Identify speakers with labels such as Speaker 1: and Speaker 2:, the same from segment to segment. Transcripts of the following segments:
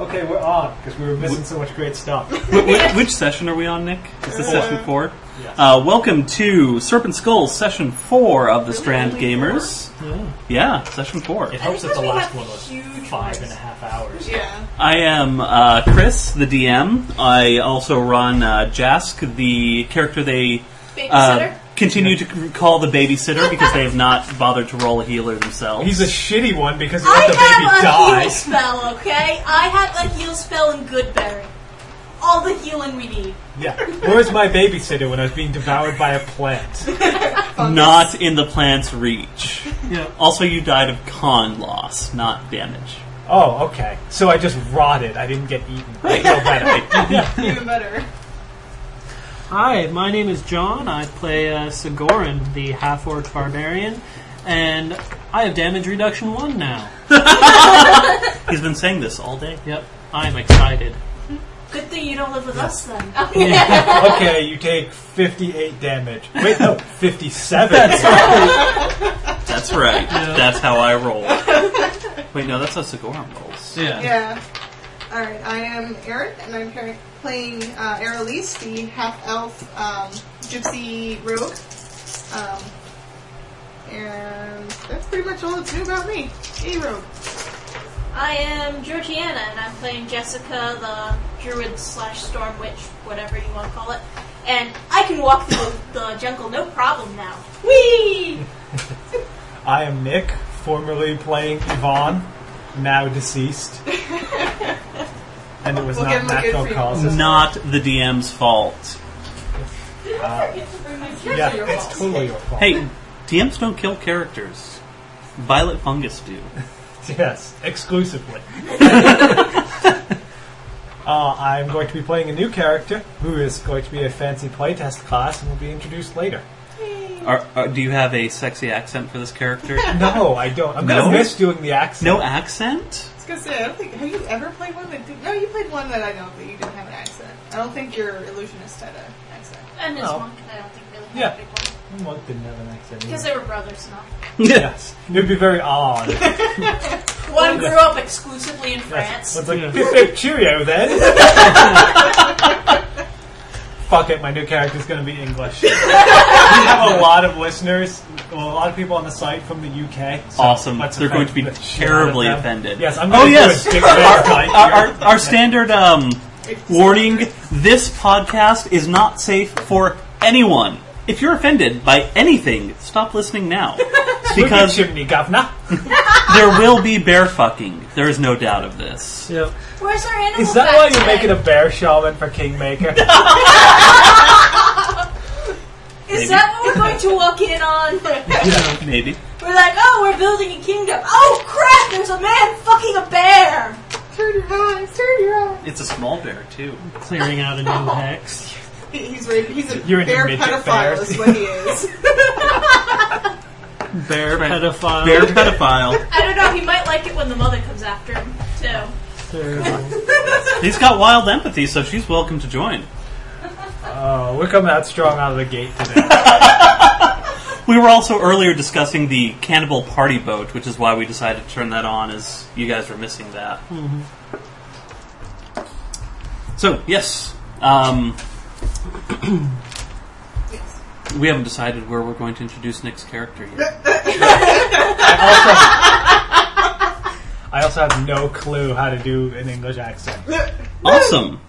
Speaker 1: Okay, we're on because we were missing so much great stuff.
Speaker 2: Wh- wh- which session are we on, Nick? Is this session four?
Speaker 1: Yes.
Speaker 2: Uh, welcome to Serpent Skulls, session four of the Strand Gamers. Yeah, session four.
Speaker 1: It helps that
Speaker 3: think
Speaker 1: the
Speaker 3: we
Speaker 1: last
Speaker 3: have
Speaker 1: one was
Speaker 3: huge
Speaker 1: five and
Speaker 3: ones.
Speaker 1: a half hours.
Speaker 3: Yeah.
Speaker 2: I am uh, Chris, the DM. I also run uh, Jask, the character they uh,
Speaker 4: Um,
Speaker 3: Babysitter.
Speaker 2: continue to c- call the babysitter because they have not bothered to roll a healer themselves.
Speaker 4: He's a shitty one because he
Speaker 3: I
Speaker 4: let the
Speaker 3: have a
Speaker 4: baby die.
Speaker 3: heal spell, okay? I have a heal spell in Goodberry. All the healing we need.
Speaker 4: Yeah. Where was my babysitter when I was being devoured by a plant?
Speaker 2: not in the plant's reach. Also, you died of con loss, not damage.
Speaker 4: Oh, okay. So I just rotted. I didn't get eaten. I feel better. Yeah.
Speaker 5: Even better.
Speaker 6: Hi, my name is John. I play uh, Sigorin, the half orc barbarian, and I have damage reduction one now.
Speaker 2: He's been saying this all day.
Speaker 6: Yep, I am excited.
Speaker 3: Good thing you don't live with us then.
Speaker 4: Okay, you take 58 damage. Wait, no, 57.
Speaker 2: That's right. That's how I roll. Wait, no, that's how Sigorum rolls.
Speaker 6: Yeah.
Speaker 5: Yeah. Alright, I am Eric, and I'm par- playing uh, Aralise, the half elf um, gypsy rogue. Um, and that's pretty much all that's new about me. A rogue.
Speaker 3: I am Georgiana, and I'm playing Jessica, the druid slash storm witch, whatever you want to call it. And I can walk through the jungle no problem now. Whee!
Speaker 4: I am Nick, formerly playing Yvonne, now deceased. And it was
Speaker 5: We'll
Speaker 4: not
Speaker 5: give him a good
Speaker 4: Macro
Speaker 5: free-
Speaker 4: causes.
Speaker 2: Not the DM's fault.
Speaker 4: Yeah, it's totally your fault.
Speaker 2: Hey, DMs don't kill characters. Violet fungus do.
Speaker 4: Yes, exclusively. uh, I'm going to be playing a new character who is going to be a fancy playtest class and will be introduced later.
Speaker 2: Are, are, do you have a sexy accent for this character?
Speaker 4: No, I don't. I'm
Speaker 2: No?
Speaker 4: going to miss doing the accent.
Speaker 2: No accent?
Speaker 5: I was gonna say, I don't think, have you ever played one that did, no, you played one that I know that you didn't have an accent. I don't think your illusionist had an accent.
Speaker 3: And his
Speaker 4: Oh.
Speaker 3: monk, I don't think really had
Speaker 4: Yeah.
Speaker 3: a big one.
Speaker 4: No. Monk didn't have an accent.
Speaker 3: Because
Speaker 4: either.
Speaker 3: they were brothers, not.
Speaker 4: Yes. It would be very odd. Yes.
Speaker 3: One grew up exclusively in France.
Speaker 4: It's like, "Pip, pip, cheerio then. Fuck it, my new character's going to be English. we have a lot of listeners, well, a lot of people on the site from the UK. so
Speaker 2: Awesome.
Speaker 4: let's
Speaker 2: They're going to be
Speaker 4: offend the shit out of
Speaker 2: terribly
Speaker 4: them.
Speaker 2: offended.
Speaker 4: Yes, I'm
Speaker 2: Oh,
Speaker 4: going to
Speaker 2: yes!
Speaker 4: do a dick
Speaker 2: Our,
Speaker 4: our,
Speaker 2: our, our, our standard um, warning this podcast is not safe for anyone. If you're offended by anything, stop listening now. Because
Speaker 4: chimney governor.
Speaker 2: there will be bear fucking. There is no doubt of this.
Speaker 6: Yep.
Speaker 3: Where's our animal
Speaker 4: Is that why
Speaker 3: fact
Speaker 4: you're
Speaker 3: check?
Speaker 4: making a bear shaman for Kingmaker?
Speaker 3: Is
Speaker 2: Maybe.
Speaker 3: that what we're going to walk in on?
Speaker 2: Maybe.
Speaker 3: we're like, oh, we're building a kingdom. Oh crap! There's a man fucking a bear.
Speaker 5: Turn your eyes, turn your eyes.
Speaker 2: It's a small bear, too.
Speaker 6: Clearing out a new hex.
Speaker 5: He- He's very, he's a
Speaker 4: You're into
Speaker 5: bear
Speaker 4: midget
Speaker 5: pedophile
Speaker 4: bears.
Speaker 5: is what he is.
Speaker 6: Bear pedophile.
Speaker 2: Bear pedophile.
Speaker 3: I don't know. He might like it when the mother comes after him too.
Speaker 6: pedophile.
Speaker 2: He's got wild empathy, so she's welcome to join.
Speaker 4: oh, we're coming out strong out of the gate today.
Speaker 2: We were also earlier discussing the cannibal party boat, which is why we decided to turn that on, as you guys were missing that. So, yes. Um, we haven't decided where we're going to introduce Nick's character yet.
Speaker 4: I also have no clue how to do an English accent.
Speaker 2: awesome!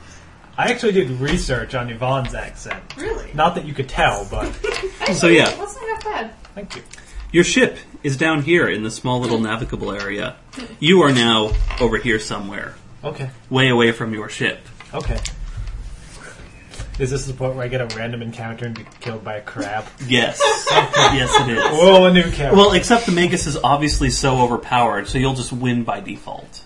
Speaker 4: I actually did research on Yvonne's accent.
Speaker 5: really?
Speaker 4: Not that you could tell, but
Speaker 2: So, yeah.
Speaker 5: That's not that bad.
Speaker 4: thank you.
Speaker 2: Your ship is down here in the small little navigable area. You are now over here somewhere,
Speaker 4: Okay,
Speaker 2: way away from your ship.
Speaker 4: okay. Is this the point where I get a random encounter and be killed by a crab?
Speaker 2: Yes. yes, it is.
Speaker 4: Whoa, a new character.
Speaker 2: Well, except the Magus is obviously so overpowered, so you'll just win by default.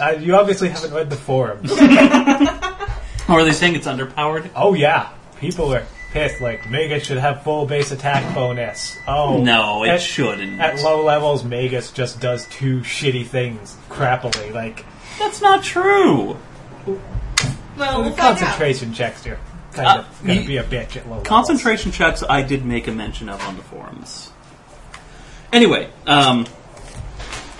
Speaker 4: Uh, you obviously haven't read the forums.
Speaker 2: Or are they saying it's underpowered?
Speaker 4: oh yeah, people are pissed. Like Magus should have full base attack bonus. Oh
Speaker 2: No, it
Speaker 4: at-
Speaker 2: shouldn't.
Speaker 4: At low levels, Magus just does two shitty things crappily. Like
Speaker 2: That's not true.
Speaker 5: Well, we'll find out.
Speaker 4: concentration checks here. Kind
Speaker 2: Uh,
Speaker 4: of gonna
Speaker 2: you-
Speaker 4: be a bitch at low levels.
Speaker 2: Concentration checks I did make a mention of on the forums. Anyway, um,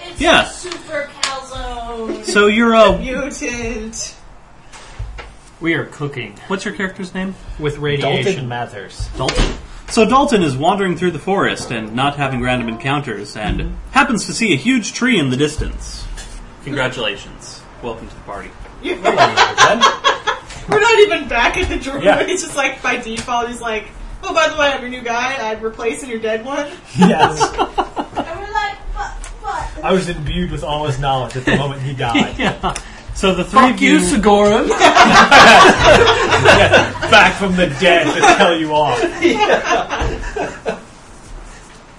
Speaker 3: It's
Speaker 2: Yeah.
Speaker 3: super calzo.
Speaker 5: known
Speaker 2: So you're uh, a.
Speaker 5: mutant.
Speaker 6: We are cooking
Speaker 2: What's your character's name?
Speaker 6: with radiation.
Speaker 4: Mathers.
Speaker 2: Dalton. So Dalton is wandering through the forest and not having random encounters, and happens to see a huge tree in the distance. Congratulations. Welcome to the party.
Speaker 5: We're not even back at the drawing.
Speaker 4: Yeah.
Speaker 5: It's just like by default, he's like, oh, by the way, I'm your new guy. and I'm replacing your dead one.
Speaker 4: yes.
Speaker 3: And we're like, but, but.
Speaker 4: I was imbued with all his knowledge at the moment he died.
Speaker 6: Yeah.
Speaker 2: So the three of you,
Speaker 6: Sigorin.
Speaker 4: Back from the dead to tell you all.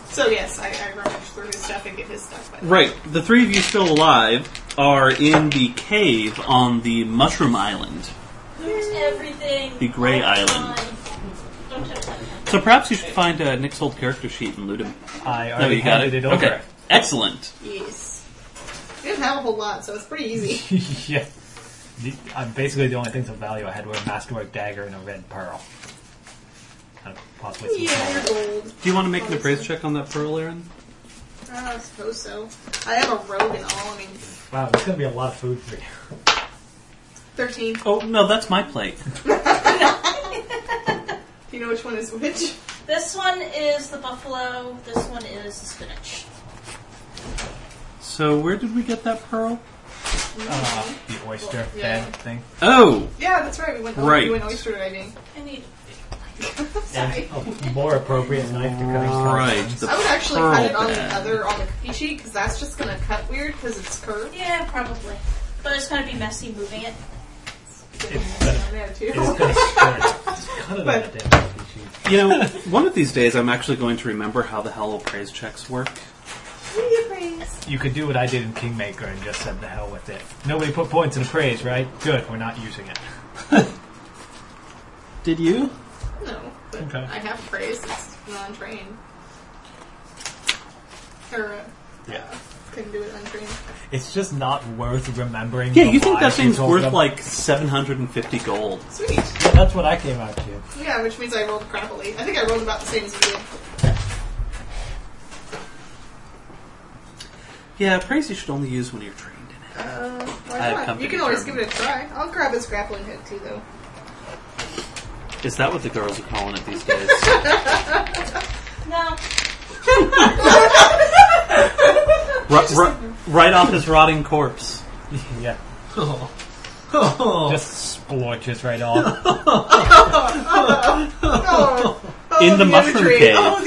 Speaker 5: So yes, I, I rummage through his stuff and get his stuff. Back.
Speaker 2: right? The three of you still alive are in the cave on the Mushroom Island.
Speaker 3: There's everything.
Speaker 2: The Grey
Speaker 3: all the
Speaker 2: Island.
Speaker 3: time. Don't touch that.
Speaker 2: So perhaps you should find uh, Nick's old character sheet and loot him.
Speaker 4: I
Speaker 2: No,
Speaker 4: already
Speaker 2: you got
Speaker 4: handed
Speaker 2: it.
Speaker 4: it, over.
Speaker 2: Okay, excellent.
Speaker 5: Yes. We didn't have a whole lot, so it's pretty easy.
Speaker 4: yeah. The- uh, basically, the only things of value I had were a masterwork dagger and a red pearl. And possibly some gold.
Speaker 5: yeah, you're gold.
Speaker 2: Do you want to make an appraise check on that pearl, Aaron?
Speaker 5: I don't suppose so. I am a rogue and all. I mean,
Speaker 4: Wow, it's going to be a lot of food for you.
Speaker 5: thirteen. Do
Speaker 2: Oh no, that's my plate.
Speaker 5: you know which one is which?
Speaker 3: This one is the buffalo. This one is the spinach.
Speaker 2: So where did we get that pearl?
Speaker 4: Uh, the oyster
Speaker 5: Yeah.
Speaker 4: bed thing.
Speaker 2: Oh,
Speaker 5: Yeah, that's right. We went.
Speaker 2: Right.
Speaker 5: We went oyster diving.
Speaker 3: I need.
Speaker 5: Sorry.
Speaker 4: A more appropriate knife to cutting
Speaker 2: right.
Speaker 4: slicing.
Speaker 2: The
Speaker 5: I would actually
Speaker 2: pearl
Speaker 5: cut it on the
Speaker 2: bed.
Speaker 5: other on the cookie sheet because that's just gonna cut weird because it's curved.
Speaker 3: Yeah, probably. But it's gonna be messy moving it.
Speaker 5: Yeah, too.
Speaker 4: It's going to squirt. Just cut it on
Speaker 5: But-
Speaker 4: the damn cookie sheet.
Speaker 2: You know, one of these days I'm actually going to remember how the hell appraise checks work.
Speaker 4: You could do what I did in Kingmaker and just said the hell with it. Nobody put points in appraise, right? Good, we're not using it.
Speaker 6: Did you?
Speaker 5: No, but
Speaker 4: Okay.
Speaker 5: I have praise. It's non-trained. Or uh,
Speaker 4: Yeah.
Speaker 5: couldn't do it untrained.
Speaker 4: It's just not worth remembering.
Speaker 2: Yeah,
Speaker 4: the
Speaker 2: you think that
Speaker 4: lies you
Speaker 2: thing's
Speaker 4: told
Speaker 2: worth
Speaker 4: them.
Speaker 2: like 750 gold.
Speaker 5: Sweet.
Speaker 4: Yeah, that's what I came out to.
Speaker 5: Yeah, which means I rolled crappily. I think I rolled about the same as you did.
Speaker 2: Yeah, appraise you should only use when you're trained in it.
Speaker 5: Uh, why
Speaker 2: I have
Speaker 5: not?
Speaker 2: come to
Speaker 5: You can always give
Speaker 2: determine.
Speaker 5: it a try. I'll grab his grappling hook too, though.
Speaker 2: Is that what the girls are calling it these days?
Speaker 3: No,
Speaker 2: Ru- ru- right off his rotting corpse.
Speaker 4: Yeah. Just splorches right off.
Speaker 5: Oh, oh,
Speaker 2: In the mushroom
Speaker 5: imagery.
Speaker 2: cave.
Speaker 5: Oh,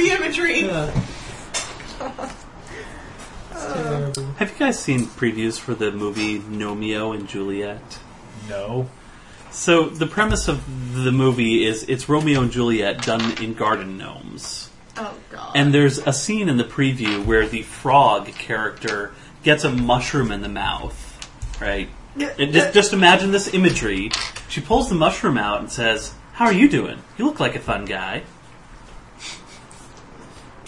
Speaker 5: the imagery.
Speaker 2: Have you guys seen previews for the movie Nomeo and Juliet?
Speaker 4: no.
Speaker 2: So the premise of the movie is it's Romeo and Juliet done in garden gnomes.
Speaker 5: Oh god.
Speaker 2: And there's a scene in the preview where the frog character gets a mushroom in the mouth, right? And just, just imagine this imagery. She pulls the mushroom out and says, How are you doing? You look like a fun guy.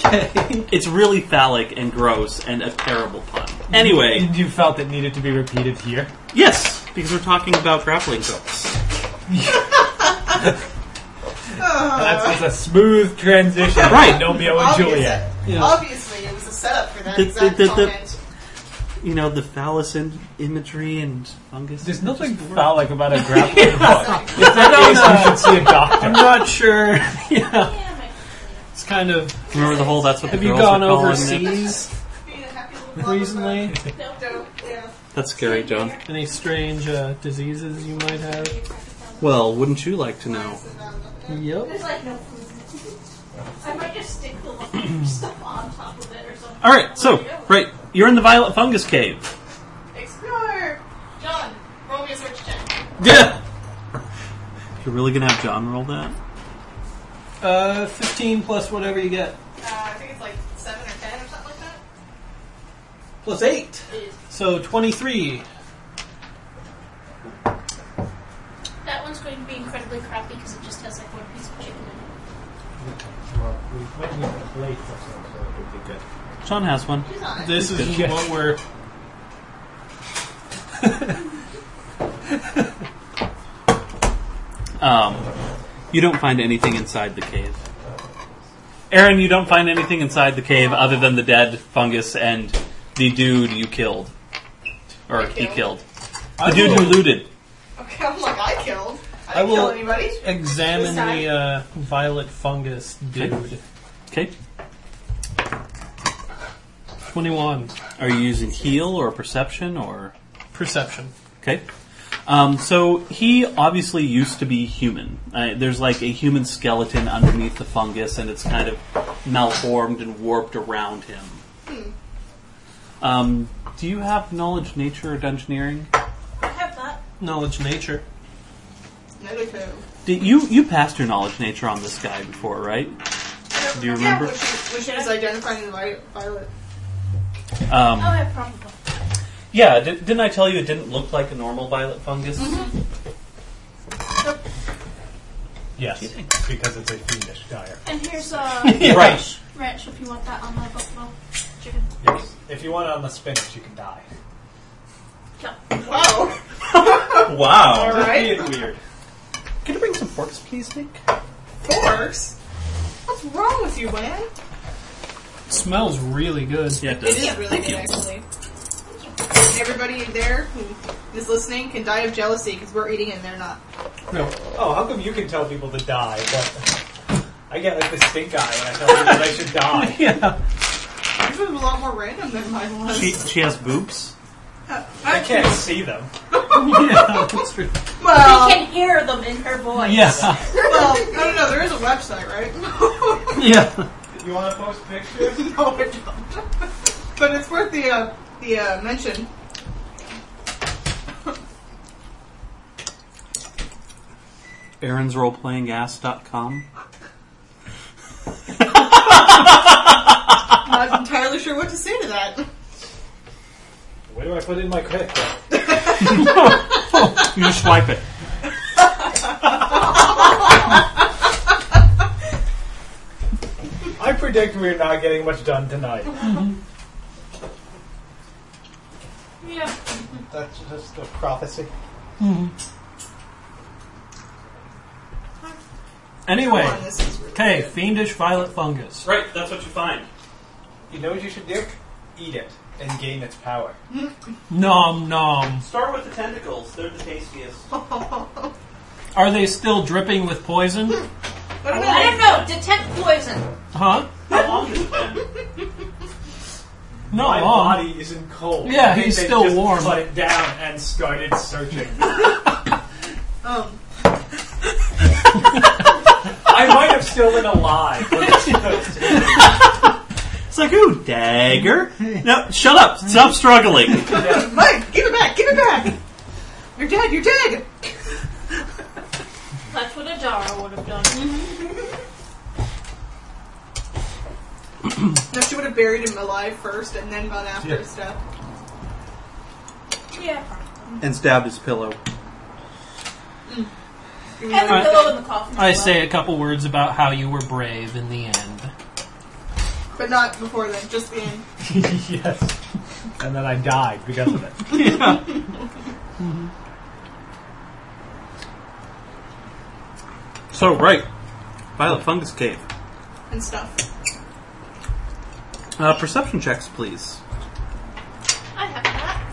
Speaker 2: It's really phallic and gross and a terrible pun. Anyway,
Speaker 4: And you felt it needed to be repeated here?
Speaker 2: yes, because we're talking about grappling hooks.
Speaker 4: That's just a smooth transition.
Speaker 2: Uh. Right.
Speaker 4: Romeo Oh, and
Speaker 5: Obviously-
Speaker 4: Juliet.
Speaker 5: Obviously, it was a setup for that
Speaker 2: The-
Speaker 5: exact
Speaker 2: the- the- the-
Speaker 5: comment.
Speaker 2: You know, the phallus in- imagery and fungus.
Speaker 4: There's nothing phallic about a grappling hook. If that is, you should see a doctor.
Speaker 6: Not sure.
Speaker 3: yeah, my
Speaker 6: It's kind of.
Speaker 2: Remember the whole that's what the
Speaker 6: Have you
Speaker 2: girls are
Speaker 6: gone
Speaker 2: calling it?
Speaker 6: overseas
Speaker 5: Being a happy little blubber
Speaker 6: recently?
Speaker 3: no.
Speaker 5: bug. Dope, yeah.
Speaker 2: That's scary, John.
Speaker 6: Any strange uh, diseases you might have?
Speaker 2: Well, wouldn't you like to know?
Speaker 6: Yep.
Speaker 3: There's like no food. I might just stick the little stuff on top of it or something.
Speaker 2: All right, so
Speaker 3: There you go.
Speaker 2: right, you're in the violet fungus cave.
Speaker 5: Explore. John, roll me a search check.
Speaker 2: Yeah. You're really gonna have John roll that?
Speaker 6: Uh, 15 plus whatever you get.
Speaker 5: Uh, I think it's like seven or ten or something like that.
Speaker 6: Plus 8. So 23.
Speaker 3: That one's going to be incredibly crappy because it just has like one piece of chicken in it.
Speaker 4: Well, we might need a plate or something, so it would be good.
Speaker 2: John has one.
Speaker 5: She's on it.
Speaker 6: This is
Speaker 4: Yes.
Speaker 6: what we're.
Speaker 2: Um, you don't find anything inside the cave. Aaron, you don't find anything inside the cave other than the dead fungus and the dude you killed. or
Speaker 5: I
Speaker 2: he killed.
Speaker 5: killed.
Speaker 2: The dude who looted.
Speaker 5: Okay, I'm like, I killed. I
Speaker 6: I
Speaker 5: didn't
Speaker 6: will-
Speaker 5: kill anybody.
Speaker 6: Examine
Speaker 5: This
Speaker 6: the
Speaker 5: side?
Speaker 6: uh, violet fungus dude.
Speaker 2: Okay.
Speaker 6: 21.
Speaker 2: Are you using heal or perception or
Speaker 6: Perception.
Speaker 2: okay? Um, so he obviously used to be human. Uh, there's like a human skeleton underneath the fungus, and it's kind of malformed and warped around him. Um, do you have knowledge, nature, or dungeoneering?
Speaker 3: I have that.
Speaker 6: Knowledge nature.
Speaker 5: Negative.
Speaker 2: Did you you passed your knowledge nature on this guy before, right? Do you remember?
Speaker 5: Yeah, when she, when she was identifying the vi- violet.
Speaker 2: Um,
Speaker 3: Oh, I probably.
Speaker 2: Yeah, di- didn't I tell you it didn't look like a normal violet fungus?
Speaker 4: Yes, because it's a fiendish dire.
Speaker 3: And here's uh,
Speaker 2: Right.
Speaker 3: ranch if you want that on my buffalo chicken.
Speaker 4: Yes. If you want it on the spinach, you can die.
Speaker 3: No.
Speaker 5: Wow.
Speaker 2: Wow.
Speaker 5: All right.
Speaker 4: It's weird.
Speaker 2: Can you bring some forks, please, Nick?
Speaker 5: Forks. What's wrong with you, man?
Speaker 6: Smells really good.
Speaker 2: Yeah, it
Speaker 5: It
Speaker 2: does.
Speaker 5: is really good, actually. Everybody there who is listening can die of jealousy because we're eating and they're not.
Speaker 4: No. Oh, how come you can tell people to die, but I get like the stink eye when I tell people they should die.
Speaker 6: Yeah.
Speaker 5: Yours was a lot more random than mine was.
Speaker 2: She, she has boobs.
Speaker 4: I can't see them.
Speaker 6: yeah, that's true.
Speaker 5: Well,
Speaker 3: you can hear them in her voice.
Speaker 6: Uh, Yeah.
Speaker 5: well, no, no, no, there is a website, right?
Speaker 6: Yeah.
Speaker 4: You want to post pictures?
Speaker 5: no, I don't. but it's worth the uh, the uh, mention.
Speaker 2: Aaron's roleplayingass.com.
Speaker 5: I'm not entirely sure what to say to that.
Speaker 4: Where do I put in my credit card?
Speaker 2: You just swipe it.
Speaker 4: I predict we're not getting much done tonight.
Speaker 3: Yeah.
Speaker 4: That's just a prophecy.
Speaker 6: Anyway.
Speaker 5: Come on, this is really
Speaker 6: Okay, fiendish violet fungus.
Speaker 2: Right, that's what you find.
Speaker 4: You know what you should do? Eat it and gain its power.
Speaker 6: Nom nom.
Speaker 2: Start with the tentacles. They're the tastiest.
Speaker 6: Are they still dripping with poison?
Speaker 3: I don't know. Detect poison.
Speaker 6: Huh?
Speaker 2: How long has it been?
Speaker 6: Not
Speaker 4: my
Speaker 6: long.
Speaker 4: body isn't cold.
Speaker 6: Yeah,
Speaker 4: I think
Speaker 6: he's
Speaker 4: they
Speaker 6: still
Speaker 4: just
Speaker 6: warm.
Speaker 4: Put it down and started searching.
Speaker 5: Um,
Speaker 4: I might have still been alive.
Speaker 2: It's like, ooh, dagger. No, shut up. Stop struggling.
Speaker 5: Mike, give it back! Give it back! You're dead! You're dead!
Speaker 3: That's what Adara would have done.
Speaker 5: No, she would have buried him alive first and then gone after his death.
Speaker 3: Yeah.
Speaker 2: and stabbed his pillow.
Speaker 5: You
Speaker 3: And the
Speaker 5: really-
Speaker 3: pillow in the coffin. as
Speaker 6: I
Speaker 3: well.
Speaker 6: say a couple words about how you were brave in the end.
Speaker 5: But not before then, just the end.
Speaker 4: yes. And then I died because of it.
Speaker 2: So, right. Violet fungus cave.
Speaker 5: and stuff.
Speaker 2: Uh, perception checks, please.
Speaker 3: I have that.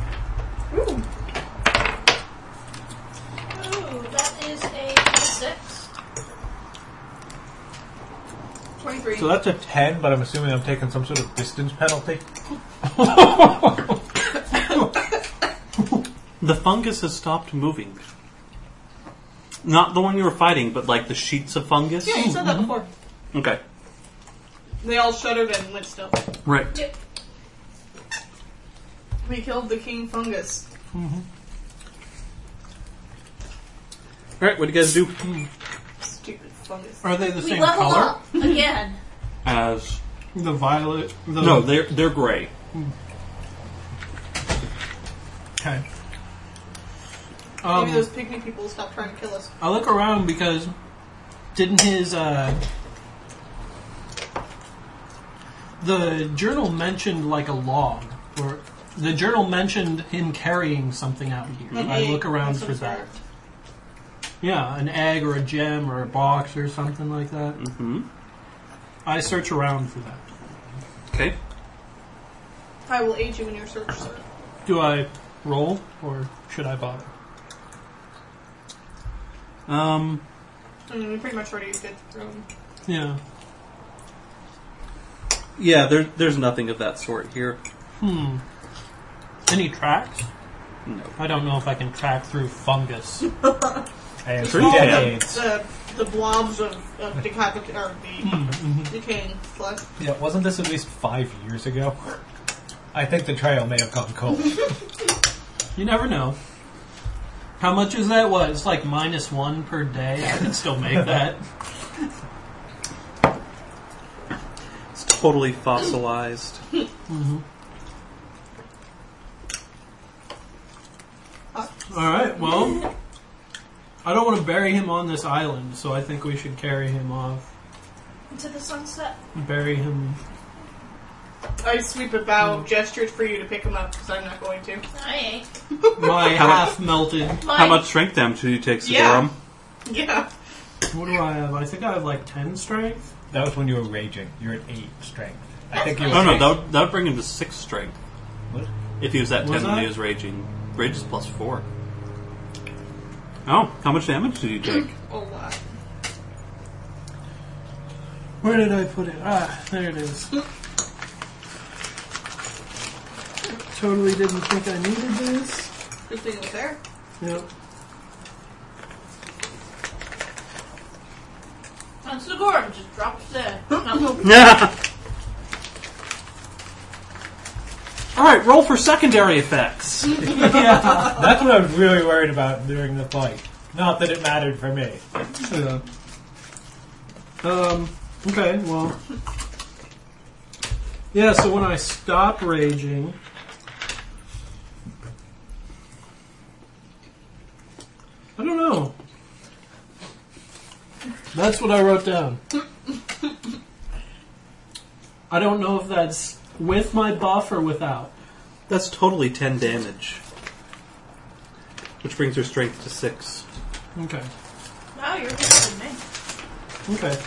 Speaker 3: Ooh. Ooh, that is a six.
Speaker 5: 23.
Speaker 4: So that's a 10, but I'm assuming I'm taking some sort of distance penalty.
Speaker 2: The fungus has stopped moving. Not the one you were fighting, but like the sheets of fungus.
Speaker 5: yeah, you
Speaker 6: Mm-hmm.
Speaker 5: said that before.
Speaker 2: Okay.
Speaker 5: They all shuddered and went still.
Speaker 2: Right.
Speaker 5: We killed the king fungus.
Speaker 2: All right. What do you guys do?
Speaker 5: Stupid fungus.
Speaker 6: Are they the
Speaker 3: We leveled up again.
Speaker 2: As
Speaker 6: The violet. The
Speaker 2: no, they're they're gray.
Speaker 6: Okay.
Speaker 5: Maybe
Speaker 6: Um,
Speaker 5: those pygmy people stopped trying to kill us.
Speaker 6: I look around because didn't his uh, the journal mentioned like a log or the journal mentioned him carrying something out here.
Speaker 5: An
Speaker 6: I
Speaker 5: egg
Speaker 6: look around
Speaker 5: of some
Speaker 6: for
Speaker 5: sort.
Speaker 6: that. Yeah, an egg or a gem or a box or something like that.
Speaker 2: Mm-hmm.
Speaker 6: I search around for that.
Speaker 2: Okay.
Speaker 5: I will aid you in your search, sir.
Speaker 6: Do I roll, or should I bother?
Speaker 2: Um,
Speaker 5: I mean, we Mm, pretty much already did room.
Speaker 6: Yeah.
Speaker 2: yeah, there, there's nothing of that sort here.
Speaker 6: Hmm. Any tracks?
Speaker 2: No.
Speaker 6: I don't know if I can track through fungus.
Speaker 4: And
Speaker 5: Just
Speaker 4: for
Speaker 5: all the-
Speaker 4: decades.
Speaker 5: The, the blobs of, of decapit- or
Speaker 6: Hmm,
Speaker 5: the
Speaker 6: mm-hmm.
Speaker 5: decaying slug.
Speaker 4: Yeah, wasn't this at least five years ago? I think the trail may have gone cold.
Speaker 6: You never know. How much is that? What? It's like minus one per day. I can still make that.
Speaker 2: It's totally fossilized.
Speaker 6: All right. Well, I don't want to bury him on this island, so I think we should carry him off.
Speaker 3: Into the sunset.
Speaker 6: Bury him.
Speaker 5: I sweep about, gestured for you to pick him up because I'm not going to.
Speaker 3: I ain't.
Speaker 6: My
Speaker 2: How much-
Speaker 6: half melted.
Speaker 3: My,
Speaker 2: How much strength damage do you take, Sidorum?
Speaker 5: Yeah. Yeah.
Speaker 6: What do I have? I think I have like ten strength.
Speaker 4: That was when you were raging. You're at eight strength. I think you were.
Speaker 2: Oh no, that would, that would bring him to six strength.
Speaker 4: What?
Speaker 2: If he was at ten
Speaker 6: Was
Speaker 2: when
Speaker 6: I?
Speaker 2: he was raging, rage is plus four. Oh, how much damage did you take?
Speaker 5: A lot.
Speaker 6: Where did I put it? Ah, there it is. Totally didn't think I needed this.
Speaker 5: Good thing it was there.
Speaker 6: Yep.
Speaker 3: Once the gorm just drops there. No.
Speaker 2: Yeah. All right, roll for secondary effects.
Speaker 6: yeah.
Speaker 4: That's what I was really worried about during the fight. Not that it mattered for me.
Speaker 6: yeah. Um. Okay. Well. Yeah. So when I stop raging, I don't know. That's what I wrote down. I don't know if that's with my buff or without.
Speaker 2: That's totally ten damage, which brings your strength to six.
Speaker 6: Okay.
Speaker 3: Wow, you're better than me.
Speaker 6: Okay.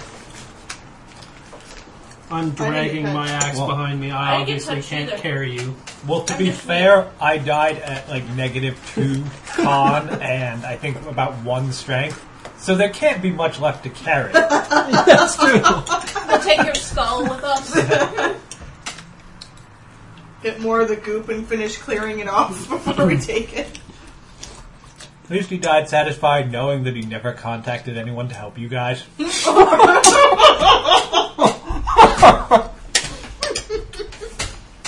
Speaker 6: I'm dragging
Speaker 5: touched.
Speaker 6: my axe
Speaker 4: Well,
Speaker 6: behind me.
Speaker 3: I
Speaker 6: I,
Speaker 3: didn't
Speaker 6: obviously
Speaker 3: touch
Speaker 6: can't
Speaker 3: either.
Speaker 6: carry you.
Speaker 4: Well, to be fair, I died at like negative two con and I think about one strength. So there can't be much left to carry.
Speaker 6: That's true.
Speaker 3: We'll take your skull with us.
Speaker 5: Get more of the goop and finish clearing it off before we take it.
Speaker 4: At least he died satisfied knowing that he never contacted anyone to help you guys.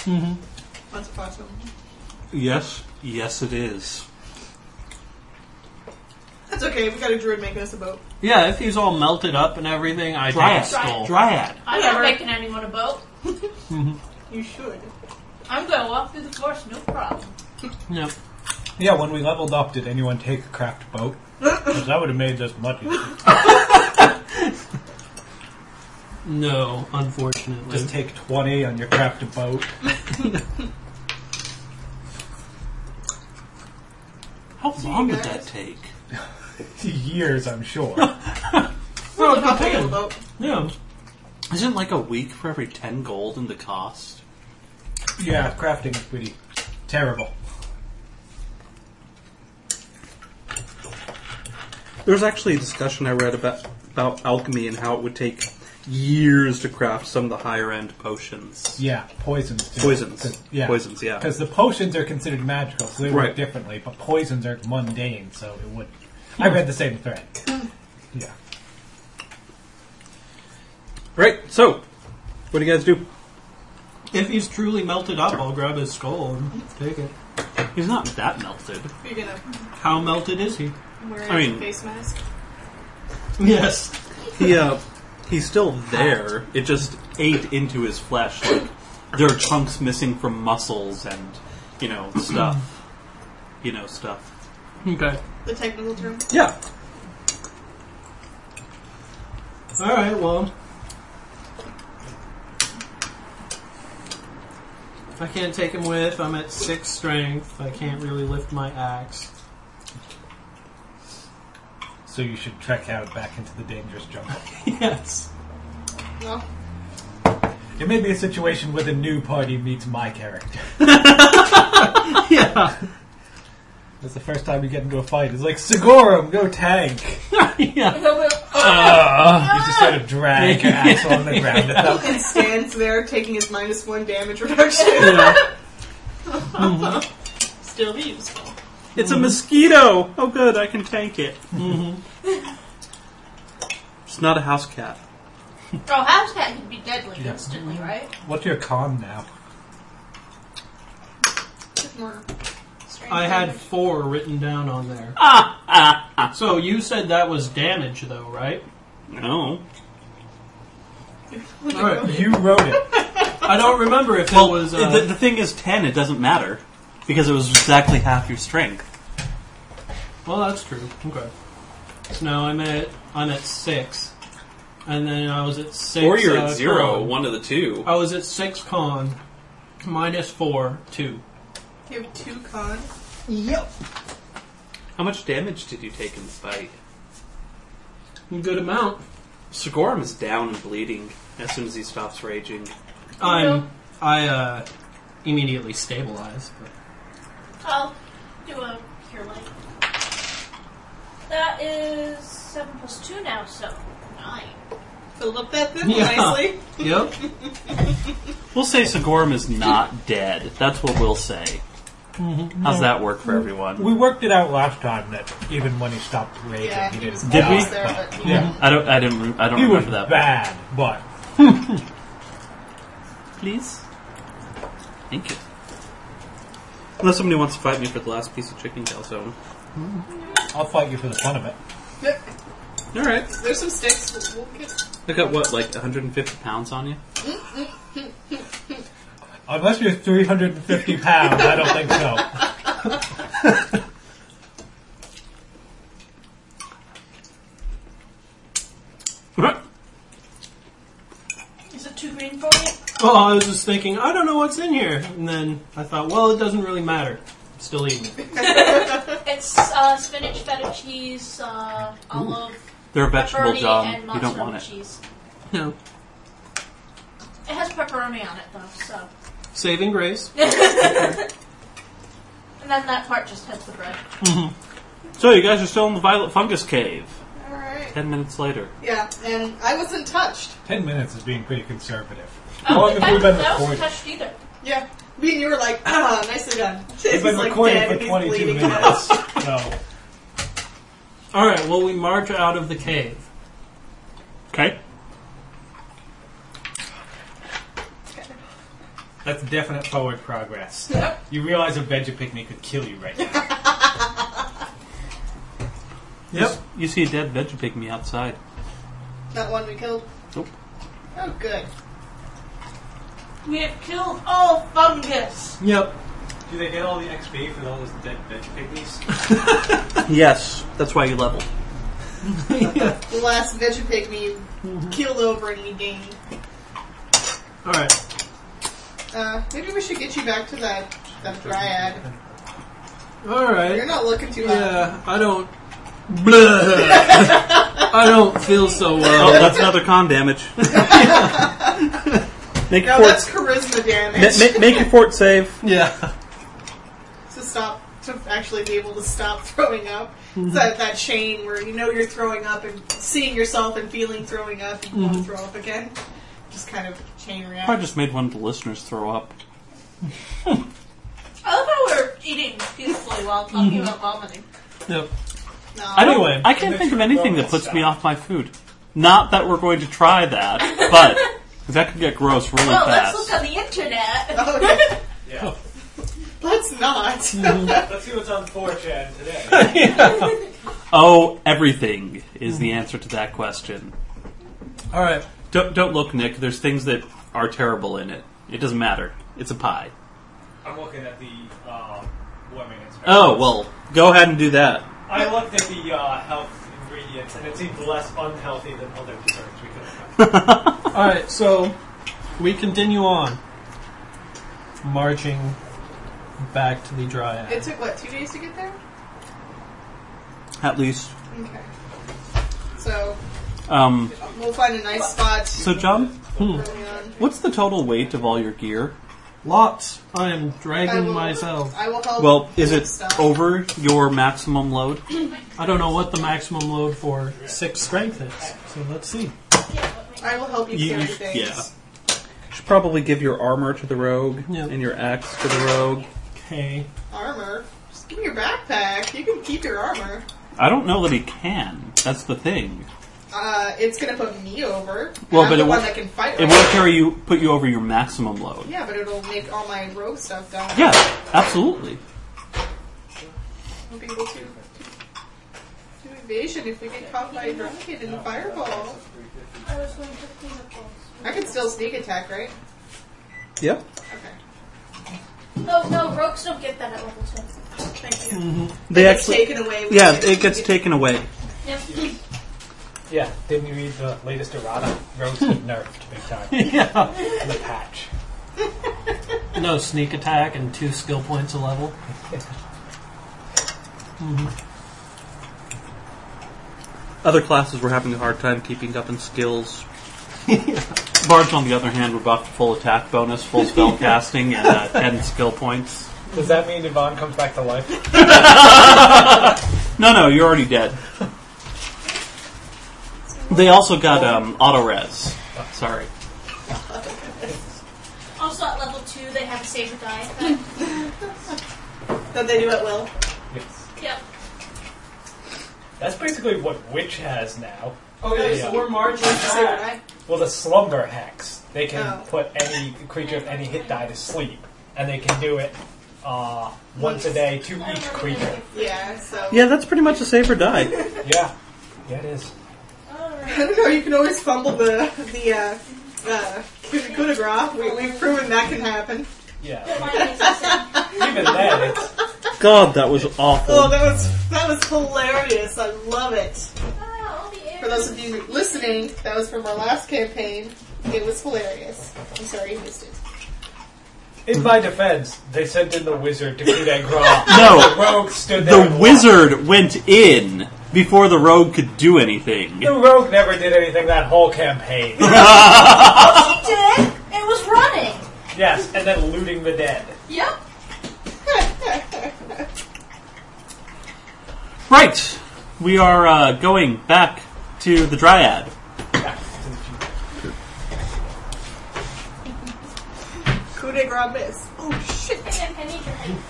Speaker 5: That's awesome.
Speaker 2: Yes. Yes, it is.
Speaker 5: That's okay. We got a druid making us a boat.
Speaker 6: Yeah, if he's all melted up and everything, I
Speaker 2: Dryad.
Speaker 6: take a skull.
Speaker 2: Dryad.
Speaker 3: I'm not making anyone a boat.
Speaker 5: You should.
Speaker 3: I'm gonna walk through the forest, no problem.
Speaker 6: Yep.
Speaker 4: Yeah, when we leveled up, did anyone take a craft boat? 'Cause that would have made this much easier.
Speaker 6: No, unfortunately.
Speaker 4: Just take 20 on your craft boat.
Speaker 2: How long did
Speaker 5: guys.
Speaker 2: that take?
Speaker 4: Years, I'm sure.
Speaker 5: We'll
Speaker 6: it's
Speaker 5: hop in
Speaker 6: okay.
Speaker 5: the boat.
Speaker 6: yeah.
Speaker 2: Isn't it like a week for every ten gold in the cost?
Speaker 4: yeah, crafting is pretty terrible.
Speaker 2: There was actually a discussion I read about about alchemy and how it would take years to craft some of the higher end potions.
Speaker 4: Yeah, poisons. Too.
Speaker 2: Poisons.
Speaker 4: 'Cause- Yeah.
Speaker 2: Poisons, yeah.
Speaker 4: Because the potions are considered magical, so they work
Speaker 2: Right.
Speaker 4: differently, but poisons are mundane, so it would. I read the same thread. Yeah.
Speaker 2: Right, so what do you guys do?
Speaker 6: If he's truly melted up, I'll grab his skull and take it.
Speaker 2: He's not that melted.
Speaker 5: You're gonna
Speaker 6: How melted is he?
Speaker 5: wear
Speaker 2: I mean-
Speaker 5: a face mask.
Speaker 6: Yes.
Speaker 2: He uh he's still there. It just ate into his flesh. Like there are chunks missing from muscles and you know, stuff. you know, stuff.
Speaker 6: Okay.
Speaker 5: The technical term.
Speaker 2: Yeah.
Speaker 6: All right. Well, I can't take him with. I'm at six strength. I can't really lift my axe.
Speaker 4: So you should trek out back into the dangerous jungle.
Speaker 6: yes.
Speaker 5: Well,
Speaker 4: It may be a situation where the new party meets my character.
Speaker 6: Yeah.
Speaker 4: That's the first time you get into a fight. It's like Sigorum, no tank.
Speaker 3: Oh,
Speaker 6: yeah.
Speaker 2: Uh,
Speaker 4: You just sort of drag your axle on the ground. At them.
Speaker 5: Logan stands there taking his minus one damage reduction.
Speaker 3: Still useful.
Speaker 2: It's a mosquito. Oh, good, I can tank it. Mm-hmm. It's not a house cat.
Speaker 3: Oh, house cat can be deadly
Speaker 4: Yeah.
Speaker 3: instantly, right?
Speaker 4: What's your con now?
Speaker 5: More strength
Speaker 6: I had
Speaker 5: damage.
Speaker 6: four written down on there.
Speaker 2: Ah, ah, ah.
Speaker 6: So you said that was damage, though, right?
Speaker 2: No.
Speaker 6: All right.
Speaker 4: You wrote it.
Speaker 6: I don't remember if
Speaker 2: Well,
Speaker 6: it was.
Speaker 2: the,
Speaker 6: Uh,
Speaker 2: the thing is, 10, it doesn't matter. Because it was exactly half your strength.
Speaker 6: well, that's true. Okay. So now I'm at I'm at six, and then I was at six.
Speaker 2: or you're
Speaker 6: uh,
Speaker 2: at zero,
Speaker 6: con.
Speaker 2: one of the two.
Speaker 6: I was at six con, minus four, two.
Speaker 5: You have two con.
Speaker 6: Yep.
Speaker 2: How much damage did you take in the fight?
Speaker 6: Good amount.
Speaker 2: Sigorum is down and bleeding as soon as he stops raging.
Speaker 6: I'm I uh, immediately stabilize. but-
Speaker 3: I'll do a cure light. That is seven plus two now, so nine.
Speaker 5: Filled up that thing
Speaker 6: Yeah.
Speaker 5: nicely.
Speaker 6: Yep.
Speaker 2: We'll say Sigorum is not dead. That's what we'll say. How's that work for everyone?
Speaker 4: Mm-hmm. We worked it out last time that even when he stopped raging,
Speaker 5: Yeah,
Speaker 4: he
Speaker 5: he was
Speaker 4: didn't.
Speaker 2: Did we?
Speaker 5: almost there, but yeah.
Speaker 4: Yeah,
Speaker 2: I don't. I didn't. re- I don't
Speaker 4: he was
Speaker 2: remember that.
Speaker 4: bad, but
Speaker 2: Please. Thank you. Unless somebody wants to fight me for the last piece of chicken calzone.
Speaker 4: I'll fight you for the fun of it.
Speaker 5: There-
Speaker 2: All right.
Speaker 5: There's some sticks, but we'll get
Speaker 2: I got what, like 150 pounds on you?
Speaker 4: Unless you're 350 pounds, I don't think so.
Speaker 3: Is it too green for you?
Speaker 6: Oh, I was just thinking, I don't know what's in here. And then I thought, well, it doesn't really matter. Still eating it.
Speaker 3: It's uh, spinach, feta cheese, uh, olive,
Speaker 2: They're a vegetable,
Speaker 3: pepperoni,
Speaker 2: John.
Speaker 3: and
Speaker 2: You don't want
Speaker 3: mozzarella
Speaker 2: it.
Speaker 3: cheese.
Speaker 6: No.
Speaker 3: It has pepperoni on it though, so.
Speaker 6: Saving grace.
Speaker 3: And then that part just has the bread.
Speaker 2: So you guys are still in the violet fungus cave.
Speaker 5: All right.
Speaker 2: Ten minutes later.
Speaker 5: Yeah, and I wasn't touched.
Speaker 4: Ten minutes is being pretty conservative.
Speaker 3: I
Speaker 4: How long
Speaker 3: don't
Speaker 4: have we
Speaker 3: think
Speaker 4: been
Speaker 3: that was
Speaker 4: recording?
Speaker 3: touched either.
Speaker 5: Yeah. Me and you were like, ah, nicely done. He's
Speaker 4: We've been
Speaker 5: like
Speaker 4: recording
Speaker 5: dead and
Speaker 4: for
Speaker 5: he's
Speaker 4: 22
Speaker 5: bleeding out.
Speaker 4: minutes, so
Speaker 6: All right, well, we march out of the cave.
Speaker 2: Okay.
Speaker 4: that's definite forward progress. You realize a veggie picnic could kill you right now.
Speaker 2: Yep. You see a dead veggie pygmy outside.
Speaker 5: That one we killed.
Speaker 2: Nope.
Speaker 5: Oh, good.
Speaker 3: We have killed all fungus.
Speaker 6: Yep.
Speaker 4: Do they get all the XP for all those dead veggie picnics?
Speaker 2: Yes, that's why you leveled.
Speaker 5: The last veggie pygmy you killed over and we gained.
Speaker 6: All right.
Speaker 5: Uh, maybe we should get you back to that that dryad.
Speaker 6: All
Speaker 5: You're
Speaker 6: right.
Speaker 5: not looking too hot.
Speaker 6: Yeah, I don't. Blah. I don't feel so
Speaker 2: Oh,
Speaker 6: well.
Speaker 2: that's another con damage. make
Speaker 5: No,
Speaker 2: your
Speaker 5: that's
Speaker 2: fort,
Speaker 5: charisma damage.
Speaker 2: ma- ma- make your fort save.
Speaker 6: Yeah.
Speaker 5: to stop to actually be able to stop throwing up. It's that that chain where you know you're throwing up and seeing yourself and feeling throwing up and you
Speaker 2: Mm-hmm.
Speaker 5: want to throw up again. Just kind of chain
Speaker 2: I
Speaker 5: reaction.
Speaker 2: just made one of the listeners throw up.
Speaker 3: I love how we're eating peacefully while talking about vomiting.
Speaker 6: Yep.
Speaker 5: No.
Speaker 2: I don't.
Speaker 4: Anyway,
Speaker 2: I can't think of anything that
Speaker 4: gross
Speaker 2: puts me
Speaker 4: stuff.
Speaker 2: off my food. Not that we're going to try that, but 'cause that could get gross really
Speaker 3: Well, let's look
Speaker 2: fast.
Speaker 3: on the internet.
Speaker 5: Oh, okay.
Speaker 4: Yeah.
Speaker 5: Let's not.
Speaker 2: Mm-hmm.
Speaker 4: Let's see what's on 4chan today.
Speaker 2: Oh, everything is the answer to that question.
Speaker 6: All right.
Speaker 2: Don't don't look, Nick. There's things that are terrible in it. It doesn't matter. It's a pie.
Speaker 4: I'm looking at the uh, warming
Speaker 2: Oh well, go ahead and do that.
Speaker 4: I looked at the uh, health ingredients, and it seemed less unhealthy than other desserts we could have. done.
Speaker 6: All right. So we continue on, marching back to the dryad.
Speaker 5: it took what two days to get there?
Speaker 2: At least.
Speaker 5: Okay. So
Speaker 2: Um,
Speaker 5: we'll find a nice spot.
Speaker 2: so, John,
Speaker 6: Hmm.
Speaker 5: early on.
Speaker 2: what's the total weight of all your gear? Lots.
Speaker 6: I am
Speaker 5: I
Speaker 6: dragging
Speaker 5: will,
Speaker 6: myself.
Speaker 5: I will help.
Speaker 2: Well, is it
Speaker 5: Stuff.
Speaker 2: over your maximum load?
Speaker 6: I don't know what the maximum load for six strength is, so let's see.
Speaker 3: Yeah, what makes-
Speaker 5: I will help you,
Speaker 2: You-
Speaker 5: carry
Speaker 2: you-
Speaker 5: things.
Speaker 2: yeah. Should probably give your armor to the rogue
Speaker 6: Yeah.
Speaker 2: and your axe to the rogue.
Speaker 6: Okay.
Speaker 5: Armor. Just give me your backpack. You can keep your armor.
Speaker 2: I don't know that he can. That's the thing.
Speaker 5: Uh, it's gonna put me over.
Speaker 2: Well,
Speaker 5: I'm
Speaker 2: but
Speaker 5: the
Speaker 2: it
Speaker 5: one
Speaker 2: won't-
Speaker 5: that can fight.
Speaker 2: It
Speaker 5: right
Speaker 2: won't carry you, put you over your maximum load.
Speaker 5: Yeah, but it'll make all my rogue stuff down.
Speaker 2: Yeah, absolutely.
Speaker 5: We'll be able to do evasion if we get caught by a drum kid in the fireball.
Speaker 3: I was going to clean the balls.
Speaker 5: I can still sneak attack, right?
Speaker 2: Yep.
Speaker 5: Okay.
Speaker 3: No, no, rogues don't get that at level 2. Thank you.
Speaker 2: They
Speaker 5: It's
Speaker 2: actually,
Speaker 5: taken away.
Speaker 2: yeah, it gets taken away.
Speaker 3: Yep.
Speaker 4: Yeah, didn't you read the latest errata? Rogues get nerfed big time
Speaker 6: Yeah.
Speaker 4: in the patch.
Speaker 6: No sneak attack and two skill points a level.
Speaker 2: Other classes were having a hard time keeping up in skills. Bards, on the other hand, were buffed to full attack bonus, full spell casting, and uh, 10 skill points.
Speaker 4: Does that mean Yvonne comes back to life?
Speaker 2: No, no, you're already dead. They also got um, auto res. Sorry.
Speaker 3: Also at level 2, they have a save or die effect.
Speaker 5: That they do at will.
Speaker 4: Yes.
Speaker 3: Yep.
Speaker 4: That's basically what Witch has now.
Speaker 7: Oh yeah, so we're marching
Speaker 5: Say what
Speaker 7: back.
Speaker 5: I-
Speaker 4: Well, the slumber hex. They can
Speaker 5: Oh.
Speaker 4: put any creature of any hit die to sleep, and they can do it uh, once a day to
Speaker 3: I
Speaker 4: each
Speaker 3: don't really
Speaker 4: creature.
Speaker 3: know.
Speaker 5: Yeah, so.
Speaker 2: Yeah, that's pretty much a save or die.
Speaker 4: Yeah, yeah, it is.
Speaker 5: I don't know, you can always fumble the, the, uh, uh, coup de grace. We, we've proven that can happen.
Speaker 4: Yeah,
Speaker 3: Mine is the same.
Speaker 4: even then, it's
Speaker 2: God, that was awful.
Speaker 5: Oh, that was, that was hilarious. I love it.
Speaker 3: Ah, all the air.
Speaker 5: For those of you listening, that was from our last campaign. It was hilarious. I'm sorry you missed it.
Speaker 4: in my defense. They sent in the wizard to coup de grace.
Speaker 2: no,
Speaker 4: rogue stood there.
Speaker 2: the
Speaker 4: and
Speaker 2: wizard went in before the rogue could do anything.
Speaker 4: watched. The rogue never did anything that whole campaign.
Speaker 3: It did! It was running!
Speaker 4: yes, and then looting the dead.
Speaker 3: Yep.
Speaker 2: Right, we are uh, going back to the dryad.
Speaker 4: Back to the future.
Speaker 5: Coup de grace miss. Oh, shit.
Speaker 3: And I need your help.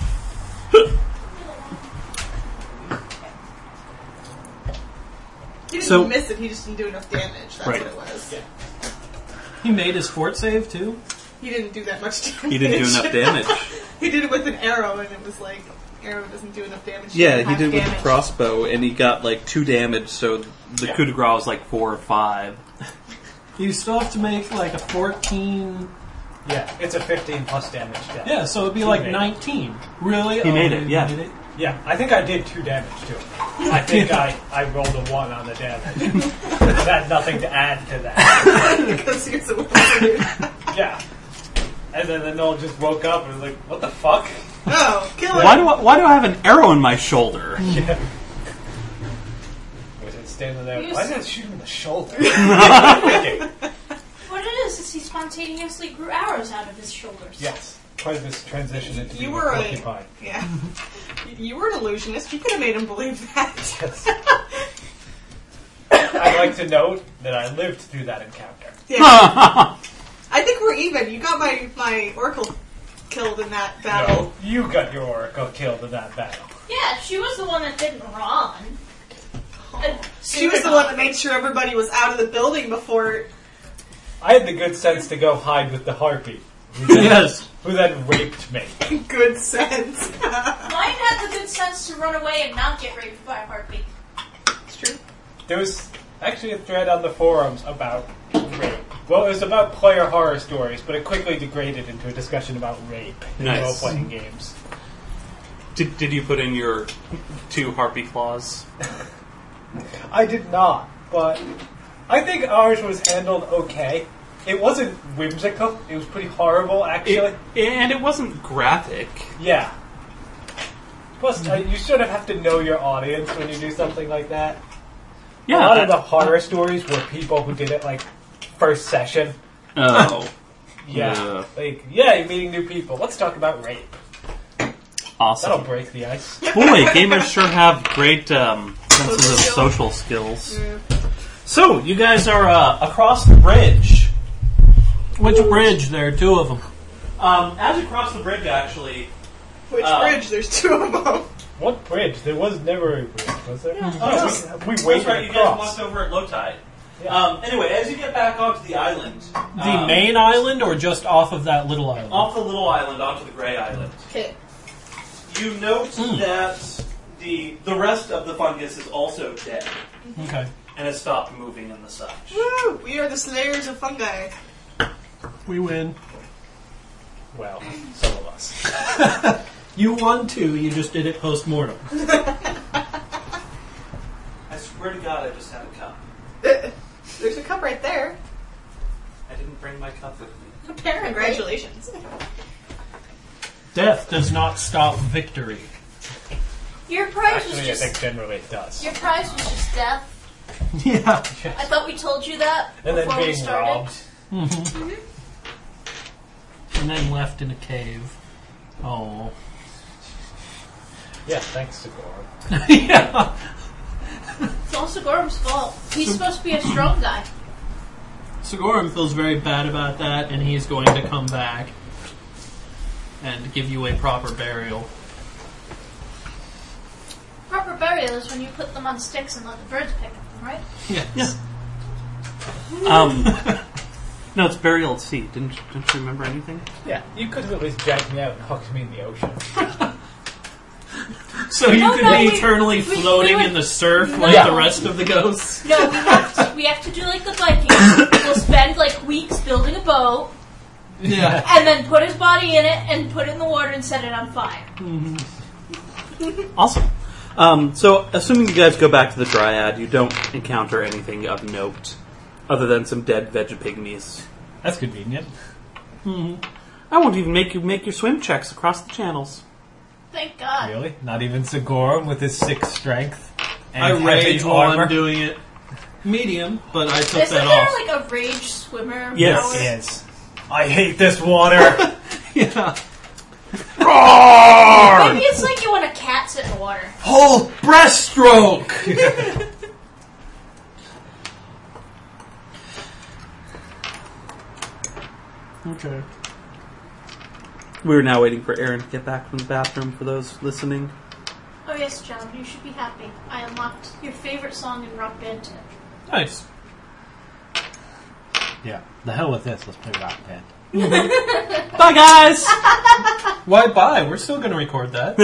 Speaker 5: He didn't
Speaker 2: So-
Speaker 5: miss it, he just didn't do enough damage. That's
Speaker 2: Right.
Speaker 5: what it was.
Speaker 6: He made his fort save too.
Speaker 5: He didn't do that much damage.
Speaker 2: He didn't do enough damage.
Speaker 5: he did it with an arrow, and it was like, arrow doesn't do enough damage.
Speaker 2: Yeah, he
Speaker 5: Half
Speaker 2: did it with the
Speaker 5: damage.
Speaker 2: crossbow, and he got like two damage, so the coup de grace was like four or five.
Speaker 6: You still have to make like a 14.
Speaker 4: Yeah, it's a 15 plus damage death.
Speaker 6: Yeah, so it'd be
Speaker 4: He
Speaker 6: like
Speaker 4: made it.
Speaker 6: 19. Really?
Speaker 2: He
Speaker 6: Oh,
Speaker 2: made it,
Speaker 6: you
Speaker 2: yeah.
Speaker 6: made it?
Speaker 4: Yeah, I think I did two damage to it. I think I, I rolled a one on the damage. I had nothing to add to that.
Speaker 5: Because he's a wizard.
Speaker 4: Yeah. And then the Noel just woke up and was like, what the fuck?
Speaker 5: Oh, kill him.
Speaker 2: Why do I, why do I have an arrow in my shoulder?
Speaker 4: Yeah. Was it standing there?
Speaker 3: You
Speaker 4: Why
Speaker 3: s-
Speaker 4: did it shoot him in the shoulder? Thinking.
Speaker 3: What it is is he spontaneously grew arrows out of his shoulders.
Speaker 4: yes. Part of this transition into
Speaker 5: You
Speaker 4: being
Speaker 5: were
Speaker 4: a
Speaker 5: a-
Speaker 4: porcupine.
Speaker 5: Yeah. You- you were an illusionist. You could have made him believe that.
Speaker 4: Yes. I'd like to note that I lived through that encounter.
Speaker 5: Yeah. I think we're even. You got my, my oracle killed in that battle.
Speaker 4: No, you got your oracle killed in that battle.
Speaker 3: Yeah, she was the one that didn't run. And
Speaker 5: She was the one that made sure everybody was out of the building before.
Speaker 4: I had the good sense to go hide with the harpy,
Speaker 2: yes.
Speaker 4: who then raped me.
Speaker 5: Good sense.
Speaker 3: Mine had the good sense to run away and not get raped by a heartbeat.
Speaker 5: it's true.
Speaker 4: There was actually a thread on the forums about rape. Well, it was about player horror stories, but it quickly degraded into a discussion about rape in
Speaker 2: Nice.
Speaker 4: role-playing games.
Speaker 2: Did, did you put in your two harpy claws?
Speaker 4: I did not, but I think ours was handled okay. It wasn't whimsical. It was pretty horrible, actually.
Speaker 2: and it wasn't graphic.
Speaker 4: yeah. Plus, uh, you sort of have to know your audience when you do something like that.
Speaker 2: Yeah.
Speaker 4: a lot of the horror stories were people who did it like first session.
Speaker 2: oh.
Speaker 4: Yeah.
Speaker 7: Yeah.
Speaker 4: Like, yeah, you're meeting new people. Let's talk about rape. That'll
Speaker 2: Awesome.
Speaker 4: break the ice.
Speaker 2: Boy, gamers sure have great um, senses of social skills. So, you guys are uh, across the bridge.
Speaker 6: Which bridge? There are two of them.
Speaker 2: Um, as you cross the bridge, actually,
Speaker 5: Which
Speaker 2: Uh,
Speaker 5: bridge? There's two of them.
Speaker 4: What bridge? There was never a bridge, was there? Oh, we, we
Speaker 2: That's
Speaker 4: waited
Speaker 2: right, you guys
Speaker 4: across.
Speaker 2: walked over at low tide.
Speaker 4: Yeah.
Speaker 2: Um, anyway, as you get back onto the island,
Speaker 6: The
Speaker 2: um, Oh,
Speaker 6: main island, or just off of that little island?
Speaker 2: off the little island onto the Gray Island,
Speaker 5: Okay.
Speaker 2: you note that the the rest of the fungus is also dead
Speaker 6: Okay.
Speaker 2: and has stopped moving and the such.
Speaker 5: Woo! We are the slayers of fungi.
Speaker 6: We win.
Speaker 4: Well, some of us.
Speaker 6: You won too. You just did it post mortem.
Speaker 2: I swear to God, I just had a cup.
Speaker 5: There's a cup right there.
Speaker 2: I didn't bring my cup with me.
Speaker 3: Apparently.
Speaker 5: Congratulations.
Speaker 6: Death does not stop victory.
Speaker 3: Your prize was
Speaker 4: Actually, I
Speaker 3: just
Speaker 4: think generally it does.
Speaker 3: your prize was just death.
Speaker 6: Yeah.
Speaker 3: I thought we told you that
Speaker 4: And then
Speaker 3: before we
Speaker 4: being
Speaker 3: started.
Speaker 4: robbed.
Speaker 6: And then left in a cave. Oh.
Speaker 4: Yeah, thanks to Gore.
Speaker 6: yeah.
Speaker 3: It's also Gorm's fault. He's supposed to be a strong guy.
Speaker 6: Sigorum feels very bad about that, and he's going to come back and give you a proper burial.
Speaker 3: Proper burial is when you put them on sticks and let the birds pick up them, right?
Speaker 6: Yes.
Speaker 2: Um, no, it's burial at sea. Didn't, didn't you remember anything?
Speaker 4: Yeah, you could have at least dragged me out and hooked me in the ocean.
Speaker 6: So you
Speaker 3: No,
Speaker 6: could
Speaker 3: no,
Speaker 6: be
Speaker 3: we-
Speaker 6: eternally
Speaker 3: we- we
Speaker 6: floating
Speaker 3: would-
Speaker 6: in the surf like
Speaker 4: Yeah.
Speaker 6: the rest of the ghosts.
Speaker 3: No, we have to. We have to do like the Vikings. we'll spend like weeks building a boat
Speaker 6: Yeah.
Speaker 3: and then put his body in it and put it in the water and set it on fire.
Speaker 2: Awesome. Um, so, assuming you guys go back to the Dryad, you don't encounter anything of note other than some dead vegipygmies.
Speaker 4: That's convenient.
Speaker 2: I won't even make you make your swim checks across the channels.
Speaker 3: Thank
Speaker 2: Uh,
Speaker 3: God.
Speaker 4: Really? Not even Sigorum with his six strength and
Speaker 6: I rage
Speaker 4: heavy
Speaker 6: while
Speaker 4: armor?
Speaker 6: I'm doing it. Medium, but I took
Speaker 3: Isn't
Speaker 6: that
Speaker 3: there
Speaker 6: off.
Speaker 3: like a rage swimmer?
Speaker 2: Yes.
Speaker 3: power?
Speaker 4: Yes. I hate this water.
Speaker 6: yeah.
Speaker 3: Maybe it's like you want a cat sit in the water.
Speaker 6: Whole breaststroke! okay.
Speaker 2: We were now waiting for Aaron to get back from the bathroom for those listening.
Speaker 3: Oh yes, John, you should be happy. I unlocked your favorite song in rock band. today.
Speaker 6: Nice.
Speaker 4: yeah. The hell with this. Let's play Rock Band.
Speaker 6: Bye, guys! Why bye? We're still going to record that.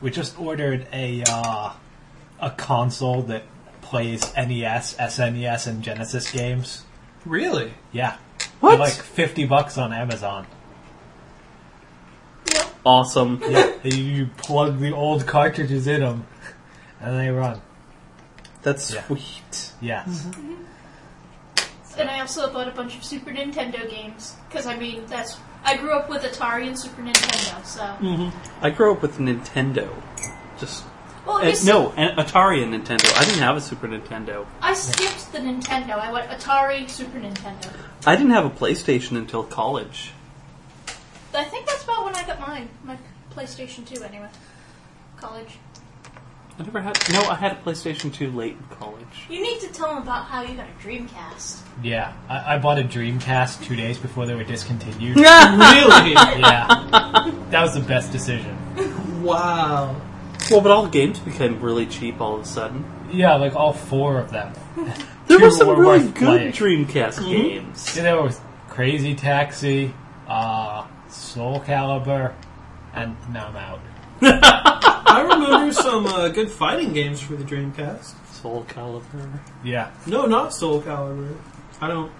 Speaker 4: We just ordered a uh, a console that plays E NES, SNES, and Genesis games.
Speaker 6: really?
Speaker 4: Yeah,
Speaker 2: What?
Speaker 4: They're like fifty bucks on Amazon.
Speaker 2: Awesome.
Speaker 4: Yeah, you plug the old cartridges in them, and they run.
Speaker 2: That's
Speaker 4: Yeah.
Speaker 2: sweet.
Speaker 4: Yes,
Speaker 3: And I also bought a bunch of Super Nintendo games because I mean that's I grew up with Atari and Super Nintendo, so
Speaker 2: I grew up with Nintendo. Just
Speaker 3: well,
Speaker 2: uh,
Speaker 3: Oh, you see,
Speaker 2: no, an- Atari and Nintendo. I didn't have a Super Nintendo.
Speaker 3: I skipped the Nintendo. I went Atari, Super Nintendo.
Speaker 2: I didn't have a PlayStation until college.
Speaker 3: I think that's about when I got mine, my PlayStation Two, anyway. College.
Speaker 2: I never had. No, I had a PlayStation 2 late in college.
Speaker 3: You need to tell them about how you got a Dreamcast.
Speaker 4: yeah. I, I bought a Dreamcast two days before they were discontinued.
Speaker 6: really?
Speaker 4: yeah, that was the best decision.
Speaker 6: Wow.
Speaker 2: Well, but all the games became really cheap all of a sudden.
Speaker 4: Yeah, like all four of them.
Speaker 2: There
Speaker 4: Two
Speaker 2: were some
Speaker 4: were
Speaker 2: really
Speaker 4: worth
Speaker 2: good
Speaker 4: playing.
Speaker 2: Dreamcast games.
Speaker 4: Yeah, there was Crazy Taxi, uh, Soul Calibur, and now I'm out.
Speaker 6: I remember some uh, good fighting games for the Dreamcast.
Speaker 2: Soul Calibur.
Speaker 4: Yeah.
Speaker 6: No, not Soul Calibur. I don't.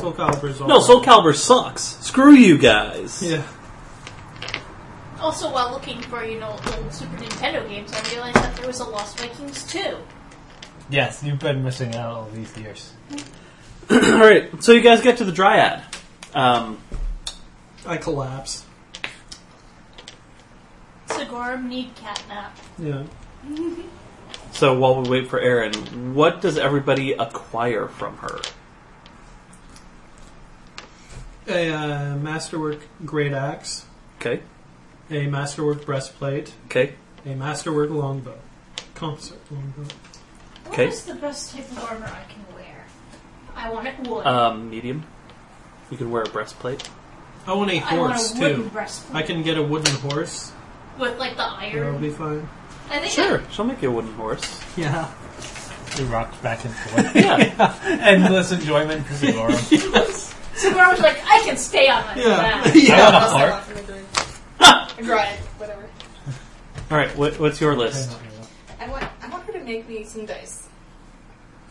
Speaker 6: Soul Calibur's all
Speaker 2: No, Soul Calibur sucks. Screw you guys.
Speaker 6: Yeah.
Speaker 3: Also, while looking for you know old Super Nintendo games, I realized that there was a Lost Vikings 2.
Speaker 4: Yes, you've been missing out all these years.
Speaker 2: all right. So you guys get to the Dryad. Um,
Speaker 6: I collapse.
Speaker 3: Sigorum need catnap.
Speaker 6: Yeah.
Speaker 2: so while we wait for Erin, what does everybody acquire from her?
Speaker 6: a uh, masterwork great axe,
Speaker 2: Okay.
Speaker 6: a masterwork breastplate,
Speaker 2: Okay.
Speaker 6: a masterwork longbow, concert longbow.
Speaker 3: What
Speaker 2: Okay.
Speaker 3: is the best type of armor I can wear? I want it wood.
Speaker 2: Um, medium. You can wear a breastplate.
Speaker 6: I want a
Speaker 3: I want
Speaker 6: horse
Speaker 3: a wooden
Speaker 6: too.
Speaker 3: breastplate
Speaker 6: I can get a wooden horse.
Speaker 3: with like the
Speaker 6: That'll
Speaker 3: iron.
Speaker 6: be fine.
Speaker 3: I think
Speaker 2: Sure, she'll make you a wooden horse.
Speaker 6: Yeah.
Speaker 4: He rocks back and forth.
Speaker 2: Yeah.
Speaker 4: Endless enjoyment for Sigorum.
Speaker 3: Sigorum was like, I can stay on my
Speaker 6: Yeah.
Speaker 3: back.
Speaker 4: I want a
Speaker 5: I'll step
Speaker 4: harp.
Speaker 5: off in the green. Right, whatever.
Speaker 2: All right. What, what's your list?
Speaker 5: I want, I want her to make me some dice.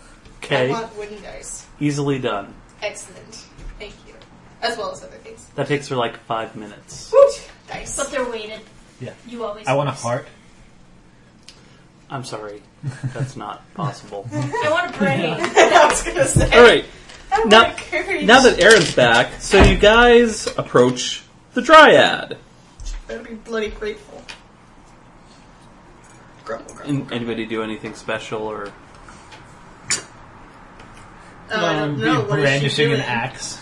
Speaker 5: I
Speaker 2: Okay.
Speaker 5: want wooden dice.
Speaker 2: Easily done.
Speaker 5: Excellent. Thank you. As well as other things.
Speaker 2: That takes her like five minutes.
Speaker 5: Woot! Dice.
Speaker 3: But they're weighted.
Speaker 4: Yeah.
Speaker 3: You always.
Speaker 4: I want a
Speaker 3: lose.
Speaker 4: heart.
Speaker 2: I'm sorry, that's not possible.
Speaker 3: I want a brain.
Speaker 5: I was gonna say.
Speaker 2: All right.
Speaker 5: I want
Speaker 2: Now-
Speaker 5: courage.
Speaker 2: Now that Aaron's back, so you guys approach the Dryad.
Speaker 5: I'd be bloody grateful. Grumble, grumble.
Speaker 2: An- Anybody do anything special or?
Speaker 5: Oh, I don't
Speaker 6: Um,
Speaker 5: know. What is she
Speaker 4: brandishing
Speaker 5: doing?
Speaker 4: an axe.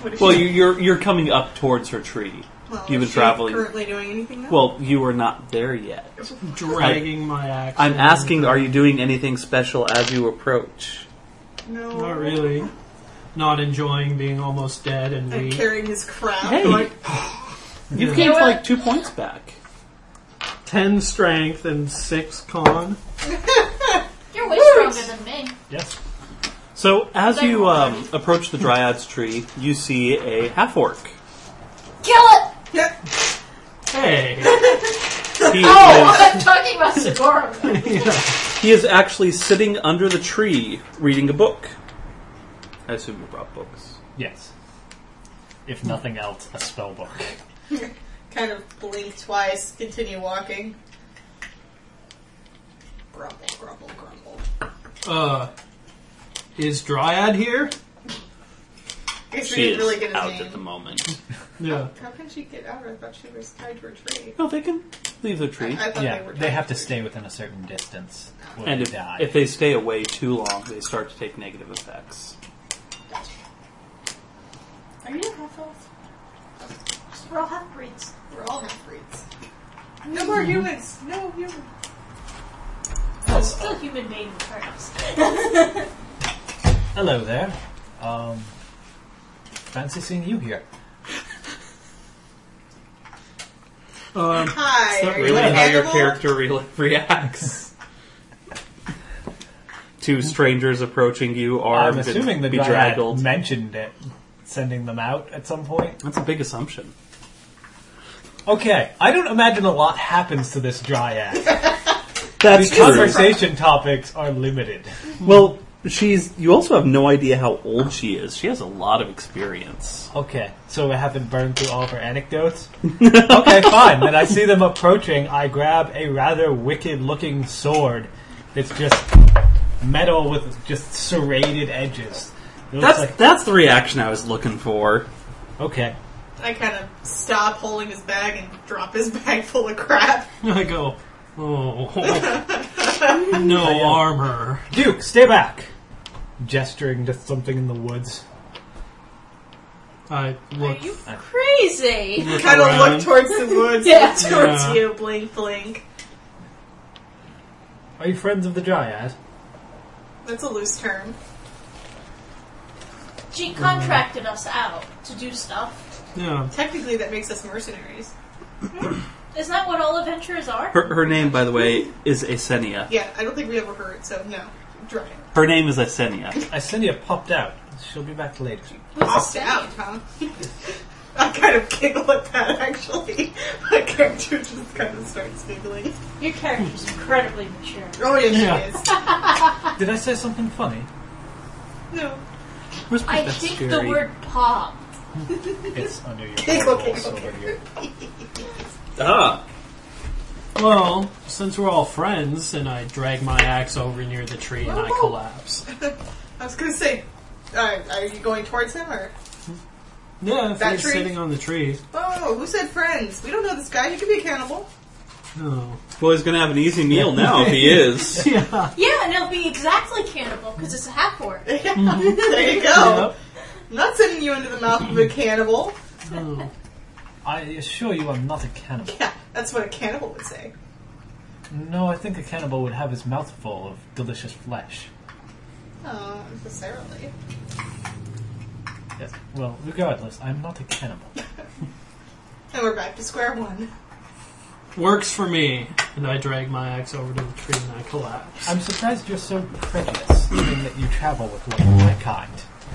Speaker 5: What is
Speaker 2: Well,
Speaker 5: she
Speaker 2: you, you're you're coming up towards her tree.
Speaker 5: well,
Speaker 2: you've
Speaker 5: is
Speaker 2: been
Speaker 5: she
Speaker 2: traveling-
Speaker 5: currently doing anything though?
Speaker 2: Well, you are not there yet.
Speaker 6: Dragging my axe.
Speaker 2: I'm
Speaker 6: along.
Speaker 2: asking, are you doing anything special as you approach?
Speaker 5: no.
Speaker 6: Not really. Not enjoying being almost dead and
Speaker 5: I'm
Speaker 6: weak.
Speaker 5: carrying his crown.
Speaker 2: Hey,
Speaker 5: Like,
Speaker 2: you've
Speaker 6: Yeah.
Speaker 2: gained like two points back.
Speaker 6: Ten strength and six con.
Speaker 3: You're way stronger than me.
Speaker 4: Yes.
Speaker 2: So as you um, approach the Dryad's tree, you see a half orc.
Speaker 3: Kill it!
Speaker 5: yeah.
Speaker 6: Hey.
Speaker 2: He is
Speaker 3: Oh, I'm talking about Sigorum.
Speaker 2: He is actually sitting under the tree reading a book. I assume you brought books.
Speaker 4: Yes. If nothing else, a spell book.
Speaker 5: kind of blink twice, continue walking. Grumble, grumble, grumble.
Speaker 6: Uh, is Dryad here?
Speaker 5: I guess we
Speaker 2: She is
Speaker 5: didn't really get a
Speaker 2: out
Speaker 5: name.
Speaker 2: at the moment.
Speaker 6: Yeah.
Speaker 5: How can she get out? I thought she was tied to a tree.
Speaker 2: No, they can leave the tree.
Speaker 5: I thought they
Speaker 4: Yeah,
Speaker 5: were
Speaker 4: they have to
Speaker 5: tied
Speaker 4: stay within a certain distance. Or
Speaker 2: And
Speaker 4: they
Speaker 2: if,
Speaker 4: die.
Speaker 2: if they stay away too long, they start to take negative effects.
Speaker 5: a tree. Are you half elf?
Speaker 3: We're all half breeds.
Speaker 5: We're all half breeds. No more humans. No humans.
Speaker 3: Still human being turtles.
Speaker 4: Hello there. Um, fancy seeing you here.
Speaker 6: Um,
Speaker 5: Hi.
Speaker 2: Not
Speaker 5: are you
Speaker 2: really
Speaker 5: an
Speaker 2: how your
Speaker 5: animal?
Speaker 2: character re- reacts. Two strangers approaching you are
Speaker 4: I'm assuming the dryad
Speaker 2: bedraggled.
Speaker 4: mentioned it, sending them out at some point.
Speaker 2: That's a big assumption.
Speaker 4: Okay, I don't imagine a lot happens to this dryad.
Speaker 2: That's
Speaker 4: These conversation topics are limited.
Speaker 2: Well, she's. You also have no idea how old she is. She has a lot of experience.
Speaker 4: Okay, so I haven't burned through all of her anecdotes. okay, fine. Then I see them approaching. I grab a rather wicked-looking sword. It's just metal with just serrated edges. It looks
Speaker 2: That's
Speaker 4: like
Speaker 2: that's the reaction I was looking for.
Speaker 4: okay.
Speaker 5: I kind of stop holding his bag and drop his bag full of crap.
Speaker 6: I go, oh, no armor.
Speaker 4: Duke, stay back. Gesturing to something in the woods.
Speaker 6: I
Speaker 3: Are
Speaker 6: look.
Speaker 3: you crazy?
Speaker 6: look
Speaker 5: Kind of
Speaker 6: around.
Speaker 5: look towards the woods.
Speaker 3: Yeah.
Speaker 5: look towards
Speaker 6: Yeah.
Speaker 5: you. Blink, blink.
Speaker 4: Are you friends of the Dryad?
Speaker 5: That's a loose term.
Speaker 3: She contracted us out to do stuff.
Speaker 6: Yeah.
Speaker 5: Technically, that makes us mercenaries.
Speaker 3: Isn't that what all adventurers are?
Speaker 2: Her, her name, by the way, is Asenia.
Speaker 5: Yeah, I don't think we ever heard, so no. Dry.
Speaker 2: Her name is Asenia.
Speaker 4: Isenia popped out. She'll be back later.
Speaker 5: Popped out, huh? I kind of giggle at that, actually. My character just kind of starts giggling.
Speaker 3: Your character's incredibly mature.
Speaker 5: Oh, yeah,
Speaker 6: Yeah.
Speaker 5: she is.
Speaker 4: Did I say something funny?
Speaker 5: No.
Speaker 2: Where's
Speaker 3: I
Speaker 2: Professor
Speaker 3: think the
Speaker 2: Fury?
Speaker 3: word pop.
Speaker 4: It's under your
Speaker 5: Giggle,
Speaker 4: table,
Speaker 5: giggle,
Speaker 4: over here.
Speaker 2: Ah,
Speaker 6: Well, since we're all friends, and I drag my axe over near the tree and I collapse.
Speaker 5: I was gonna say, uh, are you going towards him, or?
Speaker 6: Yeah, if
Speaker 5: That
Speaker 6: you're
Speaker 5: tree?
Speaker 6: sitting on the tree.
Speaker 5: Oh, who said friends? We don't know this guy. He could be a cannibal.
Speaker 6: No.
Speaker 2: well, he's gonna have an easy meal now if he is.
Speaker 6: Yeah.
Speaker 3: Yeah, and it'll be exactly cannibal because it's a half orc.
Speaker 5: there you go. I'm not sending you into the mouth of a cannibal.
Speaker 6: Oh.
Speaker 4: I assure you, I'm not a cannibal.
Speaker 5: Yeah, that's what a cannibal would say.
Speaker 4: No, I think a cannibal would have his mouth full of delicious flesh.
Speaker 5: Oh, necessarily.
Speaker 4: Yes. Well, regardless, I'm not a cannibal.
Speaker 5: And we're back to square one.
Speaker 6: Works for me. And I drag my axe over to the tree and I collapse.
Speaker 4: I'm surprised you're so prejudiced, seeing that you travel with one of my kind.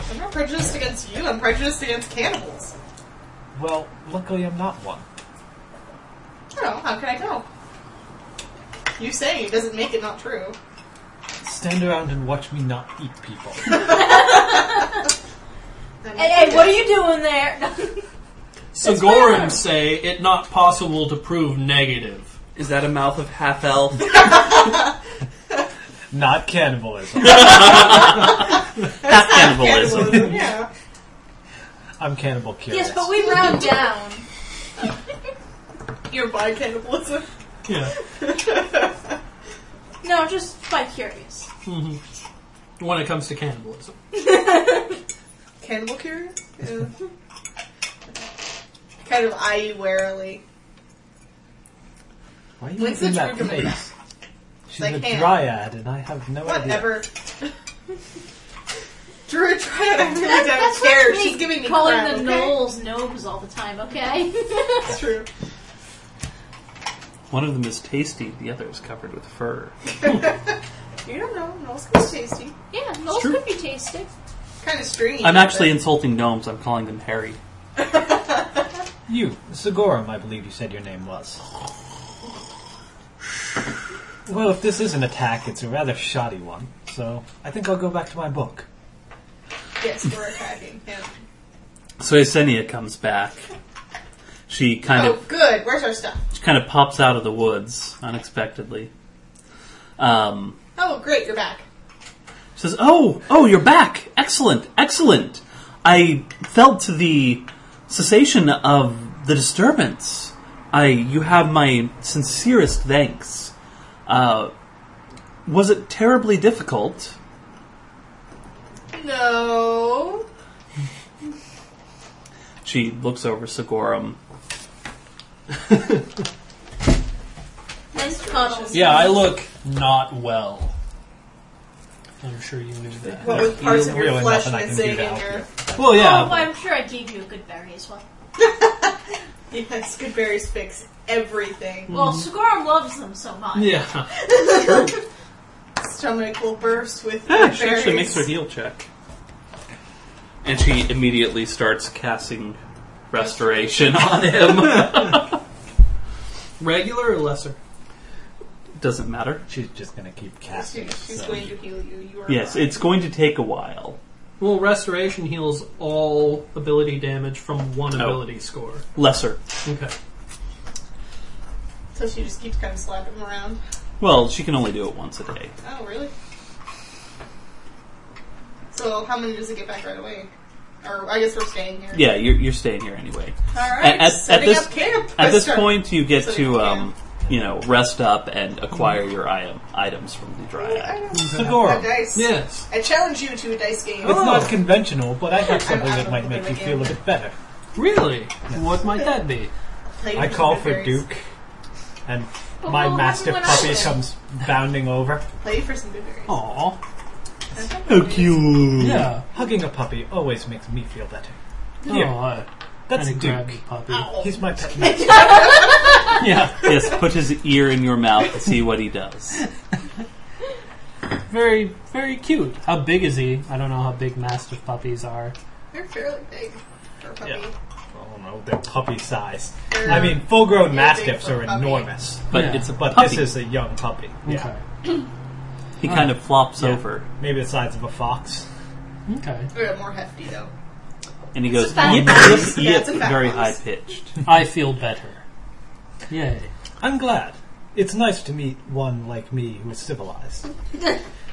Speaker 5: I'm not prejudiced against you, I'm prejudiced against cannibals.
Speaker 4: Well, luckily I'm not one.
Speaker 5: I don't know, how can I tell? You saying it doesn't make it not true.
Speaker 4: Stand around and watch me not eat people.
Speaker 5: Then
Speaker 3: Hey, hey, what are you doing there?
Speaker 6: Sigorin say it not possible to prove negative.
Speaker 2: Is that a mouth of half elf?
Speaker 4: not cannibalism.
Speaker 2: half cannibalism.
Speaker 5: Cannibalism, yeah.
Speaker 4: I'm cannibal curious.
Speaker 3: yes, but we round down.
Speaker 5: You're by cannibalism.
Speaker 6: Yeah.
Speaker 3: No, just by curious.
Speaker 6: Mm-hmm. When it comes to cannibalism.
Speaker 5: Cannibal curious? Yeah. kind of eye you warily.
Speaker 4: Why are you
Speaker 5: When's
Speaker 4: making
Speaker 5: the
Speaker 4: that
Speaker 5: true number?
Speaker 4: face? She's
Speaker 5: Like
Speaker 4: a
Speaker 5: hand.
Speaker 4: dryad, and I have no idea.
Speaker 5: Whatever. Drew, try it. I'm really
Speaker 3: That- that's
Speaker 5: downstairs.
Speaker 3: what
Speaker 5: She's giving me
Speaker 3: calling
Speaker 5: crap,
Speaker 3: the
Speaker 5: okay?
Speaker 3: gnolls gnomes all the time. Okay.
Speaker 5: It's true.
Speaker 2: One of them is tasty, the other is covered with fur.
Speaker 5: You don't know. Knowles can be tasty.
Speaker 3: yeah, gnolls
Speaker 2: true.
Speaker 3: could be tasty.
Speaker 5: Kind of stringy.
Speaker 2: I'm
Speaker 5: but-
Speaker 2: actually insulting gnomes, I'm calling them hairy.
Speaker 4: You, Sigorum, I believe you said your name was. Well, if this is an attack, it's a rather shoddy one, so I think I'll go back to my book.
Speaker 5: Yes, we're attacking him.
Speaker 2: So Yesenia comes back. She kind
Speaker 5: Oh,
Speaker 2: of
Speaker 5: good. Where's our stuff?
Speaker 2: she kind of pops out of the woods unexpectedly. Um,
Speaker 5: Oh, great. You're back.
Speaker 2: She says, "Oh, oh, you're back! Excellent, excellent! I felt the cessation of the disturbance. I, you have my sincerest thanks. Uh, was it terribly difficult?
Speaker 5: No.
Speaker 2: She looks over Sigorum.
Speaker 3: Nice cuddles.
Speaker 6: Yeah, I look not well. I'm sure you knew that.
Speaker 5: What with parts of
Speaker 4: you-
Speaker 5: your
Speaker 4: really
Speaker 5: flesh
Speaker 4: nothing I
Speaker 5: missing
Speaker 4: can do to
Speaker 5: and
Speaker 4: help
Speaker 5: your...
Speaker 6: Well,
Speaker 3: Oh,
Speaker 6: yeah.
Speaker 3: I'm sure I gave you a good berry as well.
Speaker 5: Yes, good berries fix
Speaker 4: Hmm.
Speaker 5: everything.
Speaker 3: Well, Sigorum loves them so much.
Speaker 6: Mm. Yeah.
Speaker 5: Stomach will burst with good
Speaker 2: Ah, she actually makes
Speaker 5: berries.
Speaker 2: her heal check, and she immediately starts casting restoration on him.
Speaker 6: Regular or lesser?
Speaker 2: Doesn't matter.
Speaker 4: She's just gonna keep casting.
Speaker 5: She-
Speaker 4: it,
Speaker 5: She's
Speaker 4: so-
Speaker 5: going to heal you. You are
Speaker 2: Yes,
Speaker 5: fine.
Speaker 2: it's going to take a while."
Speaker 6: Well, restoration heals all ability damage from one ability score.
Speaker 2: Lesser.
Speaker 6: Okay.
Speaker 5: So she just keeps kind of slapping him around.
Speaker 2: Well, she can only do it once a day.
Speaker 5: Oh, really? So how many does it get back right away? Or I guess we're staying here.
Speaker 2: Yeah, you're, you're staying here anyway.
Speaker 5: All
Speaker 2: At-
Speaker 5: right.
Speaker 2: at- at
Speaker 5: setting
Speaker 2: this-
Speaker 5: up camp.
Speaker 2: At this
Speaker 5: Let's start.
Speaker 2: point, you get
Speaker 5: So you
Speaker 2: to,
Speaker 5: can.
Speaker 2: um, you know, rest up and acquire your item, items from the
Speaker 5: I
Speaker 2: dryad.
Speaker 5: know.
Speaker 4: Sigorum.
Speaker 5: A dice.
Speaker 6: Yes.
Speaker 5: I challenge you to a dice game.
Speaker 3: Oh.
Speaker 4: It's not conventional, but I have something
Speaker 5: I'm
Speaker 4: that might
Speaker 5: out
Speaker 4: make
Speaker 5: of
Speaker 4: you
Speaker 5: the
Speaker 4: feel a bit better.
Speaker 6: Really? What might that be?
Speaker 5: Play
Speaker 4: I
Speaker 5: with
Speaker 4: call
Speaker 5: good
Speaker 4: for
Speaker 5: berries.
Speaker 4: Duke, and
Speaker 3: But
Speaker 4: my
Speaker 3: what
Speaker 4: mastiff
Speaker 3: happened when I
Speaker 4: puppy
Speaker 3: did?
Speaker 4: comes bounding over.
Speaker 5: Play for some good berries.
Speaker 6: Aw.
Speaker 2: How Oh, cute!
Speaker 6: Yeah.
Speaker 4: Hugging a puppy always makes me feel better.
Speaker 6: Here.
Speaker 4: Here.
Speaker 6: Oh, I
Speaker 4: That's
Speaker 6: kinda grabbed
Speaker 4: Duke.
Speaker 6: the puppy.
Speaker 4: He's my pet. mastiff.
Speaker 6: Yeah.
Speaker 2: Yes, put his ear in your mouth to see what he does.
Speaker 6: Very, very cute. How big is he? I don't know how big Mastiff puppies are.
Speaker 5: They're fairly big for a puppy.
Speaker 4: Yeah. I don't know, they're puppy size.
Speaker 5: They're-
Speaker 4: I mean, full grown
Speaker 5: Yeah, big
Speaker 4: mastiffs
Speaker 5: for
Speaker 4: are
Speaker 5: a puppy.
Speaker 4: enormous.
Speaker 2: But
Speaker 6: Yeah.
Speaker 2: it's a
Speaker 4: But
Speaker 2: puppy.
Speaker 4: this is a young puppy. Yeah.
Speaker 2: he kind of flops
Speaker 6: Yeah.
Speaker 2: over
Speaker 4: Maybe the size of a fox.
Speaker 6: Okay. Okay.
Speaker 5: they're more hefty though.
Speaker 2: and he goes
Speaker 3: a fat
Speaker 2: yip,
Speaker 5: mouse. Yeah,
Speaker 2: yip,
Speaker 5: it's a
Speaker 2: yip,
Speaker 5: fat
Speaker 2: very high
Speaker 5: mouse.
Speaker 2: pitched.
Speaker 6: I feel better. Yay.
Speaker 4: I'm glad. It's nice to meet one like me who is civilized.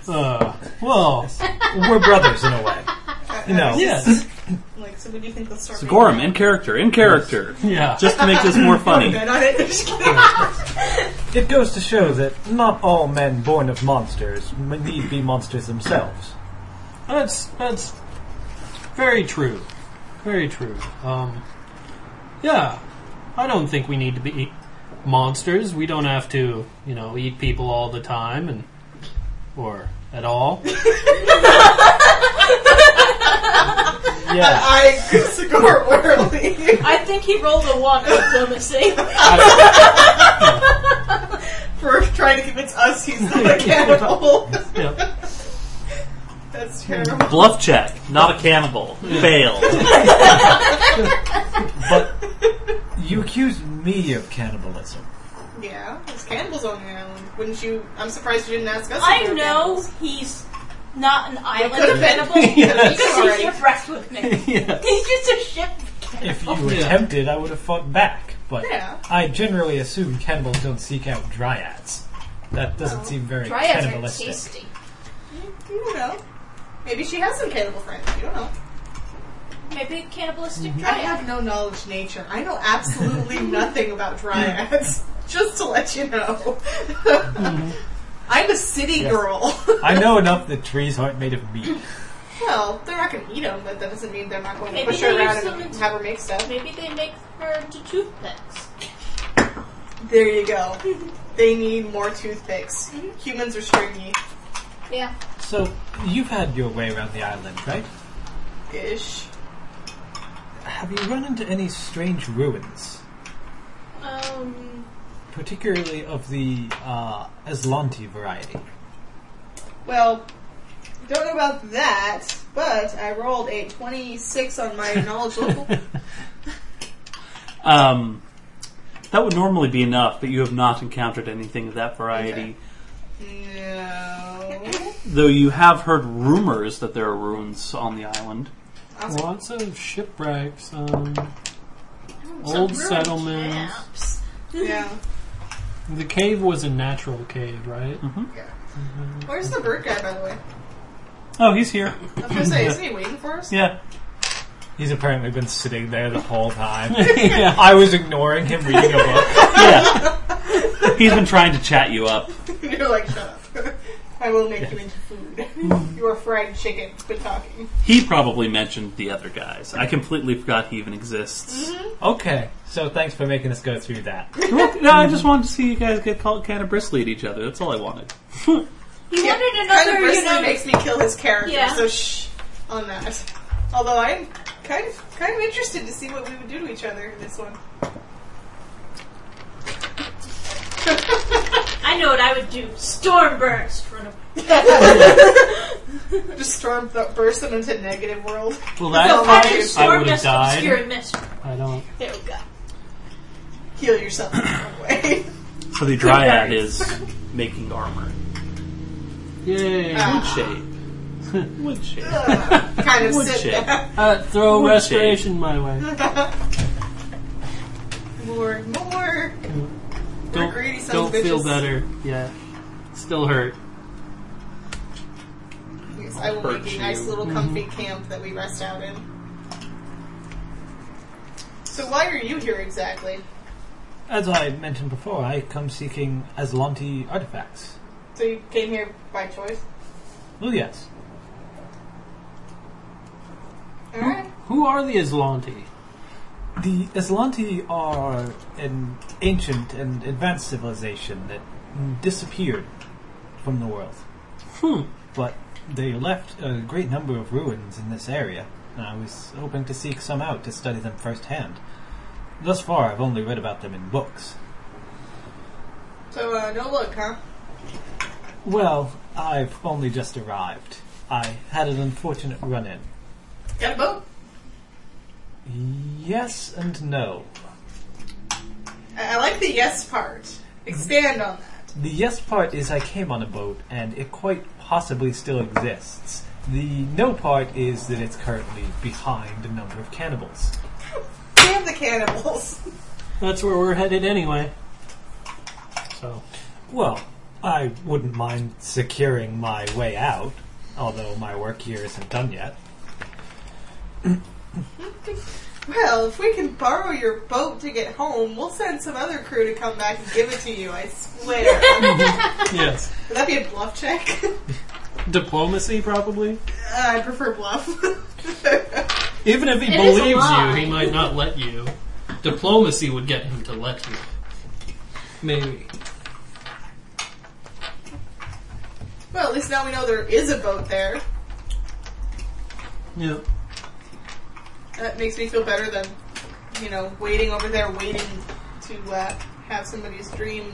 Speaker 6: Uh, well,
Speaker 4: We're brothers in a way. You know.
Speaker 6: yes.
Speaker 5: Like, so what do you think the story?
Speaker 2: Sigorum, in character, in character,
Speaker 6: Yeah.
Speaker 2: just to make this more funny.
Speaker 5: Good on it. Just kidding.
Speaker 4: It goes to show that not all men born of monsters m- need be monsters themselves.
Speaker 6: That's that's Very true. Very true. Um, yeah, I don't think we need to be monsters. We don't have to, you know, eat people all the time and or at all.
Speaker 4: Yeah.
Speaker 5: I could score early
Speaker 3: I think he rolled a one on diplomacy.
Speaker 5: for trying to convince us he's not a cannibal.
Speaker 6: Yeah.
Speaker 5: That's terrible.
Speaker 2: Bluff check, not a cannibal. Fail.
Speaker 4: But you accused me of cannibalism.
Speaker 5: Yeah, there's cannibals on the island. Wouldn't you? I'm surprised you didn't ask us. if
Speaker 3: I
Speaker 5: we were
Speaker 3: know
Speaker 5: cannibals.
Speaker 3: he's not an
Speaker 5: could've
Speaker 3: island
Speaker 5: been.
Speaker 3: cannibal. You
Speaker 5: Yes.
Speaker 3: can take your
Speaker 5: Sorry.
Speaker 3: breath with me.
Speaker 6: yeah.
Speaker 3: He's just a ship.
Speaker 4: If you
Speaker 3: Oh,
Speaker 6: Yeah.
Speaker 4: attempted, I would have fought back. But
Speaker 5: Yeah.
Speaker 4: I generally assume cannibals don't seek out dryads. That doesn't seem very
Speaker 3: Oh, Dryads are
Speaker 4: cannibalistic.
Speaker 3: tasty.
Speaker 5: You don't know. Maybe she has some cannibal friends. You don't know.
Speaker 3: Maybe cannibalistic
Speaker 6: Mm-hmm.
Speaker 5: I
Speaker 3: dryad.
Speaker 5: have no knowledge nature. I know absolutely nothing about dryads. Just to let you know. I'm a city girl.
Speaker 4: I know enough that trees aren't made of meat.
Speaker 5: well, they're not going to eat them, but that doesn't mean they're not going to
Speaker 3: Maybe
Speaker 5: push
Speaker 3: they
Speaker 5: her
Speaker 3: use
Speaker 5: around
Speaker 3: them
Speaker 5: and
Speaker 3: as-
Speaker 5: have her make stuff.
Speaker 3: Maybe they make her into toothpicks.
Speaker 5: There you go. They need more toothpicks. Humans are stringy
Speaker 3: Yeah.
Speaker 4: So you've had your way around the island, right?
Speaker 5: ish.
Speaker 4: Have you run into any strange ruins,
Speaker 3: Um.
Speaker 4: particularly of the uh, Aslanti variety?
Speaker 5: Well, don't know about that, but I rolled a 26 on my knowledge level.
Speaker 2: Um, that would normally be enough, but you have not encountered anything of that variety.
Speaker 5: Okay. No.
Speaker 2: Though you have heard rumors that there are ruins on the island.
Speaker 6: Lots of shipwrecks. Um,
Speaker 3: some
Speaker 6: old
Speaker 3: ruined
Speaker 6: settlements.
Speaker 3: camps.
Speaker 5: Yeah.
Speaker 6: The cave was a natural cave, right?
Speaker 5: Where's the bird guy, by the way?
Speaker 2: Oh, he's here.
Speaker 5: I was going to say, isn't he waiting for us?
Speaker 2: Yeah.
Speaker 4: He's apparently been sitting there the whole time.
Speaker 6: yeah.
Speaker 4: I was ignoring him reading a book.
Speaker 2: Yeah. he's been trying to chat you up.
Speaker 5: You're like, shut up. I will make you into food. you are fried chicken. Quit talking.
Speaker 2: He probably mentioned the other guys. I completely forgot he even exists.
Speaker 4: Okay, so thanks for making us go through that.
Speaker 2: no, I just wanted to see you guys get called kind of bristly at each other. That's all I wanted.
Speaker 3: He wanted
Speaker 5: Kind of
Speaker 3: another, you
Speaker 5: bristly
Speaker 3: know,
Speaker 5: makes me kill his character,
Speaker 3: Yeah.
Speaker 5: so shh on that. Although I'm kind of kind of interested to see what we would do to each other in this one.
Speaker 3: I know what I would do. Storm burst. Run a-
Speaker 5: Just storm th- burst them into negative world.
Speaker 6: Well,
Speaker 5: No,
Speaker 6: that
Speaker 5: I-
Speaker 3: Actually,
Speaker 6: I
Speaker 3: storm
Speaker 6: would've
Speaker 3: dust
Speaker 6: died.
Speaker 3: obscure and mystery.
Speaker 6: I don't.
Speaker 3: There we go.
Speaker 5: Heal yourself in some way.
Speaker 2: So the dryad is making armor.
Speaker 6: Yay!
Speaker 5: Ah.
Speaker 2: Wood shape. Wood shape.
Speaker 5: Ugh. kind of
Speaker 2: Wood
Speaker 5: sit
Speaker 2: shape.
Speaker 5: there.
Speaker 6: Uh, throw
Speaker 2: Wood
Speaker 6: restoration my way.
Speaker 5: More, more.
Speaker 6: Don't,
Speaker 5: greedy sons
Speaker 6: don't
Speaker 5: of
Speaker 6: feel
Speaker 5: bitches.
Speaker 6: better. Yeah, still hurt.
Speaker 5: Yes, I will
Speaker 2: Hurt
Speaker 5: make a nice
Speaker 2: you. Mm-hmm.
Speaker 5: little comfy camp that we rest out in. So why are you here exactly?
Speaker 4: As I mentioned before, I come seeking Aslanti artifacts.
Speaker 5: So you came here by choice?
Speaker 4: Well, yes.
Speaker 5: Alright.
Speaker 6: Who are the Islanti?
Speaker 4: The Aslanti are an ancient and advanced civilization that disappeared from the world.
Speaker 6: Hmm.
Speaker 4: But they left a great number of ruins in this area, and I was hoping to seek some out to study them firsthand. Thus far, I've only read about them in books.
Speaker 5: So uh, no look, huh?
Speaker 4: Well, I've only just arrived. I had an unfortunate run in.
Speaker 5: Got a boat?
Speaker 4: Yes and no.
Speaker 5: I, I like the yes part. Expand on that.
Speaker 4: The yes part is I came on a boat, and it quite possibly still exists. The no part is that it's currently behind a number of cannibals.
Speaker 5: Damn the cannibals.
Speaker 6: That's where we're headed anyway. So
Speaker 4: Well, I wouldn't mind securing my way out, although my work here isn't done yet.
Speaker 5: Well, if we can borrow your boat to get home, we'll send some other crew to come back and give it to you, I swear.
Speaker 6: yes,
Speaker 5: Would that be a bluff check?
Speaker 6: diplomacy probably.
Speaker 5: Uh, I prefer bluff.
Speaker 6: Even if he
Speaker 3: It is a
Speaker 6: believes you,
Speaker 3: lie.
Speaker 6: he might not let you. Diplomacy would get him to let you. Maybe.
Speaker 5: Well, at least now we know there is a boat there.
Speaker 6: Yeah.
Speaker 5: That makes me feel better than, you know, waiting over there, waiting to uh, have somebody's dream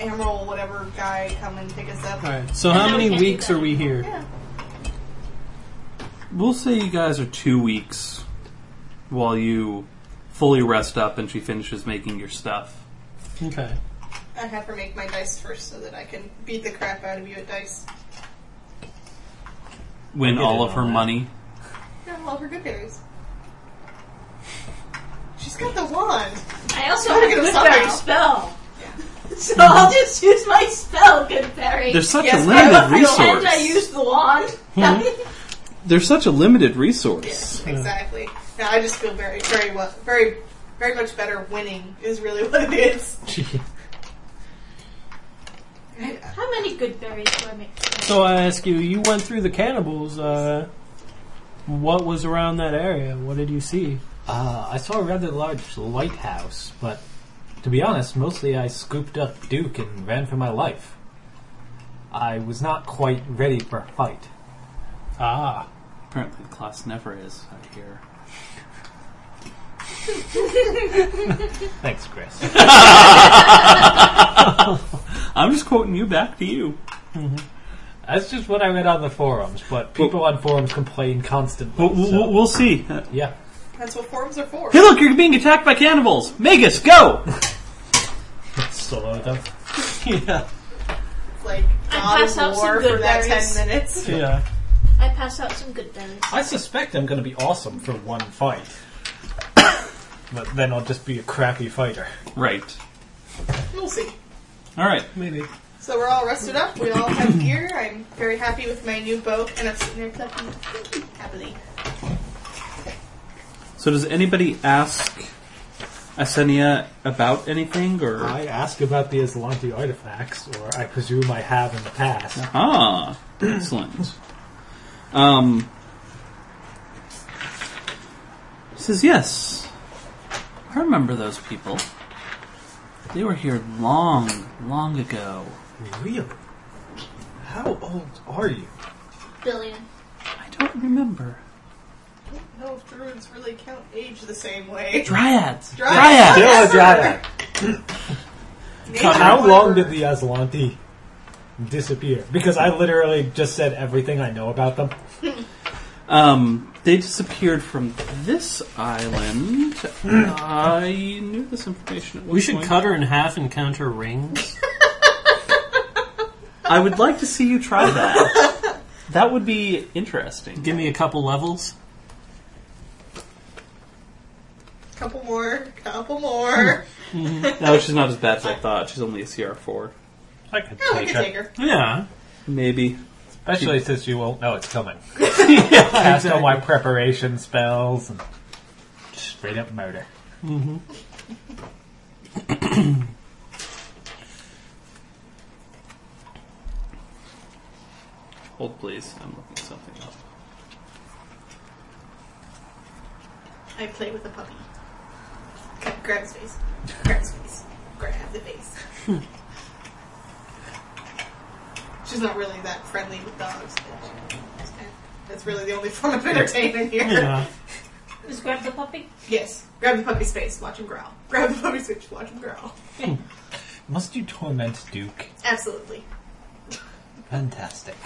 Speaker 5: emerald whatever guy come and pick us up.
Speaker 6: Alright, so
Speaker 3: And
Speaker 6: how
Speaker 3: now we
Speaker 6: many
Speaker 3: can't do
Speaker 6: weeks
Speaker 3: that
Speaker 6: are we here?
Speaker 5: Yeah.
Speaker 2: We'll say you guys are two weeks while you fully rest up and she finishes making your stuff.
Speaker 6: Okay.
Speaker 5: I have her make my dice first so that I can beat the crap out of you at dice.
Speaker 4: I'll
Speaker 2: Win
Speaker 4: get
Speaker 2: all
Speaker 4: in
Speaker 2: of her
Speaker 4: on that.
Speaker 2: money.
Speaker 5: Yeah, all her good berries. She's got the wand.
Speaker 3: I also
Speaker 5: Gotta
Speaker 3: have a
Speaker 5: get a
Speaker 3: good
Speaker 5: somehow.
Speaker 3: berry spell. So I'll just use my spell, good berry.
Speaker 2: There's such
Speaker 5: Yes,
Speaker 2: a
Speaker 5: I
Speaker 2: limited
Speaker 5: love you.
Speaker 2: resource. Hmm.
Speaker 3: And I use the wand.
Speaker 2: There's such a limited resource.
Speaker 5: Exactly. Now I just feel very, very well, very, very much better. Winning is really what it is. I-
Speaker 3: How many good berries do I make?
Speaker 6: So I ask you, you went through the cannibals, uh, what was around that area? What did you see?
Speaker 4: Uh, I saw a rather large lighthouse, but to be honest, mostly I scooped up Duke and ran for my life. I was not quite ready for a fight.
Speaker 6: Ah.
Speaker 2: Apparently, the class never is, I hear.
Speaker 4: Thanks, Chris.
Speaker 2: I'm just quoting you back to you.
Speaker 4: That's just what I read on the forums, but people on forums complain constantly.
Speaker 2: We'll, we'll-
Speaker 4: so-
Speaker 2: we'll see. Uh,
Speaker 4: yeah.
Speaker 5: That's what forums are for.
Speaker 2: Hey, look, you're being attacked by cannibals! Magus, go!
Speaker 4: Slow them.
Speaker 2: yeah.
Speaker 5: Like God
Speaker 3: pass
Speaker 5: of
Speaker 3: out some
Speaker 5: War
Speaker 3: good
Speaker 5: for that
Speaker 3: berries.
Speaker 5: ten minutes.
Speaker 6: Yeah.
Speaker 3: I pass out some good berries.
Speaker 4: I suspect I'm going to be awesome for one fight. but then I'll just be a crappy fighter.
Speaker 2: Right.
Speaker 5: We'll see.
Speaker 2: Alright.
Speaker 6: Maybe.
Speaker 5: So we're all rested up. We all have gear. I'm very happy with my new boat, and I'm sitting there clapping happily.
Speaker 2: So, does anybody ask Asenia about anything, or.
Speaker 4: I ask about the Aslanti artifacts, or I presume I have in the past.
Speaker 2: Ah, excellent. Um, he says, Yes, I remember those people. They were here long, long ago.
Speaker 4: Really? How old are you?
Speaker 3: Billion.
Speaker 2: I don't remember.
Speaker 5: I don't know if druids really count age the same way.
Speaker 2: Dryads! Dryads!
Speaker 5: Dryads.
Speaker 4: Still a dryad.
Speaker 5: Nature
Speaker 4: How
Speaker 5: whatever.
Speaker 4: long did the Aslanti disappear? Because I literally just said everything I know about them.
Speaker 2: Um, they disappeared from this island. I knew this information. At one
Speaker 6: We should
Speaker 2: point.
Speaker 6: cut her in half and count her rings.
Speaker 2: I would like to see you try that. that would be interesting.
Speaker 6: Give me a couple levels.
Speaker 5: Couple more. Couple more.
Speaker 4: Hmm.
Speaker 2: No, she's not as bad as I thought. She's only a CR4.
Speaker 4: I could
Speaker 5: Yeah, Oh, we can take her.
Speaker 6: Yeah.
Speaker 2: Maybe.
Speaker 4: Especially since you won't know it's coming. Cast all my preparation spells and straight up murder.
Speaker 2: Hold please. I'm looking something up.
Speaker 5: I play with a puppy. Okay, grab his face. Grab his face. Grab the face.
Speaker 4: Hmm.
Speaker 5: She's not really that friendly with dogs. but she- That's really the only form of entertainment here.
Speaker 6: Yeah.
Speaker 3: Just grab the puppy.
Speaker 5: Yes. Grab the puppy's face. Watch him growl. Grab the puppy's face. Watch him growl.
Speaker 4: Must you torment Duke?
Speaker 5: Absolutely.
Speaker 4: Fantastic.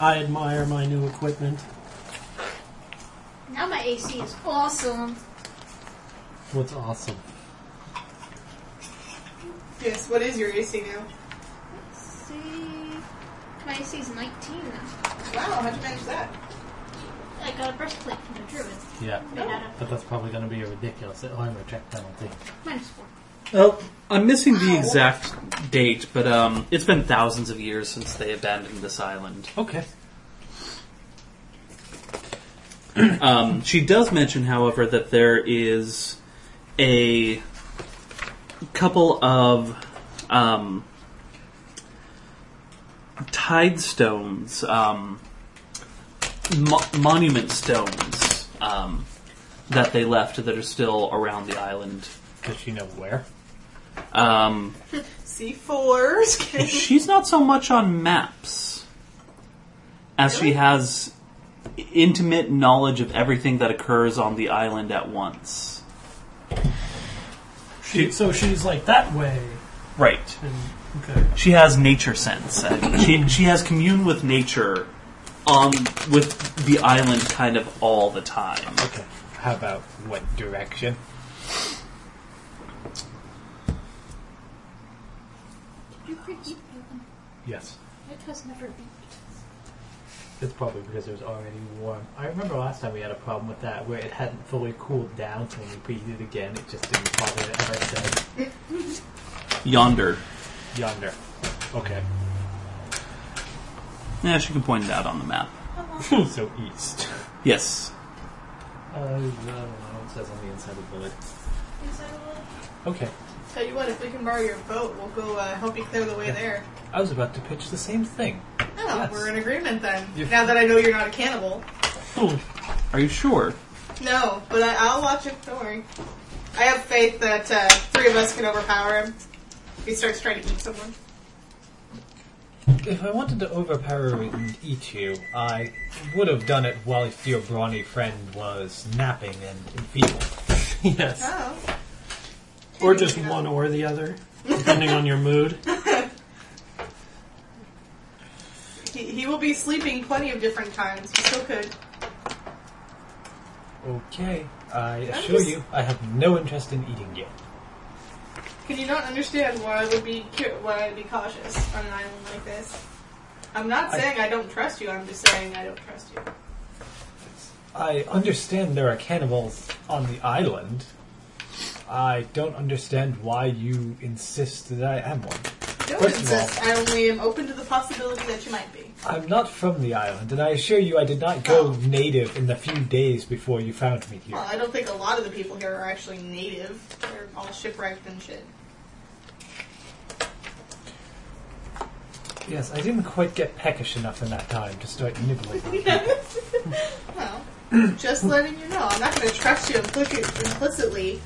Speaker 6: I admire my new equipment.
Speaker 3: Now my AC is awesome.
Speaker 4: What's awesome?
Speaker 5: Yes. What is your AC now?
Speaker 3: Let's see. My AC is 19 now.
Speaker 5: Wow. How'd you manage that?
Speaker 3: I got a breastplate from the druid.
Speaker 4: Yeah.
Speaker 3: Made out of
Speaker 4: But that's probably going to be a ridiculous armor check penalty.
Speaker 3: minus four.
Speaker 2: Oh, I'm missing the
Speaker 5: Ow.
Speaker 2: exact date, but um, it's been thousands of years since they abandoned this island.
Speaker 4: Okay.
Speaker 2: Um, she does mention, however, that there is a couple of um, tide stones. Um, mo- monument stones um, that they left that are still around the island.
Speaker 4: Does you know where?
Speaker 2: Um,
Speaker 5: C4s. kidding.
Speaker 2: she's not so much on maps as she has intimate knowledge of everything that occurs on the island at once.
Speaker 7: She, so she's like that way.
Speaker 2: Right.
Speaker 7: And, okay.
Speaker 2: She has nature sense. and she she has commune with nature on with the island kind of all the time.
Speaker 4: Okay. How about what direction?
Speaker 3: You could beat them.
Speaker 4: Yes.
Speaker 3: It has never beat.
Speaker 4: It's probably because it was already warm. I remember last time we had a problem with that, where it hadn't fully cooled down, so when we breathed it again, it just didn't bother to ever said
Speaker 2: Yonder.
Speaker 4: yonder. Okay.
Speaker 2: Yeah, she can point it out on the map.
Speaker 4: so east.
Speaker 2: Yes.
Speaker 4: Hmm. Uh, I don't know what it says on the inside of the bullet. Okay.
Speaker 5: Tell you what, if we can borrow your boat, we'll go uh, help you clear the way there.
Speaker 4: I was about to pitch the same thing.
Speaker 5: Oh,
Speaker 4: Yes.
Speaker 5: we're in agreement then.
Speaker 4: You-
Speaker 5: Now that I know you're not a cannibal.
Speaker 2: Are you sure?
Speaker 5: No, but I, I'll watch it. Don't worry. I have faith that uh, three of us can overpower him. If he starts trying to eat someone.
Speaker 4: If I wanted to overpower and eat you, I would have done it whilst your brawny friend was napping and enfeebled.
Speaker 7: yes.
Speaker 5: Oh.
Speaker 7: Or just one or the other, depending on your mood.
Speaker 5: He, he will be sleeping plenty of different times. We still could.
Speaker 4: Okay, I
Speaker 5: I'm
Speaker 4: assure
Speaker 5: just-
Speaker 4: you, I have no interest in eating you.
Speaker 5: Can you not understand why I would be cu- why I'd be cautious on an island like this? I'm not
Speaker 4: I-
Speaker 5: saying I don't trust you. I'm just saying I don't trust you.
Speaker 4: I understand there are cannibals on the island. I don't understand why you insist that I am one.
Speaker 5: No
Speaker 4: First of all-
Speaker 5: insist. I only am open to the possibility that you might be.
Speaker 4: I'm not from the island, and I assure you I did not go
Speaker 5: Oh.
Speaker 4: native in the few days before you found me here.
Speaker 5: Well, I don't think a lot of the people here are actually native. They're all shipwrecked and shit.
Speaker 4: Yes, I didn't quite get peckish enough in that time to start nibbling. on people.
Speaker 5: well, just letting you know, I'm not going to trust you implic- implicitly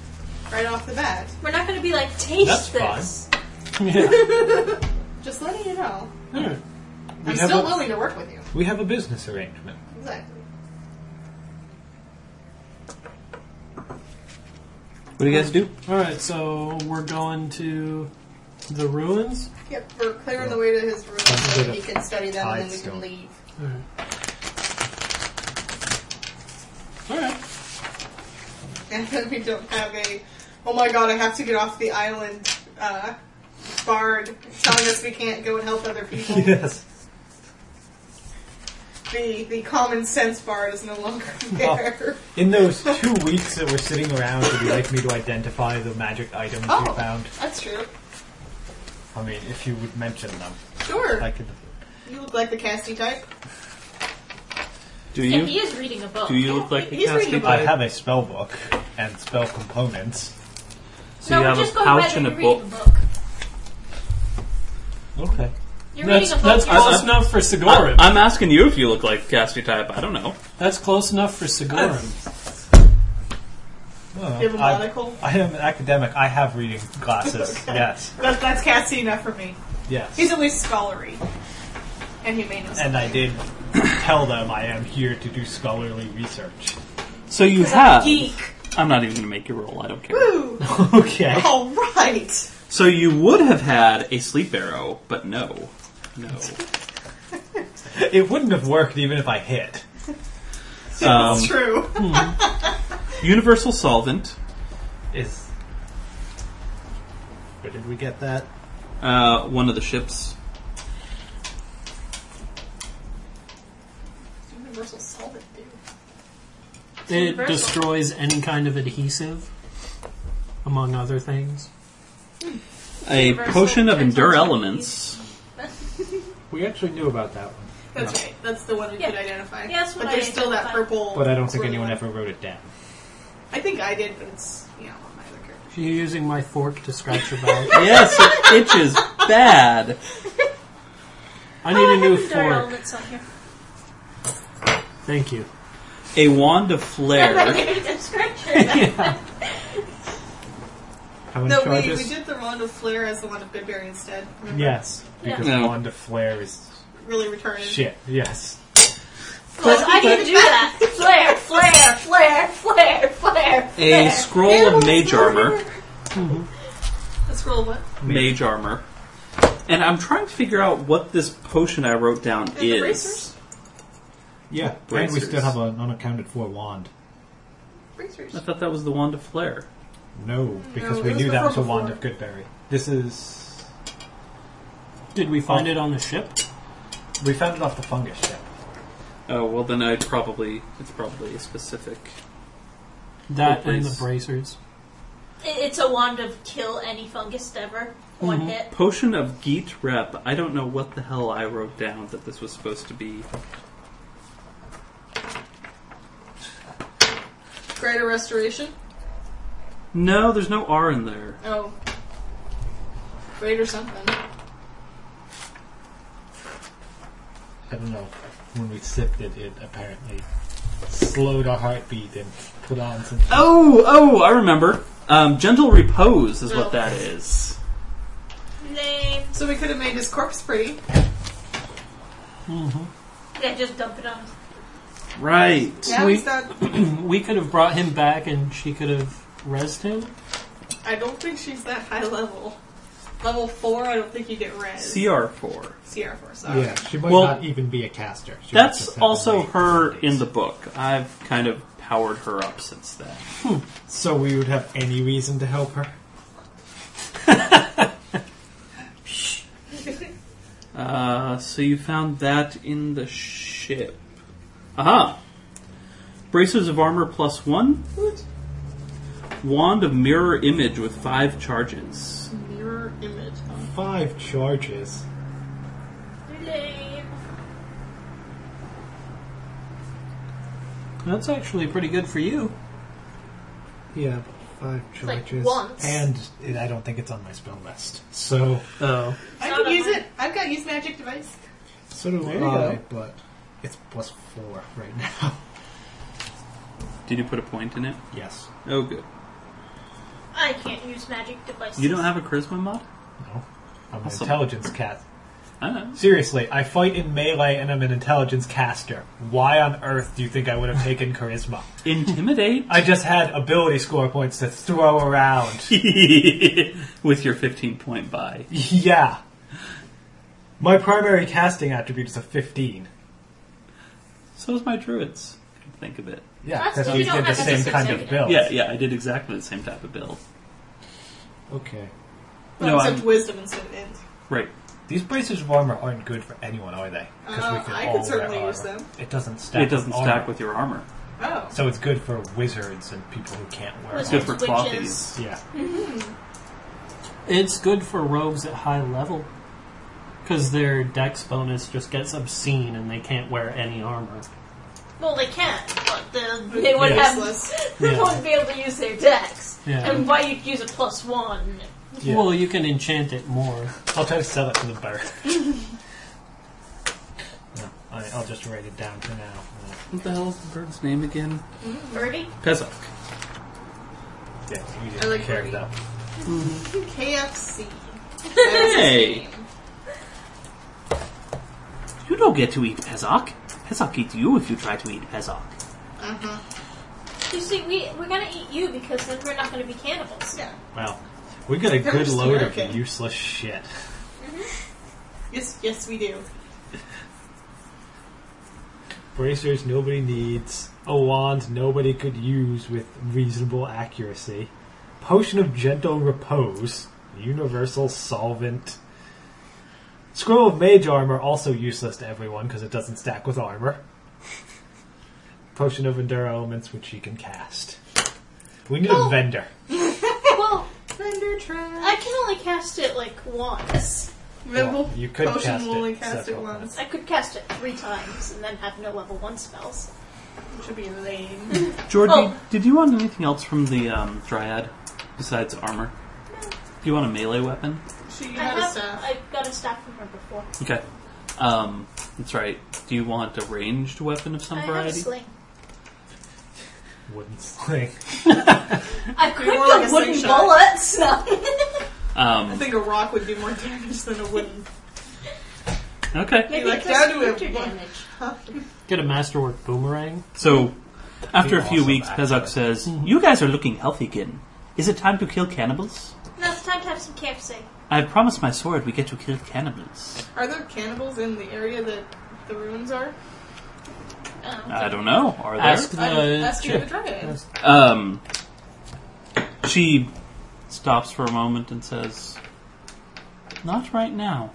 Speaker 5: right off the bat.
Speaker 3: We're not going to be like, taste
Speaker 4: That's
Speaker 3: this.
Speaker 5: Just letting you know,
Speaker 4: Alright. Hmm. We
Speaker 5: I'm
Speaker 4: have
Speaker 5: still
Speaker 4: a-
Speaker 5: willing to work with you.
Speaker 4: We have a business arrangement.
Speaker 5: Exactly.
Speaker 2: What do you guys do?
Speaker 7: All right, so we're going to the ruins.
Speaker 5: Yep, we're clearing the way to his room so
Speaker 4: good
Speaker 5: that
Speaker 4: at
Speaker 5: he can study them and then we
Speaker 4: hidestone.
Speaker 5: can leave.
Speaker 7: All right. All right.
Speaker 5: And then we don't have a, oh my god, I have to get off the island uh, bard telling us we can't go and help other people.
Speaker 4: Yes.
Speaker 5: The, the common sense bard is no longer there.
Speaker 4: In those two weeks that we're sitting around, would you like me to identify the magic items you
Speaker 5: Oh.
Speaker 4: found?
Speaker 5: That's true.
Speaker 4: I mean, if you would mention them,
Speaker 5: Sure.
Speaker 4: I could.
Speaker 5: you look like the casty type.
Speaker 2: Do
Speaker 3: Yeah,
Speaker 2: you?
Speaker 3: he is reading a book.
Speaker 2: Do you look like a
Speaker 5: He's reading
Speaker 2: casting
Speaker 5: a
Speaker 4: I
Speaker 5: book.
Speaker 2: type?
Speaker 4: have a spell book and spell components.
Speaker 2: So you
Speaker 3: no,
Speaker 2: have
Speaker 3: we're just
Speaker 2: a
Speaker 3: going by
Speaker 2: pouch
Speaker 3: that
Speaker 2: and a
Speaker 3: you're reading
Speaker 2: book.
Speaker 3: a book.
Speaker 4: Okay.
Speaker 3: You're
Speaker 7: That's,
Speaker 3: reading a book.
Speaker 7: that's
Speaker 3: you're
Speaker 7: close enough for Sigorin.
Speaker 2: I, am asking you if you look like casting type. I don't know.
Speaker 7: that's close enough for Sigorin.
Speaker 4: Well,
Speaker 5: You have
Speaker 4: Oh,
Speaker 5: a
Speaker 4: I,
Speaker 5: monocle.
Speaker 4: I am an academic. I have reading glasses. Yes.
Speaker 5: That, that's casty enough for me. He's
Speaker 4: Yes.
Speaker 5: at least scholarly. And he may know something.
Speaker 4: And I did tell them I am here to do scholarly research.
Speaker 2: So you
Speaker 5: I'm a
Speaker 2: have.
Speaker 5: geek.
Speaker 2: I'm not even going to make you roll. I don't care.
Speaker 5: Woo!
Speaker 4: Okay.
Speaker 5: All right.
Speaker 2: So you would have had a sleep arrow, but no, no.
Speaker 4: It wouldn't have worked even if I hit.
Speaker 2: Um,
Speaker 5: It's true.
Speaker 2: universal solvent.
Speaker 4: Is. Where did we get that?
Speaker 2: Uh, one of the ships.
Speaker 5: Universal solvent, dude.
Speaker 7: It
Speaker 3: universal.
Speaker 7: destroys any kind of adhesive, among other things.
Speaker 2: A
Speaker 3: Universal
Speaker 2: potion of endure
Speaker 3: transmutation.
Speaker 2: elements.
Speaker 4: We actually knew about that one,
Speaker 5: That's right. That's the one we
Speaker 3: Yeah.
Speaker 5: could identify.
Speaker 3: Yeah, that's what
Speaker 5: but
Speaker 3: I
Speaker 5: there's still that
Speaker 3: identified.
Speaker 5: purple.
Speaker 4: but I don't think
Speaker 5: blue
Speaker 4: anyone
Speaker 5: one.
Speaker 4: ever wrote it down.
Speaker 5: I think I did, but it's you know on my other character.
Speaker 7: You're using my fork to scratch your back.
Speaker 2: Yes, it itches bad.
Speaker 7: I
Speaker 3: Oh, I
Speaker 7: need a new
Speaker 3: Oh, have endure
Speaker 7: fork.
Speaker 3: elements on here.
Speaker 6: Thank you.
Speaker 2: A wand of flare.
Speaker 3: There's description.
Speaker 4: How many
Speaker 5: No, we, we
Speaker 4: charges?
Speaker 5: did the wand of flare as the wand of Goodberry instead. Remember?
Speaker 4: yes, because
Speaker 2: No.
Speaker 4: wand of flare is
Speaker 5: Really retarded.
Speaker 4: shit. Yes.
Speaker 3: Because I can do that. Flare, flare, flare, flare, flare,
Speaker 2: A
Speaker 3: flare.
Speaker 2: scroll of mage armor.
Speaker 5: Let's roll what?
Speaker 2: Mage armor. And I'm trying to figure out what this potion I wrote down
Speaker 5: And the
Speaker 2: is.
Speaker 5: bracers?
Speaker 4: Yeah, and we
Speaker 2: Bracers.
Speaker 4: still have an unaccounted for wand.
Speaker 5: Bracers.
Speaker 2: I thought that was the wand of flare.
Speaker 4: No, because
Speaker 5: No,
Speaker 4: we
Speaker 5: it
Speaker 4: knew
Speaker 5: was
Speaker 4: that was a
Speaker 5: before
Speaker 4: wand of Goodberry. This is
Speaker 6: Did we find it on the ship?
Speaker 4: we found it off the fungus ship.
Speaker 2: Oh well, then I probably it's probably a specific.
Speaker 6: That
Speaker 2: Oh,
Speaker 6: and the
Speaker 2: please.
Speaker 6: bracers.
Speaker 3: It- It's a wand of kill any fungus ever. One
Speaker 2: Mm-hmm.
Speaker 3: hit.
Speaker 2: Potion of Geet Rep. I don't know what the hell I wrote down that this was supposed to be.
Speaker 5: Greater restoration.
Speaker 2: No, there's no R in there.
Speaker 5: Oh. Greater something.
Speaker 4: I don't know. When we sipped it, it apparently slowed our heartbeat and put on some.
Speaker 2: Oh, oh, I remember. Um, gentle repose is what
Speaker 5: Oh.
Speaker 2: that is.
Speaker 3: Name.
Speaker 5: So we could have made his corpse pretty.
Speaker 3: Yeah, just dump it on.
Speaker 2: Right.
Speaker 5: Now
Speaker 6: We-
Speaker 5: he's not.
Speaker 6: We could have brought him back and she could have rezzed him.
Speaker 5: I don't think she's that high level. Level four. I don't think you get red.
Speaker 2: CR4.
Speaker 5: Sierra four. Sorry.
Speaker 4: Yeah, she might
Speaker 2: Well,
Speaker 4: not even be a caster. She might just
Speaker 2: That's
Speaker 4: have
Speaker 2: also
Speaker 4: a mage
Speaker 2: her
Speaker 4: abilities.
Speaker 2: in the book. I've kind of powered her up since then.
Speaker 4: So we would have any reason to help her.
Speaker 2: Uh, so you found that in the ship. Aha! Bracers of armor plus one. Wand of mirror image with five charges.
Speaker 5: Mirror image. huh?
Speaker 4: Five charges.
Speaker 3: Name.
Speaker 6: That's actually pretty good for you.
Speaker 4: Yeah, five
Speaker 3: like
Speaker 4: charges.
Speaker 3: once.
Speaker 4: And it, I don't think it's on my spell list. So
Speaker 6: Oh.
Speaker 5: I
Speaker 3: not
Speaker 5: could
Speaker 3: on
Speaker 5: use
Speaker 3: mine.
Speaker 5: it. I've got use magic device.
Speaker 4: so do
Speaker 6: There you
Speaker 4: I,
Speaker 6: go.
Speaker 4: but it's plus four right now.
Speaker 2: Did you put a point in it?
Speaker 4: yes.
Speaker 2: Oh, good.
Speaker 3: I can't use magic devices.
Speaker 2: You don't have a charisma mod?
Speaker 4: No. I'm
Speaker 2: Awesome.
Speaker 4: an intelligence cat.
Speaker 2: I don't know.
Speaker 4: Seriously, I fight in melee and I'm an intelligence caster. Why on earth do you think I would have taken charisma?
Speaker 2: Intimidate?
Speaker 4: I just had ability score points to throw around.
Speaker 2: with your 15 point buy.
Speaker 4: yeah. My primary casting attribute is a 15.
Speaker 2: So is my druids. Think of it.
Speaker 4: Yeah,
Speaker 3: That's
Speaker 4: because
Speaker 3: if you
Speaker 4: we
Speaker 3: don't
Speaker 4: did the
Speaker 3: have a
Speaker 4: same kind of
Speaker 3: specific-
Speaker 4: build.
Speaker 2: Yeah, yeah, I did exactly the same type of build.
Speaker 4: Okay.
Speaker 5: Well,
Speaker 2: No,
Speaker 5: except
Speaker 2: I'm-
Speaker 5: wisdom instead of int.
Speaker 2: Right.
Speaker 4: These bracers of armor aren't good for anyone, are they? 'Cause
Speaker 5: Uh, I could
Speaker 4: all wear
Speaker 5: certainly use
Speaker 4: armor.
Speaker 5: them.
Speaker 4: It doesn't stack.
Speaker 2: It doesn't
Speaker 4: with armor.
Speaker 2: stack with your armor.
Speaker 5: Oh.
Speaker 4: So it's good for wizards and people who can't wear
Speaker 2: It's
Speaker 3: Wizards.
Speaker 2: good
Speaker 4: armor.
Speaker 2: for
Speaker 3: Witches.
Speaker 2: clothies.
Speaker 4: Yeah.
Speaker 6: It's good for rogues at high level. Because their dex bonus just gets obscene and they can't wear any armor.
Speaker 3: Well, they can, but the, they would
Speaker 5: Yes.
Speaker 3: have.
Speaker 5: Useless.
Speaker 3: They
Speaker 6: Yeah.
Speaker 3: wouldn't be able to use their decks.
Speaker 6: Yeah.
Speaker 3: And why you'd use a plus one?
Speaker 4: Yeah.
Speaker 6: Well, you can enchant it more.
Speaker 4: I'll try to sell it to the bird. no, I, I'll just write it down for now. Uh,
Speaker 2: What the hell is the bird's name again?
Speaker 3: Birdie?
Speaker 2: Pezok.
Speaker 4: Yeah, you
Speaker 5: I
Speaker 4: didn't
Speaker 5: like
Speaker 4: care
Speaker 5: Birdie.
Speaker 4: though.
Speaker 5: KFC.
Speaker 2: Hey! You don't get to eat Pezok. Pezok eats you if you try to eat Pezok.
Speaker 5: Uh huh.
Speaker 3: You see, we, we're gonna eat you because then we're not gonna be cannibals.
Speaker 5: Yeah.
Speaker 4: Well, we got a
Speaker 5: They're
Speaker 4: good
Speaker 5: just
Speaker 4: load
Speaker 5: American.
Speaker 4: of useless shit.
Speaker 5: Yes. Yes, we do.
Speaker 4: Bracers nobody needs. A wand nobody could use with reasonable accuracy. Potion of gentle repose. Universal solvent. Scroll of mage armor also useless to everyone because it doesn't stack with armor. Potion of endure elements which you can cast. We need a vendor.
Speaker 3: well,
Speaker 5: Thunder trap.
Speaker 3: I can only cast it like once.
Speaker 5: Remember,
Speaker 4: you could
Speaker 5: potion
Speaker 4: cast
Speaker 5: will
Speaker 4: it
Speaker 5: only cast it
Speaker 4: several
Speaker 5: once.
Speaker 3: I could cast it three times and then have no level one spells.
Speaker 5: Should be lame.
Speaker 2: Jordy,
Speaker 3: Oh.
Speaker 2: did you want anything else from the um, Dryad besides armor? Do you want a melee weapon?
Speaker 5: She uh,
Speaker 3: I
Speaker 5: had a
Speaker 3: have,
Speaker 5: staff.
Speaker 3: I got a staff from her before.
Speaker 2: Okay. Um, That's right. Do you want a ranged weapon of some
Speaker 3: I have a
Speaker 2: variety?
Speaker 3: sling.
Speaker 4: Wooden sling.
Speaker 3: I could
Speaker 5: more
Speaker 3: go
Speaker 5: like a
Speaker 3: wooden
Speaker 5: slingshot.
Speaker 3: bullets.
Speaker 5: I
Speaker 2: Um,
Speaker 5: think a rock would do more damage than a wooden.
Speaker 2: okay.
Speaker 3: Maybe
Speaker 5: like,
Speaker 3: like
Speaker 5: down to a
Speaker 3: splinter
Speaker 5: one-
Speaker 3: damage.
Speaker 6: Get a masterwork boomerang.
Speaker 2: So, after a
Speaker 4: Be
Speaker 2: few
Speaker 4: awesome,
Speaker 2: weeks, Pezok
Speaker 4: actually.
Speaker 2: says, "You guys are looking healthy again. Is it time to kill cannibals?
Speaker 3: No, it's time to have some campsite.
Speaker 2: I promised my sword we get to kill cannibals.
Speaker 5: Are there cannibals in the area that the ruins are?
Speaker 3: Um,
Speaker 4: Uh,
Speaker 2: I don't know. Are there?
Speaker 6: Ask
Speaker 5: I'm
Speaker 6: the
Speaker 5: asking the
Speaker 6: chick.
Speaker 5: dragon.
Speaker 2: Um, she stops for a moment and says, "Not right now.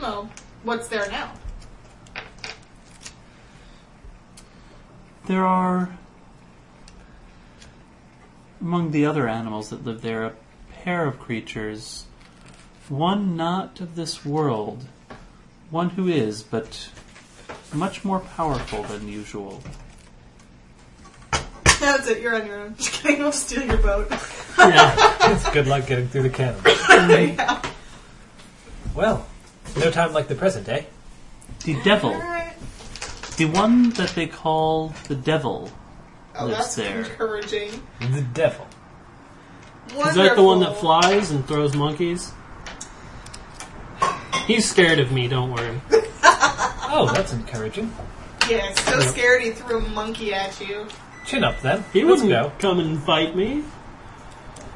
Speaker 5: Well, what's there now?
Speaker 2: There are, among the other animals that live there, a pair of creatures. One not of this world, one who is, but much more powerful than usual.
Speaker 5: That's it. You're on your own. Just kidding. I'll steal your boat.
Speaker 4: It's good luck getting through the cannon. Well, no time like the present, eh?
Speaker 2: The devil,
Speaker 5: Alright.
Speaker 2: the one that they call the devil.
Speaker 5: Oh,
Speaker 2: Lives
Speaker 5: that's
Speaker 2: there.
Speaker 5: encouraging.
Speaker 4: The devil.
Speaker 5: Wonderful.
Speaker 6: Is that the one that flies and throws monkeys? He's scared of me, don't worry.
Speaker 4: Oh, that's encouraging.
Speaker 5: Yeah, so scared he threw a monkey at you.
Speaker 4: Chin up, then.
Speaker 6: He
Speaker 4: Let's
Speaker 6: wouldn't
Speaker 4: go.
Speaker 6: come and fight me.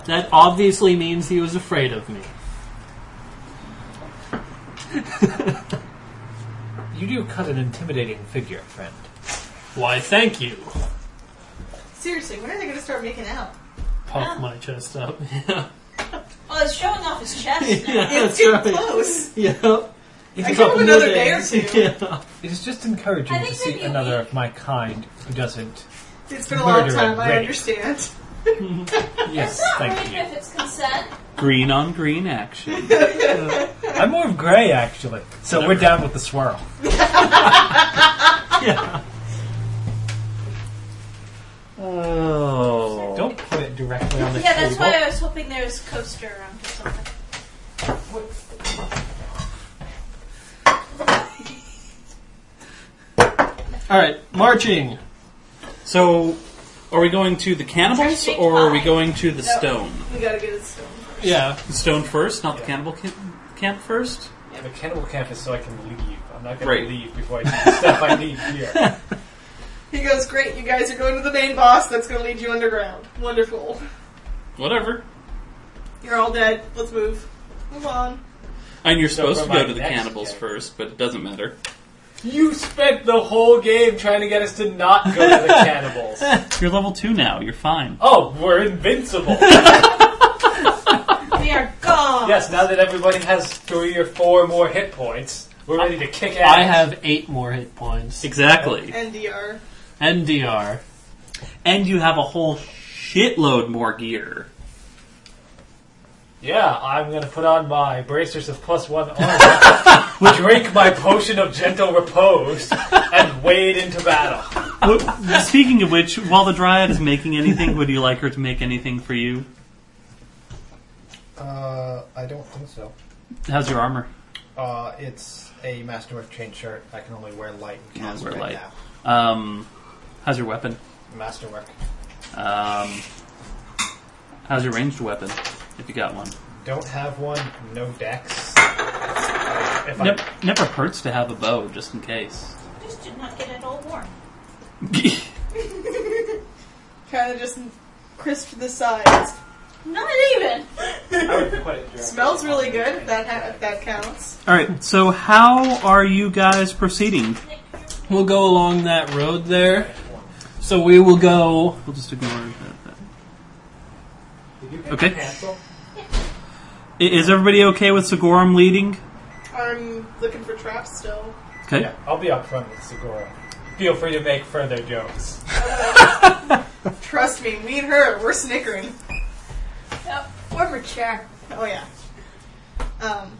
Speaker 6: That obviously means he was afraid of me.
Speaker 4: You do cut an intimidating figure, friend.
Speaker 6: Why, thank you.
Speaker 5: Seriously, when are they going to start making out?
Speaker 6: Pop
Speaker 3: Um,
Speaker 6: my chest up.
Speaker 3: Well, oh, it's showing off his chest now.
Speaker 5: It's too close.
Speaker 6: yeah.
Speaker 5: I give him another day or two.
Speaker 6: yeah.
Speaker 4: It is just
Speaker 3: I
Speaker 4: encouraging to
Speaker 3: think
Speaker 4: see
Speaker 3: maybe a
Speaker 4: another
Speaker 3: week.
Speaker 4: of my kind who doesn't.
Speaker 5: It's been a long
Speaker 4: Murder
Speaker 5: time, I
Speaker 4: rate.
Speaker 5: understand.
Speaker 4: Yes,
Speaker 3: Not
Speaker 4: thank
Speaker 3: right
Speaker 4: you.
Speaker 3: if it's consent.
Speaker 2: Green on green action.
Speaker 4: I'm more of gray, actually. So we're down with the swirl.
Speaker 2: Oh.
Speaker 4: Don't put it directly on the
Speaker 3: Yeah,
Speaker 4: table.
Speaker 3: that's why I was hoping there was a coaster around or something.
Speaker 6: Alright, marching.
Speaker 2: So, are we going to the cannibals
Speaker 3: Interesting
Speaker 2: or are we
Speaker 3: pie.
Speaker 2: going to the
Speaker 5: No.
Speaker 2: stone?
Speaker 5: We gotta get it stone.
Speaker 6: Yeah.
Speaker 2: The stone first, not the cannibal camp, camp first?
Speaker 1: The cannibal camp is so I can leave. I'm not going
Speaker 2: Right.
Speaker 1: to leave before I do the stuff I leave here.
Speaker 5: He goes, Great, you guys are going to the main boss that's gonna lead you underground. Wonderful.
Speaker 2: Whatever.
Speaker 5: You're all dead. Let's move. Move on.
Speaker 2: And you're
Speaker 1: So
Speaker 2: supposed to
Speaker 1: for
Speaker 2: go
Speaker 1: my
Speaker 2: to the
Speaker 1: next
Speaker 2: cannibals
Speaker 1: game.
Speaker 2: first, but it doesn't matter.
Speaker 1: You spent the whole game trying to get us to not go to the cannibals.
Speaker 2: You're level 2 now, you're fine.
Speaker 1: Oh, we're invincible.
Speaker 3: We are gone.
Speaker 1: yes, now that everybody has three or four more hit points, we're ready to kick ass.
Speaker 6: I have eight more hit points.
Speaker 2: Exactly.
Speaker 5: NDR.
Speaker 6: NDR.
Speaker 2: And you have a whole shitload more gear.
Speaker 1: Yeah, I'm gonna put on my bracers of plus one armor, drink my potion of gentle repose, and wade into battle.
Speaker 2: Well, Speaking of which, while the Dryad is making anything, would you like her to make anything for you?
Speaker 8: Uh, I don't think so.
Speaker 2: How's your armor?
Speaker 8: Uh, it's a Masterwork chain shirt. I can only wear light and
Speaker 2: Can only
Speaker 8: cast
Speaker 2: wear
Speaker 8: right
Speaker 2: light.
Speaker 8: now.
Speaker 2: Um, how's your weapon?
Speaker 8: Masterwork.
Speaker 2: Um, how's your ranged weapon, if you got one?
Speaker 8: Don't have one. No dex. If I,
Speaker 2: Never, never hurts to have a bow, just in case.
Speaker 3: Just did not get it all warm.
Speaker 5: Kinda just crisp the sides.
Speaker 3: Not even.
Speaker 5: Smells really good if that, ha- if that counts.
Speaker 2: All right. So, how are you guys proceeding?
Speaker 6: We'll go along that road there. So we will go.
Speaker 2: We'll just ignore that. that. Okay. I- Is everybody okay with Sigorum leading?
Speaker 5: I'm looking for traps still.
Speaker 2: Okay.
Speaker 1: Yeah, I'll be up front with Segura. Feel free to make further jokes.
Speaker 5: Trust me, me and her, we're snickering.
Speaker 3: Yep. Warmer chair.
Speaker 5: Oh yeah. Um,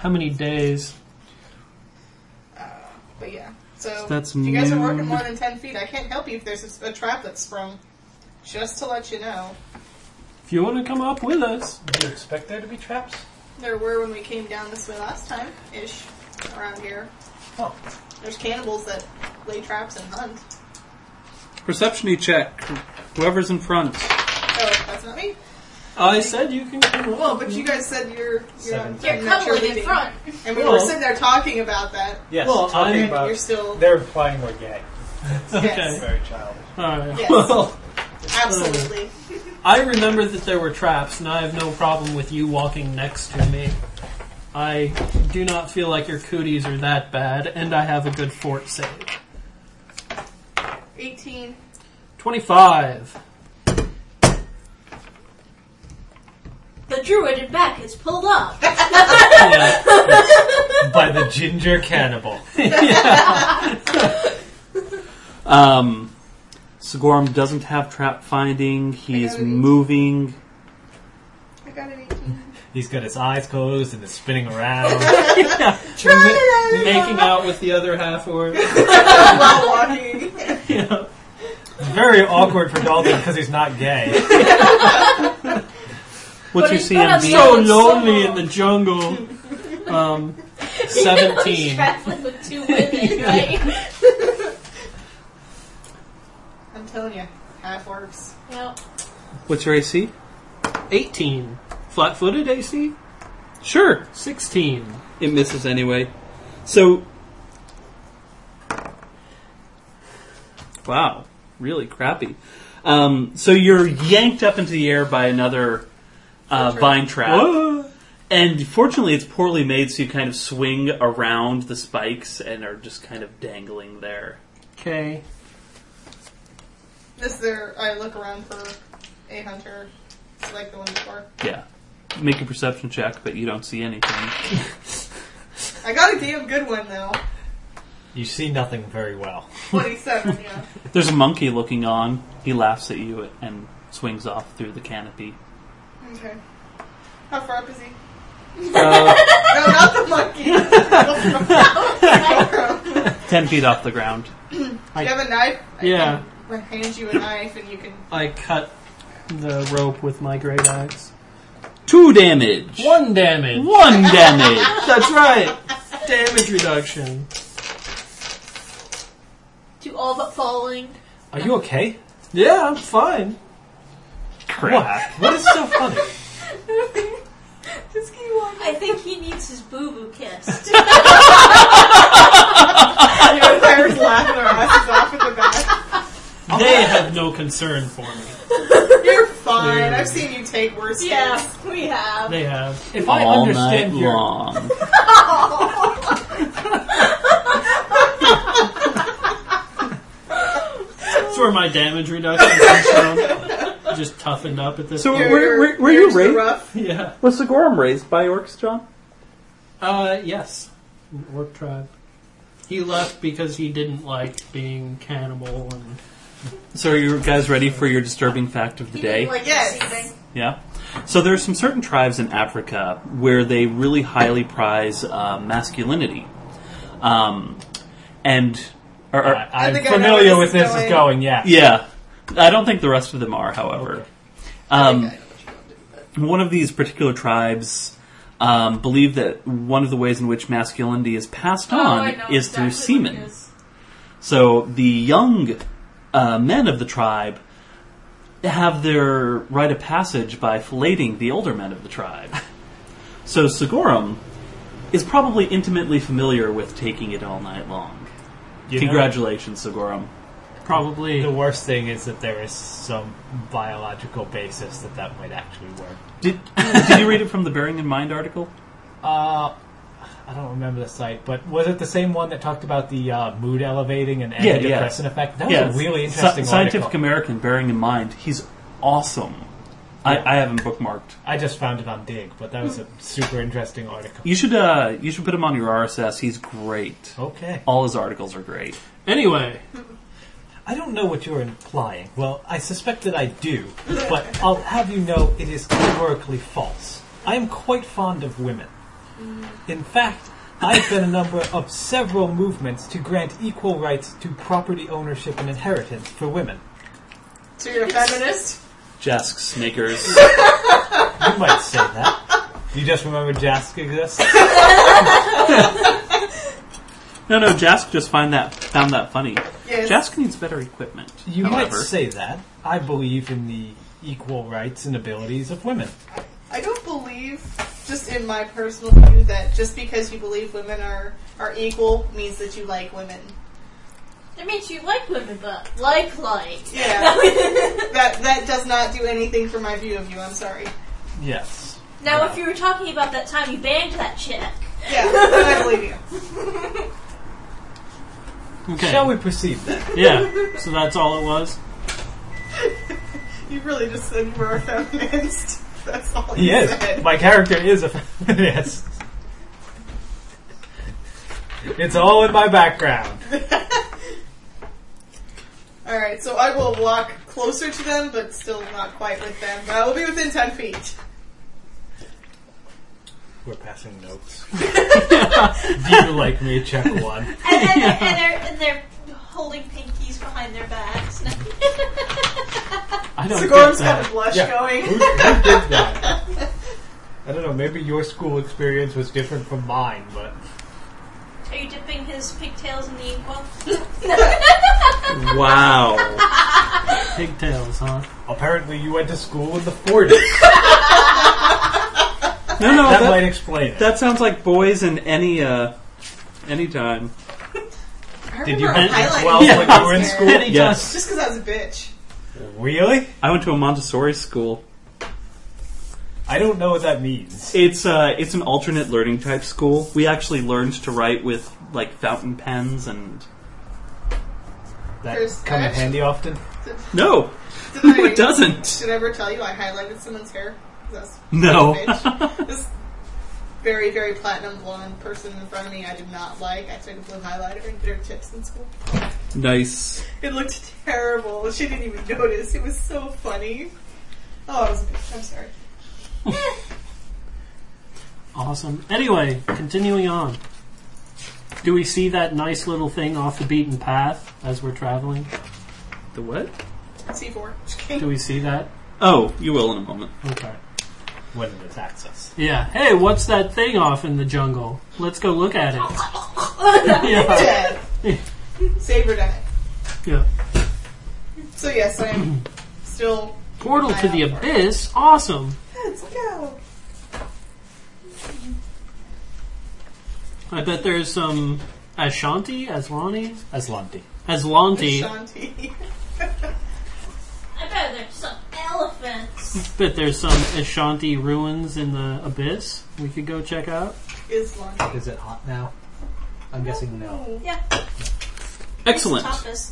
Speaker 6: How many days?
Speaker 5: but yeah. So
Speaker 2: That's
Speaker 5: if you guys are
Speaker 2: nude.
Speaker 5: working more than ten feet, I can't help you if there's a, a trap that's sprung. Just to let you know.
Speaker 6: If you want to come up with us,
Speaker 1: Do you expect there to be traps?
Speaker 5: There were when we came down this way last time, ish, around here.
Speaker 4: Oh.
Speaker 5: There's cannibals that lay traps and hunt.
Speaker 2: Perception check. Whoever's in front.
Speaker 5: Oh, that's not me.
Speaker 6: I said you can come up.
Speaker 5: Well, but you guys said you're you're on
Speaker 4: Seven.
Speaker 3: You're
Speaker 5: that you're
Speaker 3: cuddling in
Speaker 5: leaving.
Speaker 3: front.
Speaker 5: and we were
Speaker 6: Well-
Speaker 5: sitting there talking about that.
Speaker 4: Yes,
Speaker 6: Well,
Speaker 4: talking
Speaker 6: I'm-
Speaker 4: about
Speaker 5: You're still
Speaker 4: they're implying we're gay.
Speaker 5: yes,
Speaker 4: Very childish.
Speaker 6: All right.
Speaker 5: Yes.
Speaker 6: Well,
Speaker 5: absolutely.
Speaker 6: I remember that there were traps, and I have no problem with you walking next to me. I do not feel like your cooties are that bad, and I have a good fort save.
Speaker 5: Eighteen.
Speaker 6: 25.
Speaker 3: The druid in back is pulled up.
Speaker 6: Yeah.
Speaker 4: By the ginger cannibal.
Speaker 2: Um, Sigorm doesn't have trap finding. He
Speaker 5: I
Speaker 2: is
Speaker 5: got it.
Speaker 2: moving.
Speaker 5: I got an eighteen.
Speaker 4: He's got his eyes closed and is spinning around.
Speaker 6: Ma- Making out with the other half orc.
Speaker 5: While walking.
Speaker 4: Very awkward for Dalton because he's not gay.
Speaker 2: Once
Speaker 3: But
Speaker 2: you
Speaker 3: it's
Speaker 2: see
Speaker 3: gonna
Speaker 2: him,
Speaker 3: be
Speaker 6: so
Speaker 3: Yeah, it's so
Speaker 6: lonely in
Speaker 3: long.
Speaker 6: the jungle. Um, 17.
Speaker 3: Traveling with two women, right?
Speaker 5: I'm telling you, half orcs.
Speaker 3: Yep.
Speaker 2: what's your AC?
Speaker 6: 18. Flat footed AC?
Speaker 2: Sure,
Speaker 6: 16.
Speaker 2: it misses anyway. So, wow, really crappy. Um, so you're yanked up into the air by another uh, vine trap.
Speaker 6: Whoa.
Speaker 2: And fortunately, it's poorly made, so you kind of swing around the spikes and are just kind of dangling there.
Speaker 6: Okay.
Speaker 5: Is there? I look around for a hunter, like the one before.
Speaker 2: Yeah. Make a perception check, but you don't see anything.
Speaker 5: I got a damn good one though.
Speaker 4: You see nothing very well.
Speaker 5: Twenty-seven. yeah.
Speaker 2: There's a monkey looking on. He laughs at you and swings off through the canopy.
Speaker 5: Okay. How far up is he?
Speaker 2: Uh,
Speaker 5: No, not the monkey. Do
Speaker 2: Ten feet off the ground.
Speaker 5: you have a knife?
Speaker 6: Yeah.
Speaker 5: I can hand you a knife and you can.
Speaker 6: I cut the rope with my great axe.
Speaker 2: Two damage.
Speaker 6: One damage.
Speaker 2: One damage.
Speaker 6: That's right. Damage reduction.
Speaker 3: To all but falling.
Speaker 4: Are you okay?
Speaker 6: Yeah, I'm fine.
Speaker 2: Crap.
Speaker 4: What is so funny?
Speaker 5: Just keep walking.
Speaker 3: I think he needs his boo boo kissed.
Speaker 5: The Empire's laughing our asses off at the back.
Speaker 6: They have no concern for me.
Speaker 5: You're fine. I've seen you take worse
Speaker 3: yeah,
Speaker 5: things.
Speaker 3: we have.
Speaker 6: They have.
Speaker 4: If I
Speaker 2: All night
Speaker 4: understand your
Speaker 2: long.
Speaker 6: That's where my damage reduction comes from. Just toughened up at this
Speaker 2: So we're-
Speaker 6: point.
Speaker 2: Where- where- where are you
Speaker 5: Yours are
Speaker 2: raised?
Speaker 5: rough.
Speaker 6: Yeah.
Speaker 2: Was Sigorum raised by orcs, John?
Speaker 6: Uh, yes. Orc tribe. He left because he didn't like being cannibal and
Speaker 2: So are you guys ready for your disturbing fact of the
Speaker 3: He
Speaker 2: day?
Speaker 3: didn't like
Speaker 5: Yes.
Speaker 3: receiving.
Speaker 2: Yeah. So there are some certain tribes in Africa where they really highly prize uh, masculinity, um, and or, or-
Speaker 4: I,
Speaker 5: I
Speaker 4: am
Speaker 5: think I know
Speaker 4: familiar
Speaker 5: where
Speaker 4: with
Speaker 5: this
Speaker 4: this
Speaker 5: is
Speaker 4: is
Speaker 5: going.
Speaker 4: going, yeah.
Speaker 2: yeah, I don't think the rest of them are. However, um, one of these particular tribes um, believe that one of the ways in which masculinity is passed
Speaker 3: Oh,
Speaker 2: on
Speaker 3: I know
Speaker 2: is
Speaker 3: exactly
Speaker 2: through
Speaker 3: what
Speaker 2: semen.
Speaker 3: it is.
Speaker 2: So the young uh, men of the tribe have their rite of passage by filleting the older men of the tribe. So Sigorum is probably intimately familiar with taking it all night long.
Speaker 4: You know,
Speaker 2: Congratulations, Sigorum.
Speaker 6: probably
Speaker 4: the worst thing is that there is some biological basis that that might actually work.
Speaker 2: Did, did you read it from the Bearing in Mind article?
Speaker 4: Uh, I don't remember the site, but was it the same one that talked about the uh, mood elevating and
Speaker 2: Yeah,
Speaker 4: antidepressant
Speaker 2: yeah.
Speaker 4: effect? That was
Speaker 2: Yeah,
Speaker 4: Oh, a really
Speaker 2: Sci-
Speaker 4: interesting
Speaker 2: Scientific
Speaker 4: article.
Speaker 2: American, Bearing in Mind. He's awesome. I, I have him bookmarked.
Speaker 4: I just found it on Dig, but that was a super interesting article.
Speaker 2: You should uh, you should put him on your RSS. He's great.
Speaker 4: Okay.
Speaker 2: All his articles are great.
Speaker 6: Anyway,
Speaker 4: I don't know what you're implying. Well, I suspect that I do, but I'll have you know it is categorically false. I am quite fond of women. In fact, I've been a number of several movements to grant equal rights to property ownership and inheritance for women.
Speaker 5: So you're a feminist?
Speaker 2: Jesk, Snickers.
Speaker 4: You might say that. You just remember Jask exists?
Speaker 2: No, no, Jask just find that found that funny.
Speaker 5: Yes.
Speaker 2: Jask needs better equipment.
Speaker 4: You might
Speaker 2: however.
Speaker 4: say that. I believe in the equal rights and abilities of women.
Speaker 5: I don't believe, just in my personal view, that just because you believe women are, are equal means that you like women.
Speaker 3: That means you like women, but like like.
Speaker 5: Yeah. that that does not do anything for my view of you, I'm sorry.
Speaker 4: Yes.
Speaker 3: Now, if you were talking about that time you banged that chick,
Speaker 5: Yeah, then I believe you.
Speaker 6: Okay.
Speaker 4: Shall we proceed then?
Speaker 6: Yeah. So that's all it was.
Speaker 5: You really just said you were a feminist. That's all
Speaker 4: He
Speaker 5: you
Speaker 4: is.
Speaker 5: said.
Speaker 4: My character is a feminist. It's all in my background.
Speaker 5: Alright, so I will walk closer to them, but still not quite with them. But I will be within 10 feet.
Speaker 4: We're passing notes. Do you like me? Check one.
Speaker 3: and, and, they're, and they're and they're holding pinkies behind their backs.
Speaker 6: I don't get
Speaker 5: Sigorm's got
Speaker 6: that.
Speaker 5: a blush
Speaker 4: Yeah. Who, who
Speaker 5: going.
Speaker 4: did that? I don't know. Maybe your school experience was different from mine, but
Speaker 3: Are you dipping his pigtails in the inkwell?
Speaker 2: Wow.
Speaker 6: Pigtails, huh?
Speaker 4: apparently you went to school in the 40s.
Speaker 2: No, no,
Speaker 4: That
Speaker 2: that,
Speaker 4: might explain it.
Speaker 2: that sounds like boys in any uh any time.
Speaker 5: I
Speaker 4: Did you
Speaker 5: remember
Speaker 4: have
Speaker 5: highlighting
Speaker 4: 12 when
Speaker 5: this
Speaker 4: you were in
Speaker 5: hair.
Speaker 4: school?
Speaker 2: Yes.
Speaker 5: Just because I was a bitch.
Speaker 4: Really?
Speaker 2: I went to a Montessori school.
Speaker 4: I don't know what that means.
Speaker 2: It's uh, it's an alternate learning type school. We actually learned to write with like fountain pens and
Speaker 4: That
Speaker 5: There's
Speaker 4: come in
Speaker 5: actually-
Speaker 4: handy often.
Speaker 2: no,
Speaker 5: Did I-
Speaker 2: it doesn't.
Speaker 5: Should I ever tell you I highlighted someone's hair? 'Cause That's
Speaker 2: No.
Speaker 5: bitch. this very, very platinum blonde person in front of me I did not like. I took a blue highlighter and did her tips in school.
Speaker 2: Nice.
Speaker 5: It looked terrible. She didn't even notice. It was so funny. Oh, I was a bitch. I'm sorry.
Speaker 6: Awesome. Anyway, continuing on. Do we see that nice little thing off the beaten path as we're traveling?
Speaker 2: The what?
Speaker 5: C4.
Speaker 6: Do we see that?
Speaker 2: Oh, you will in a moment.
Speaker 6: Okay.
Speaker 4: When it attacks us.
Speaker 6: Yeah. Hey, what's that thing off in the jungle? Let's go look at it. yeah.
Speaker 5: Dead. Save or die.
Speaker 6: yeah.
Speaker 5: So yes, I am still.
Speaker 6: Portal to the
Speaker 5: I am-
Speaker 6: abyss. Awesome.
Speaker 5: Let's go.
Speaker 6: I bet there's some Ashanti, Aslani,
Speaker 4: Aslanti.
Speaker 6: Aslanti.
Speaker 5: Shanti.
Speaker 3: I bet there's some elephants.
Speaker 6: Bet there's some Ashanti ruins in the abyss. We could go check out.
Speaker 5: Is Shanti.
Speaker 4: Is it hot now? I'm guessing no.
Speaker 3: Yeah.
Speaker 2: Excellent.
Speaker 3: Tapas.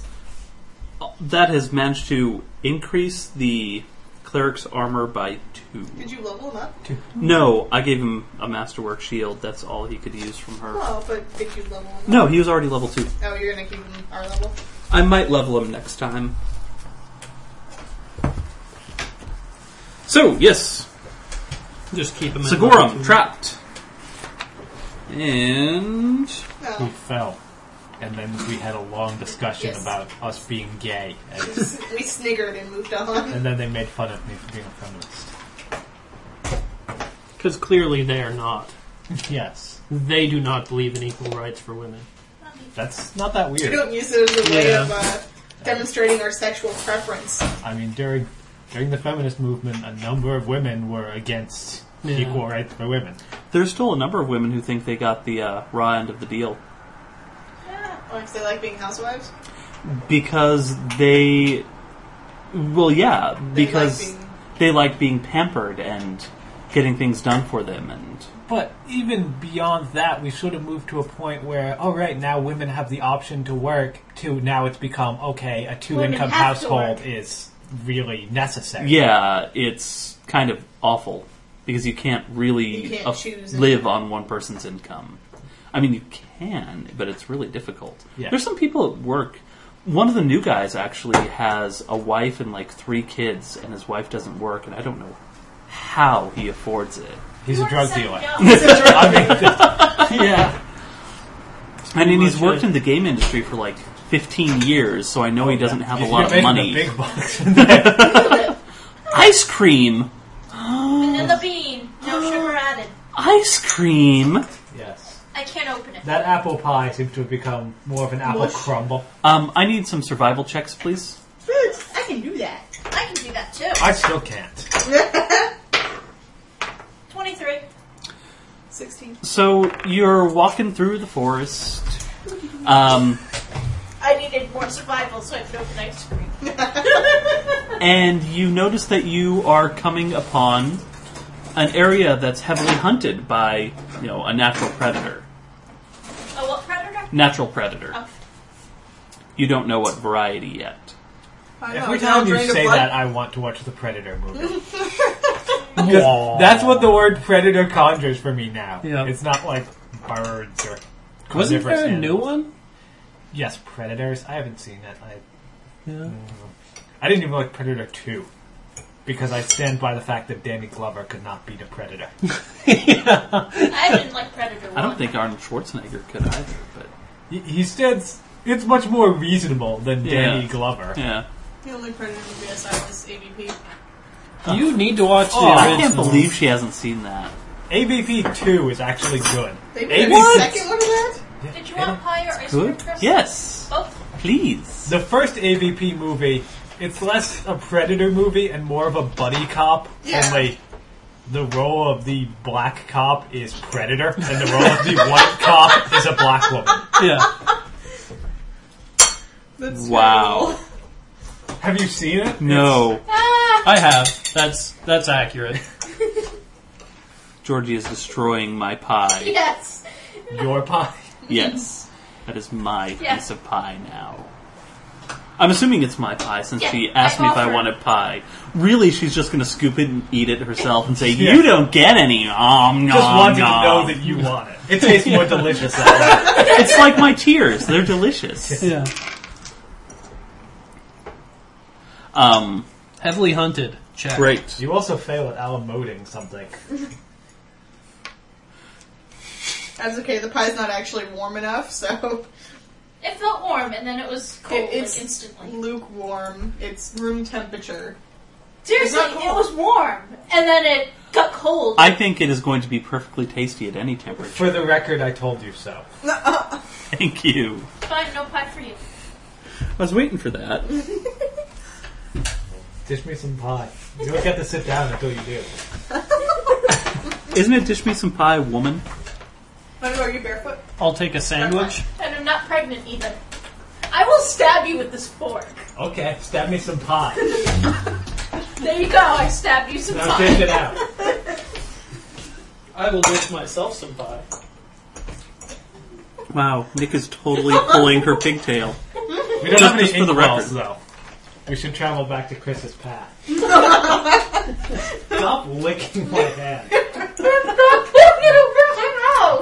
Speaker 2: That has managed to increase the cleric's armor by two.
Speaker 5: Did you level him up?
Speaker 2: No, I gave him a masterwork shield. That's all he could use from her.
Speaker 5: Oh, but did you level him up?
Speaker 2: No, he was already level two.
Speaker 5: Oh, you're gonna keep him our level.
Speaker 2: I might level him next time. So yes,
Speaker 6: Just keep them in.
Speaker 2: Sigorum trapped, and
Speaker 4: We
Speaker 5: No.
Speaker 4: fell. And then we had a long discussion
Speaker 5: Yes.
Speaker 4: about us being gay. And,
Speaker 5: we sniggered and moved on.
Speaker 4: and then they made fun of me for being a feminist.
Speaker 6: Because clearly they are not.
Speaker 4: Yes.
Speaker 6: They do not believe in equal rights for women.
Speaker 4: That's not that
Speaker 5: We
Speaker 4: weird.
Speaker 5: don't use it as a way
Speaker 6: Yeah.
Speaker 5: of uh, demonstrating our sexual preference.
Speaker 4: I mean, during during the feminist movement, a number of women were against
Speaker 6: Yeah.
Speaker 4: equal rights for women.
Speaker 2: there's still a number of women who think they got the uh, raw end of the deal
Speaker 5: Or if they like being housewives.
Speaker 2: because they, well, yeah,
Speaker 5: They
Speaker 2: because
Speaker 5: like being-
Speaker 2: they like being pampered and getting things done for them, and
Speaker 4: But even beyond that, we sort of moved to a point where, all right, now women have the option to work. To now, it's become okay. A two-income
Speaker 3: Women have to
Speaker 4: household
Speaker 3: work.
Speaker 4: is really necessary.
Speaker 2: yeah, it's kind of awful because you can't really
Speaker 5: You can't
Speaker 2: af-
Speaker 5: choose
Speaker 2: live on one person's income. I mean, you can, but it's really difficult.
Speaker 4: Yeah.
Speaker 2: There's some people at work. One of the new guys actually has a wife and like three kids, and his wife doesn't work, and I don't know how he affords it.
Speaker 4: He's a
Speaker 3: Where's
Speaker 4: drug
Speaker 3: that
Speaker 4: dealer.
Speaker 3: go?
Speaker 4: I mean, just-
Speaker 6: yeah.
Speaker 2: I mean, he's
Speaker 6: much
Speaker 2: worked
Speaker 6: it.
Speaker 2: in the game industry for like 15 years, so I know he doesn't have a lot
Speaker 4: you're making
Speaker 2: of
Speaker 4: the
Speaker 2: money.
Speaker 4: big bucks.
Speaker 2: Ice cream!
Speaker 3: and the bean, no sugar added.
Speaker 2: ice cream.
Speaker 4: Yes.
Speaker 3: I can't open it.
Speaker 4: That apple pie seems to have become more of an apple crumble.
Speaker 2: Um, I need some survival checks, please.
Speaker 5: I can do that.
Speaker 3: I can do that too.
Speaker 4: I still can't.
Speaker 3: 23.
Speaker 5: 16.
Speaker 2: So you're walking through the forest. Um,
Speaker 3: I needed more survival so I could open ice cream.
Speaker 2: and you notice that you are coming upon an area that's heavily hunted by, you know, a natural predator.
Speaker 3: A what predator?
Speaker 2: Natural predator.
Speaker 3: Oh.
Speaker 2: You don't know what variety yet.
Speaker 5: I know,
Speaker 4: Every
Speaker 5: now
Speaker 4: time
Speaker 5: I'm
Speaker 4: you
Speaker 5: drained of
Speaker 4: say
Speaker 5: blood.
Speaker 4: that, I want to watch the Predator movie. 'Cause That's what the word predator conjures for me now.
Speaker 6: Yeah.
Speaker 4: It's not like birds or
Speaker 6: Wasn't
Speaker 4: carnivorous
Speaker 6: there a new
Speaker 4: animals.
Speaker 6: one?
Speaker 4: Yes, predators. I haven't seen it. I
Speaker 6: Yeah.
Speaker 4: I didn't even like Predator Two because I stand by the fact that Danny Glover could not beat a predator.
Speaker 3: I didn't like predator 1.
Speaker 2: I don't think Arnold Schwarzenegger could either, but
Speaker 4: he, he stands. It's much more reasonable than
Speaker 2: Yeah.
Speaker 4: Danny Glover.
Speaker 2: yeah.
Speaker 5: The only predator movie I saw was ABP.
Speaker 6: You need to watch the
Speaker 2: Oh, I can't
Speaker 6: original.
Speaker 2: believe she hasn't seen that.
Speaker 4: ABP Two is actually good.
Speaker 5: They
Speaker 4: Hey,
Speaker 5: made a
Speaker 4: what?
Speaker 5: second one of that?
Speaker 3: Did you want pie or ice cream? Oh.
Speaker 2: Good.
Speaker 3: Chris?
Speaker 2: Yes.
Speaker 3: Both?
Speaker 2: Please.
Speaker 4: The first ABP movie, it's less a predator movie and more of a buddy cop.
Speaker 5: Yeah.
Speaker 4: Only the role of the black cop is predator, and the role of the white cop is a black woman.
Speaker 6: Yeah.
Speaker 5: That's
Speaker 2: Wow.
Speaker 4: Have you seen it?
Speaker 2: No.
Speaker 3: Ah,
Speaker 6: I have. That's that's accurate.
Speaker 2: Georgie is destroying my pie.
Speaker 3: Yes.
Speaker 4: Your pie.
Speaker 2: Yes. That is my
Speaker 3: Yeah.
Speaker 2: piece of pie now. I'm assuming it's my pie since
Speaker 3: Yeah,
Speaker 2: she asked me if I
Speaker 3: offer.
Speaker 2: wanted pie. Really, she's just going to scoop it and eat it herself and say,
Speaker 4: Yeah.
Speaker 2: You don't get any. Om, nom,
Speaker 4: Just wanted
Speaker 2: nom."
Speaker 4: to know that you want it. It tastes more delicious that way.
Speaker 2: It's like my tears. They're delicious.
Speaker 6: Yeah.
Speaker 2: Um,
Speaker 6: Heavily hunted. Check.
Speaker 2: great.
Speaker 4: You also fail at alamoting something.
Speaker 5: That's okay. The pie's not actually warm enough, so
Speaker 3: It felt warm and then it was cold
Speaker 5: It- it's-
Speaker 3: like, instantly.
Speaker 5: lukewarm. It's room temperature.
Speaker 3: Seriously,
Speaker 5: it's not
Speaker 3: it
Speaker 5: cold.
Speaker 3: was warm and then it got cold.
Speaker 2: I think it is going to be perfectly tasty at any temperature.
Speaker 4: For the record, I told you so.
Speaker 2: Thank you.
Speaker 3: Fine, no pie for you.
Speaker 2: I was waiting for that.
Speaker 4: Dish me some pie. You don't get to sit down until you do.
Speaker 2: Isn't it dish me some pie, woman?
Speaker 5: What about you, barefoot?
Speaker 6: I'll take a sandwich.
Speaker 3: And I'm not pregnant either. I will stab you with this fork.
Speaker 4: Okay, stab me some pie.
Speaker 3: There you go, I stabbed you some
Speaker 4: Now
Speaker 3: pie.
Speaker 4: dish it out.
Speaker 6: I will dish myself some pie.
Speaker 2: Wow, Nick is totally pulling her pigtail.
Speaker 4: We don't
Speaker 2: Just-
Speaker 4: have any
Speaker 2: just for the
Speaker 4: inkwells, though. We should travel back to Chris's path. Stop licking my hand.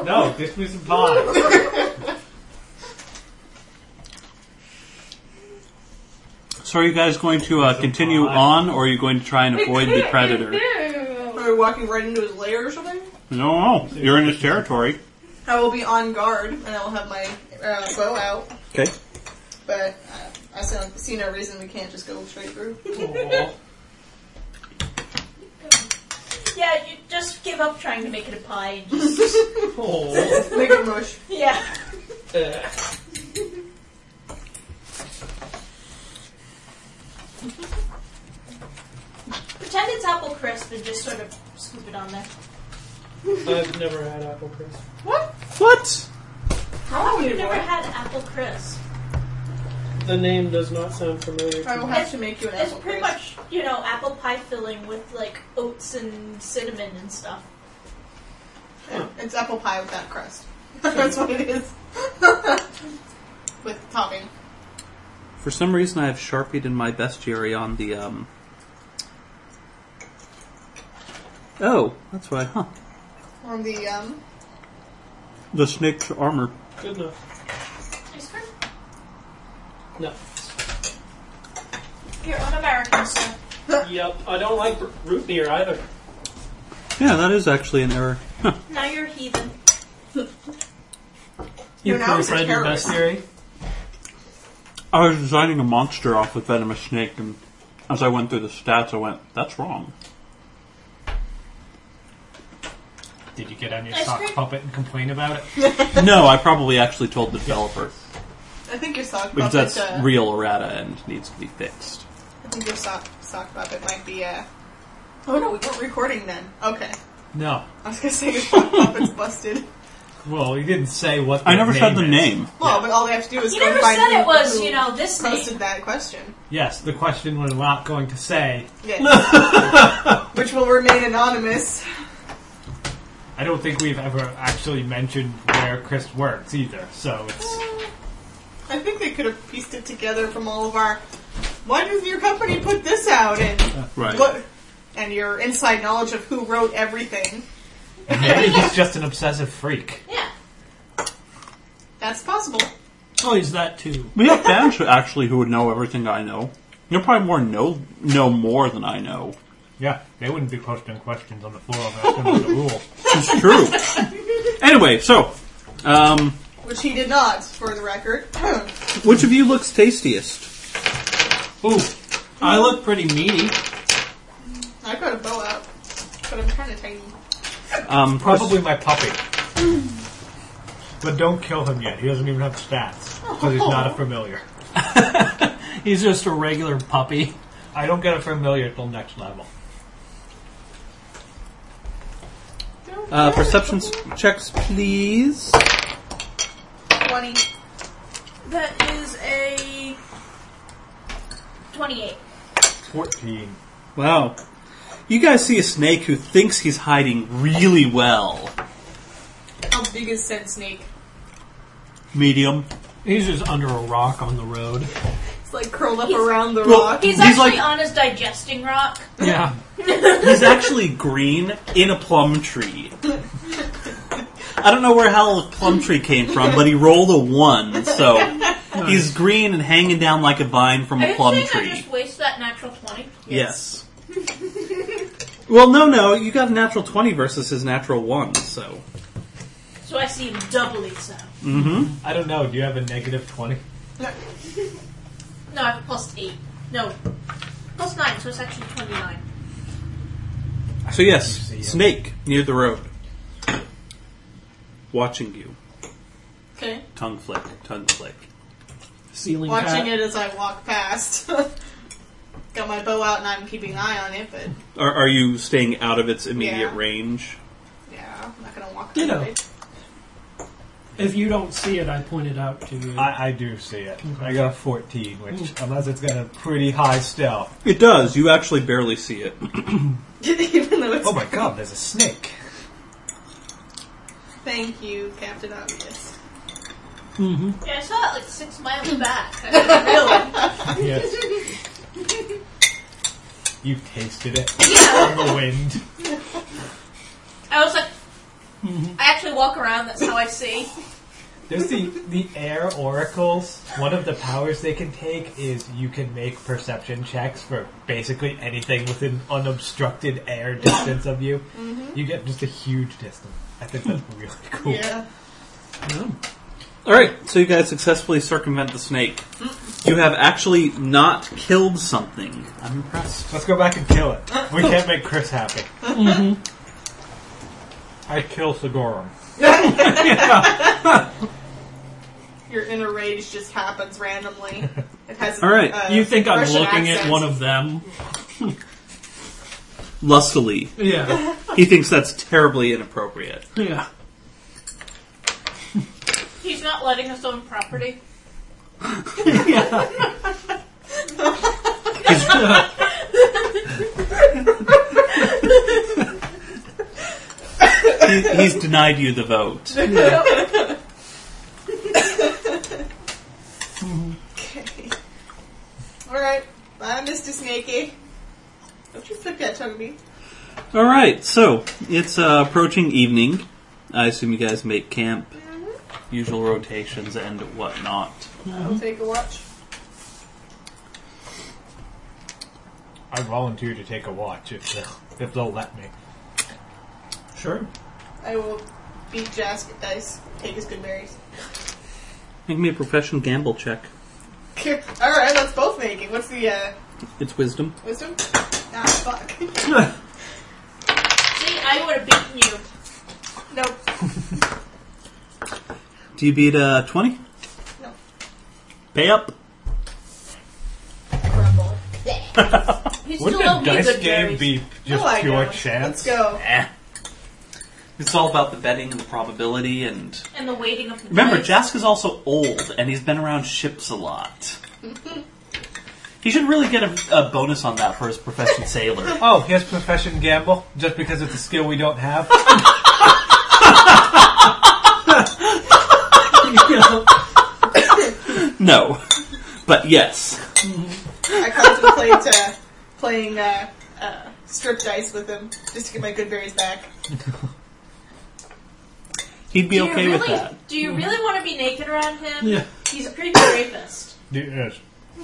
Speaker 4: No, this was pie.
Speaker 2: So are you guys going to uh, continue
Speaker 4: pie.
Speaker 2: on, or are you going to try and avoid the predator?
Speaker 5: Are we walking right into his lair or something?
Speaker 2: No, no, you're in his territory.
Speaker 5: I will be on guard, and I will have my uh, bow out.
Speaker 2: Okay.
Speaker 5: But uh, I see no- see no reason we can't just go straight through.
Speaker 3: Yeah, you just give up trying to make it a pie and just
Speaker 5: Make it mush.
Speaker 3: Yeah.
Speaker 8: Eh,
Speaker 3: Pretend it's apple crisp and just sort of scoop it on there.
Speaker 8: I've never had apple crisp.
Speaker 2: What?
Speaker 3: How have you never had apple crisp?
Speaker 8: The name does not sound familiar.
Speaker 5: I will have to make you an
Speaker 3: It's
Speaker 5: apple
Speaker 3: pretty
Speaker 5: crisp.
Speaker 3: much, you know, apple pie filling with like oats and cinnamon and stuff.
Speaker 5: It's apple pie without crust. That's what it is. With topping.
Speaker 2: For some reason, I have sharpied in my bestiary on the um. Oh, that's right, huh?
Speaker 5: On the um,
Speaker 2: The snake's armor.
Speaker 8: Good enough.
Speaker 3: Ice cream?
Speaker 8: No.
Speaker 3: You're un American, so.
Speaker 8: Yep. I don't like r- root beer either.
Speaker 2: Yeah, that is actually an error. Huh.
Speaker 3: Now you're a heathen.
Speaker 5: You're now a
Speaker 6: proofread your
Speaker 5: terrorist.
Speaker 6: best
Speaker 2: I was designing a monster off with venomous snake, and as I went through the stats, I went, "That's wrong."
Speaker 4: Did you get on your
Speaker 3: Ice
Speaker 4: sock
Speaker 3: cream?
Speaker 4: puppet and complain about it?
Speaker 2: No, I probably actually told the developer
Speaker 5: I think your sock
Speaker 2: because
Speaker 5: puppet.
Speaker 2: that's
Speaker 5: uh,
Speaker 2: real errata and needs to be fixed.
Speaker 5: I think your sock sock puppet might be Uh, oh no, we weren't recording then. Okay,
Speaker 4: No.
Speaker 5: I was gonna say your sock puppet's busted.
Speaker 4: Well, you didn't say what.
Speaker 2: I
Speaker 4: their
Speaker 2: never said the
Speaker 4: is.
Speaker 2: name.
Speaker 5: Well, but all they have to do is
Speaker 3: You
Speaker 5: go
Speaker 3: never
Speaker 5: find
Speaker 3: said
Speaker 5: who-
Speaker 3: it was,
Speaker 5: who
Speaker 3: you know, this thing.
Speaker 5: posted that question.
Speaker 4: Yes, the question was not going to say.
Speaker 5: Yes. Which will remain anonymous.
Speaker 4: I don't think we've ever actually mentioned where Chris works either. So it's
Speaker 5: I think they could have pieced it together from all of our. Why does your company put this out and
Speaker 2: Right.
Speaker 5: what? And your inside knowledge of who wrote everything.
Speaker 4: maybe he's just an obsessive freak.
Speaker 3: Yeah.
Speaker 5: That's possible.
Speaker 6: Oh, he's that too.
Speaker 2: We have fans who actually who would know everything I know. You're probably more know know more than I know.
Speaker 4: Yeah, they wouldn't be posting questions on the floor if that's gonna be the rule.
Speaker 2: It's true. anyway, so um,
Speaker 5: Which he did not, for the record.
Speaker 2: which of you looks tastiest?
Speaker 6: Ooh, I look pretty meaty.
Speaker 5: I got a bow out, but I'm kind of tiny.
Speaker 2: Um,
Speaker 4: Probably my puppy. But don't kill him yet. He doesn't even have stats because he's not a familiar.
Speaker 6: He's just a regular puppy.
Speaker 4: I don't get a familiar till next level.
Speaker 2: uh, perception checks, please.
Speaker 5: Twenty.
Speaker 3: That is a 28.
Speaker 4: Fourteen.
Speaker 2: Wow. You guys see a snake who thinks he's hiding really well.
Speaker 5: How big is said snake?
Speaker 2: Medium.
Speaker 6: He's just under a rock on the road.
Speaker 5: It's like curled up
Speaker 3: He's-
Speaker 5: around the
Speaker 2: Well,
Speaker 5: rock.
Speaker 3: He's
Speaker 2: He's
Speaker 3: actually
Speaker 2: like-
Speaker 3: on his digesting rock.
Speaker 6: Yeah.
Speaker 2: He's actually green in a plum tree. I don't know where hell plum tree came from, but he rolled a one, so he's green and hanging down like a vine from
Speaker 3: Are
Speaker 2: a
Speaker 3: you
Speaker 2: plum
Speaker 3: saying
Speaker 2: tree.
Speaker 3: I just waste that natural 20?
Speaker 2: Yes. well, no, no, you got a natural 20 versus his natural 1, so.
Speaker 3: So I see him doubly so.
Speaker 2: Mm-hmm.
Speaker 4: I don't know. Do you have a negative twenty?
Speaker 3: No, I have a plus 8. No, plus 9, so it's actually 29.
Speaker 2: So, yes, snake near the road. Watching you.
Speaker 5: Okay.
Speaker 2: Tongue flick, tongue flick.
Speaker 6: Ceiling
Speaker 5: Watching
Speaker 6: cat.
Speaker 5: it as I walk past. got my bow out and I'm keeping an eye on it, but
Speaker 2: Are, are you staying out of its immediate
Speaker 5: Yeah.
Speaker 2: range?
Speaker 5: yeah, I'm not gonna walk.
Speaker 6: Ditto.
Speaker 5: that way.
Speaker 6: If you don't see it, I point it out to you.
Speaker 4: I, I do see it. I got a fourteen, which unless it's got a pretty high stealth.
Speaker 2: It does. You actually barely see it.
Speaker 5: Even though it's.
Speaker 4: Oh my god, there's a snake.
Speaker 5: Thank you, Captain Obvious.
Speaker 3: Yeah, I saw it like 6 miles back. I didn't realize.
Speaker 4: Yes. you tasted it from the wind.
Speaker 3: I was like,
Speaker 2: Mm-hmm.
Speaker 3: I actually walk around, that's how I see.
Speaker 4: There's the the air oracles. One of the powers they can take is you can make perception checks for basically anything within unobstructed air distance of you. You get just a huge distance. I think that's really cool.
Speaker 5: Yeah.
Speaker 2: Alright, so you guys successfully circumvent the snake. You have actually not killed something. I'm impressed.
Speaker 4: Let's go back and kill it. We can't make Chris happy.
Speaker 5: Mm-hmm.
Speaker 4: I kill Sigorum.
Speaker 5: Your inner rage just happens randomly. It has.
Speaker 2: All right,
Speaker 5: uh,
Speaker 6: you think I'm
Speaker 5: Russian
Speaker 6: looking
Speaker 5: accent.
Speaker 6: at one of them?
Speaker 2: Lustily,
Speaker 6: Yeah.
Speaker 2: he thinks that's terribly inappropriate.
Speaker 6: yeah.
Speaker 3: He's not letting us own property.
Speaker 2: He- he's denied you the vote.
Speaker 5: Okay. All right. Bye, Mr. Snakey. Don't you flip that tongue, me.
Speaker 2: All right, so it's uh, approaching evening. I assume you guys make camp,
Speaker 6: Mm-hmm.
Speaker 2: usual rotations and whatnot.
Speaker 5: I'll take a watch.
Speaker 4: I volunteer to take a watch if they'll, if they'll let me.
Speaker 6: Sure.
Speaker 5: I will beat Jask at dice. Take his good berries.
Speaker 2: Make me a profession gamble check.
Speaker 5: All right, let's both make it. What's the uh,
Speaker 2: It's wisdom.
Speaker 5: wisdom? Ah, fuck.
Speaker 3: See, I would have beaten you.
Speaker 5: Nope.
Speaker 2: Do you beat a 20?
Speaker 5: No.
Speaker 2: Pay up.
Speaker 3: Grumble. You still
Speaker 4: Wouldn't
Speaker 3: owe
Speaker 4: a
Speaker 3: me a
Speaker 4: dice
Speaker 3: good
Speaker 4: game
Speaker 3: berries.
Speaker 4: be just
Speaker 5: Oh, I
Speaker 4: pure
Speaker 5: know. Let's
Speaker 4: chance?
Speaker 5: go.
Speaker 2: Eh. It's all about the betting and the probability and.
Speaker 3: And the waiting of the
Speaker 2: Remember,
Speaker 3: dice.
Speaker 2: Jaska's also old, and he's been around ships a lot. he should really get a, a bonus on that for his profession sailor.
Speaker 4: Oh, he has profession gamble just because it's a skill we don't have.
Speaker 2: No. But yes.
Speaker 5: I contemplate uh, playing uh, uh, strip dice with him just to get my good berries back.
Speaker 2: He'd be
Speaker 3: Do you
Speaker 2: okay with
Speaker 3: really-
Speaker 2: that.
Speaker 3: Do you really want to be naked around him?
Speaker 6: Yeah.
Speaker 3: He's a creepy rapist.
Speaker 4: yes.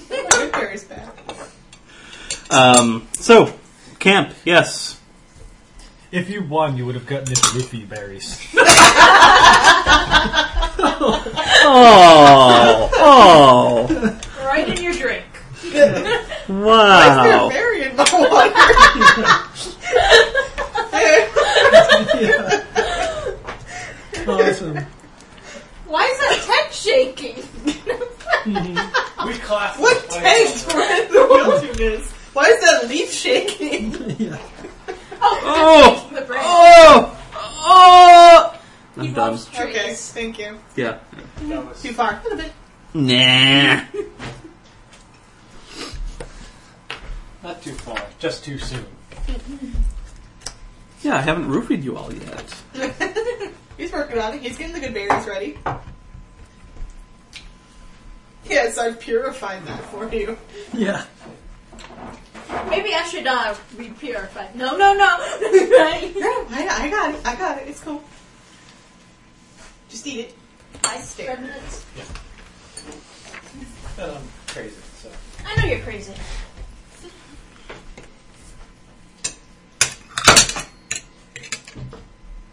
Speaker 5: Get my good berries back.
Speaker 2: Um, so, camp, yes.
Speaker 4: If you won, you would have gotten his roofie berries.
Speaker 2: Oh, oh,
Speaker 3: Right in your drink.
Speaker 5: They're
Speaker 2: wow.
Speaker 5: very in my water.
Speaker 6: Awesome.
Speaker 3: Why is that tent shaking?
Speaker 1: We class.
Speaker 5: what tanks were in the wilderness? Why is that leaf shaking?
Speaker 2: Oh,
Speaker 3: The brain.
Speaker 2: oh, oh.
Speaker 3: he
Speaker 2: I'm done.
Speaker 3: loves
Speaker 5: Okay,
Speaker 3: trees.
Speaker 5: thank you.
Speaker 2: Yeah.
Speaker 5: Too far. A little bit.
Speaker 2: Nah.
Speaker 1: Not too far, just too soon.
Speaker 2: Yeah, I haven't roofied you all yet.
Speaker 5: He's working on it. He's getting the good berries ready. Yes, I've purified that for you.
Speaker 6: Yeah.
Speaker 3: Maybe I should uh, repurify. No, no, no.
Speaker 5: No, I, I got it. I got it. It's cool. Just eat it.
Speaker 3: I remnants.
Speaker 1: But I'm crazy, so.
Speaker 3: I know you're crazy.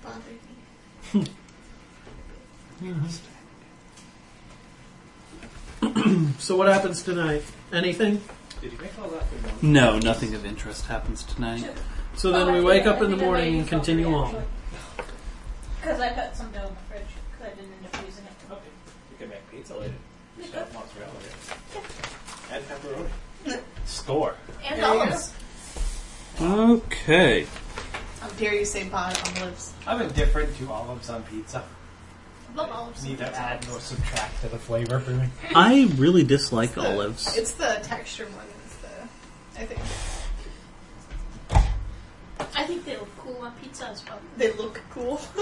Speaker 5: Bother me.
Speaker 6: So what happens tonight? Anything?
Speaker 1: Did you make all that for one?
Speaker 2: No, nothing of interest happens tonight.
Speaker 6: So then we wake up in the morning and continue on.
Speaker 3: Because I put some dough in the fridge. Because I didn't end up using it.
Speaker 1: Okay. You can make pizza later. Just add mozzarella. Add pepperoni.
Speaker 4: Score.
Speaker 3: And
Speaker 5: There you
Speaker 3: olives.
Speaker 2: Okay.
Speaker 5: How dare you say bot on the lips?
Speaker 1: I'm indifferent to olives on pizza.
Speaker 3: Love olives.
Speaker 1: Neither add nor subtract to the flavor for me.
Speaker 2: I really dislike olives.
Speaker 5: It's the texture one. It's the, I think
Speaker 3: I think they look cool on pizza as well.
Speaker 5: they look cool.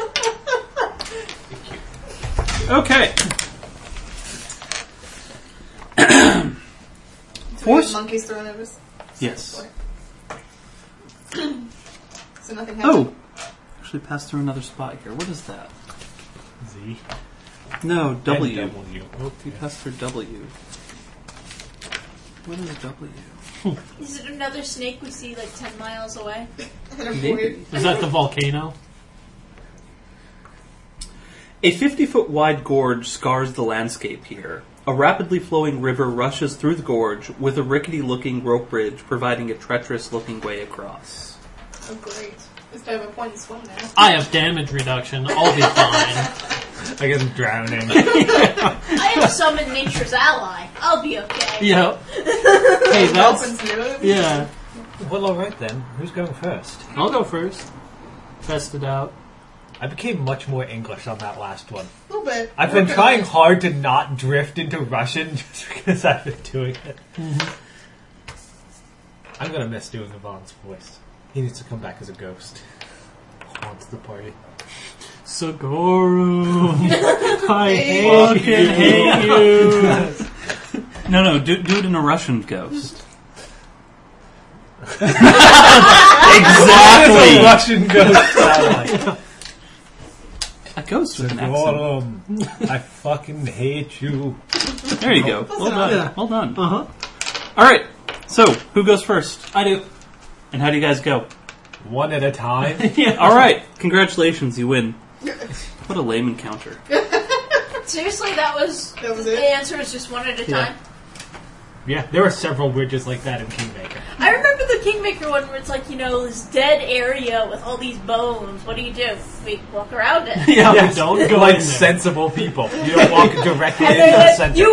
Speaker 2: Okay.
Speaker 5: So we
Speaker 2: Force-
Speaker 5: have monkeys thrown at us.
Speaker 2: Yes.
Speaker 5: So nothing happened.
Speaker 2: Oh, actually, passed through another spot here. What is that?
Speaker 4: Z.
Speaker 2: No, W.
Speaker 4: W.
Speaker 2: Oh, you passed through W. What is W?
Speaker 3: Is it another snake we see like 10 miles away?
Speaker 2: Maybe.
Speaker 6: Is that the volcano?
Speaker 2: A 50 foot wide gorge scars the landscape here. A rapidly flowing river rushes through the gorge with a rickety looking rope bridge providing a treacherous looking way across.
Speaker 5: Oh, great. Just have a point and swim now.
Speaker 6: I have damage reduction. I'll be fine.
Speaker 4: I guess I'm drowning.
Speaker 3: I have summoned nature's ally. I'll be okay.
Speaker 6: Yeah. Hey, that's
Speaker 5: Dolphins knew it.
Speaker 6: yeah.
Speaker 4: well, alright then. Who's going first?
Speaker 6: I'll go first. Test it out.
Speaker 4: I became much more English on that last one.
Speaker 5: A little bit.
Speaker 4: I've been
Speaker 5: Working
Speaker 4: trying
Speaker 5: on it.
Speaker 4: hard to not drift into Russian just because I've been doing it. Mm-hmm. I'm gonna miss doing Yvonne's voice. He needs to come back as a ghost. Haunts the party.
Speaker 6: Sagoru. I
Speaker 5: Hey.
Speaker 6: hate you. hate you.
Speaker 2: No, no, do, do it in a Russian ghost.
Speaker 4: It's a
Speaker 2: exactly!
Speaker 4: Russian ghost. sound like.
Speaker 2: A ghost with an accent.
Speaker 4: Gorum, I fucking hate you.
Speaker 2: There you go. Well done.
Speaker 6: Yeah.
Speaker 2: Well done.
Speaker 6: Uh huh.
Speaker 2: All right. So, who goes first?
Speaker 6: I do.
Speaker 2: And how do you guys go?
Speaker 4: One at a time.
Speaker 6: Yeah.
Speaker 2: All right. Congratulations, you win. What a lame encounter.
Speaker 3: Seriously, that was,
Speaker 5: That was
Speaker 3: the
Speaker 5: it.
Speaker 3: answer is just one at a
Speaker 6: Yeah.
Speaker 3: time.
Speaker 4: Yeah, there were several bridges like that in Kingmaker.
Speaker 5: I remember the
Speaker 3: Kingmaker one where it's like, you know, this dead area with all these bones. What do you do? We walk around it.
Speaker 6: yeah, we
Speaker 4: Yes,
Speaker 6: don't go
Speaker 4: like
Speaker 6: in there.
Speaker 4: sensible people. You don't walk directly
Speaker 3: And
Speaker 4: into
Speaker 3: they're
Speaker 4: the
Speaker 3: like,
Speaker 4: center.
Speaker 3: you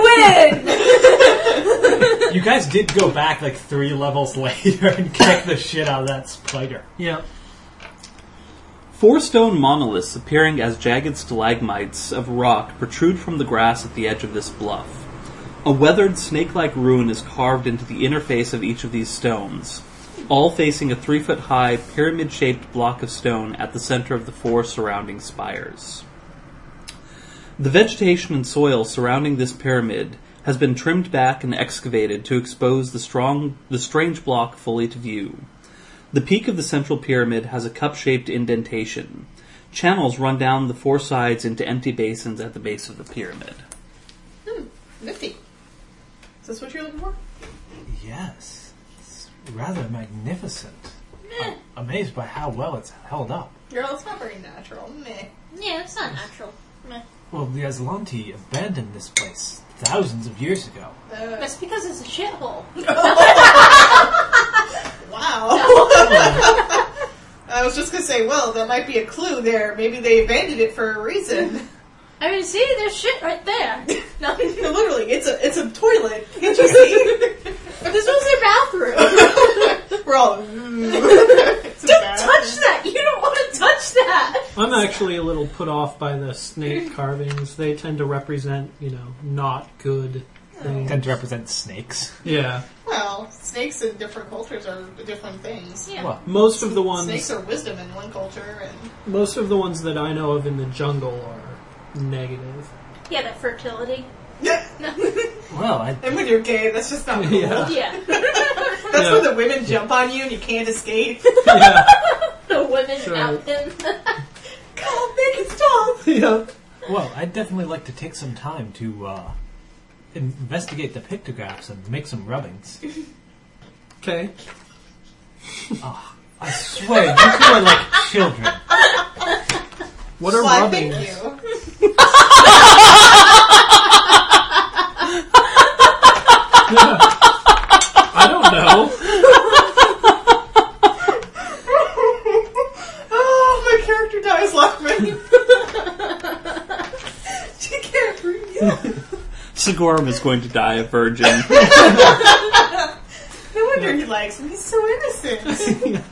Speaker 3: win!
Speaker 4: You guys did go back like three levels later and kick the shit out of that spider.
Speaker 6: Yeah.
Speaker 2: Four stone monoliths appearing as jagged stalagmites of rock protrude from the grass at the edge of this bluff. A weathered snake like ruin is carved into the inner face of each of these stones, all facing a three foot high, pyramid shaped block of stone at the center of the four surrounding spires. The vegetation and soil surrounding this pyramid has been trimmed back and excavated to expose the strong the strange block fully to view. The peak of the central pyramid has a cup-shaped indentation. Channels run down the four sides into empty basins at the base of the pyramid.
Speaker 5: Nifty. Is this what you're looking for?
Speaker 4: Yes, it's rather magnificent.
Speaker 3: Meh.
Speaker 4: Amazed by how well it's held up.
Speaker 5: Girl, it's not very natural. Meh.
Speaker 3: Yeah, it's not natural. Meh.
Speaker 4: Well, the Aslanti abandoned this place thousands of years ago.
Speaker 5: Uh,
Speaker 3: That's because it's a shithole.
Speaker 5: wow. I was just gonna say, well, that might be a clue there. Maybe they abandoned it for a reason.
Speaker 3: I mean, see, there's shit right there.
Speaker 5: no, literally, it's a it's a toilet. Can't you see?
Speaker 3: This was their bathroom.
Speaker 5: We're all.
Speaker 3: Don't touch that! You don't want to touch that!
Speaker 7: I'm actually a little put off by the snake carvings. They tend to represent, you know, not good things.
Speaker 4: Tend to represent snakes.
Speaker 7: Yeah.
Speaker 5: Well, snakes in different cultures are different things.
Speaker 3: Yeah.
Speaker 4: Well,
Speaker 7: Most of the ones
Speaker 5: Snakes are wisdom in one culture, and
Speaker 7: most of the ones that I know of in the jungle are negative.
Speaker 3: Yeah, that fertility.
Speaker 4: well, I,
Speaker 5: and when you're gay, that's just not cool.
Speaker 7: Yeah.
Speaker 3: Yeah.
Speaker 5: That's
Speaker 7: Yeah.
Speaker 5: when the women jump on you and you can't escape.
Speaker 7: yeah.
Speaker 3: the women
Speaker 7: Sure.
Speaker 3: out in
Speaker 5: Come, big and tall.
Speaker 7: yeah.
Speaker 4: well, I'd definitely like to take some time to uh, investigate the pictographs and make some rubbings.
Speaker 7: Okay.
Speaker 4: I swear, you two are like children.
Speaker 7: What are
Speaker 5: Why,
Speaker 7: rubbings?
Speaker 5: thank you.
Speaker 7: I don't know.
Speaker 5: oh, my character dies laughing. she can't breathe.
Speaker 2: Sigorum is going to die a virgin.
Speaker 5: No wonder he likes him. He's so innocent.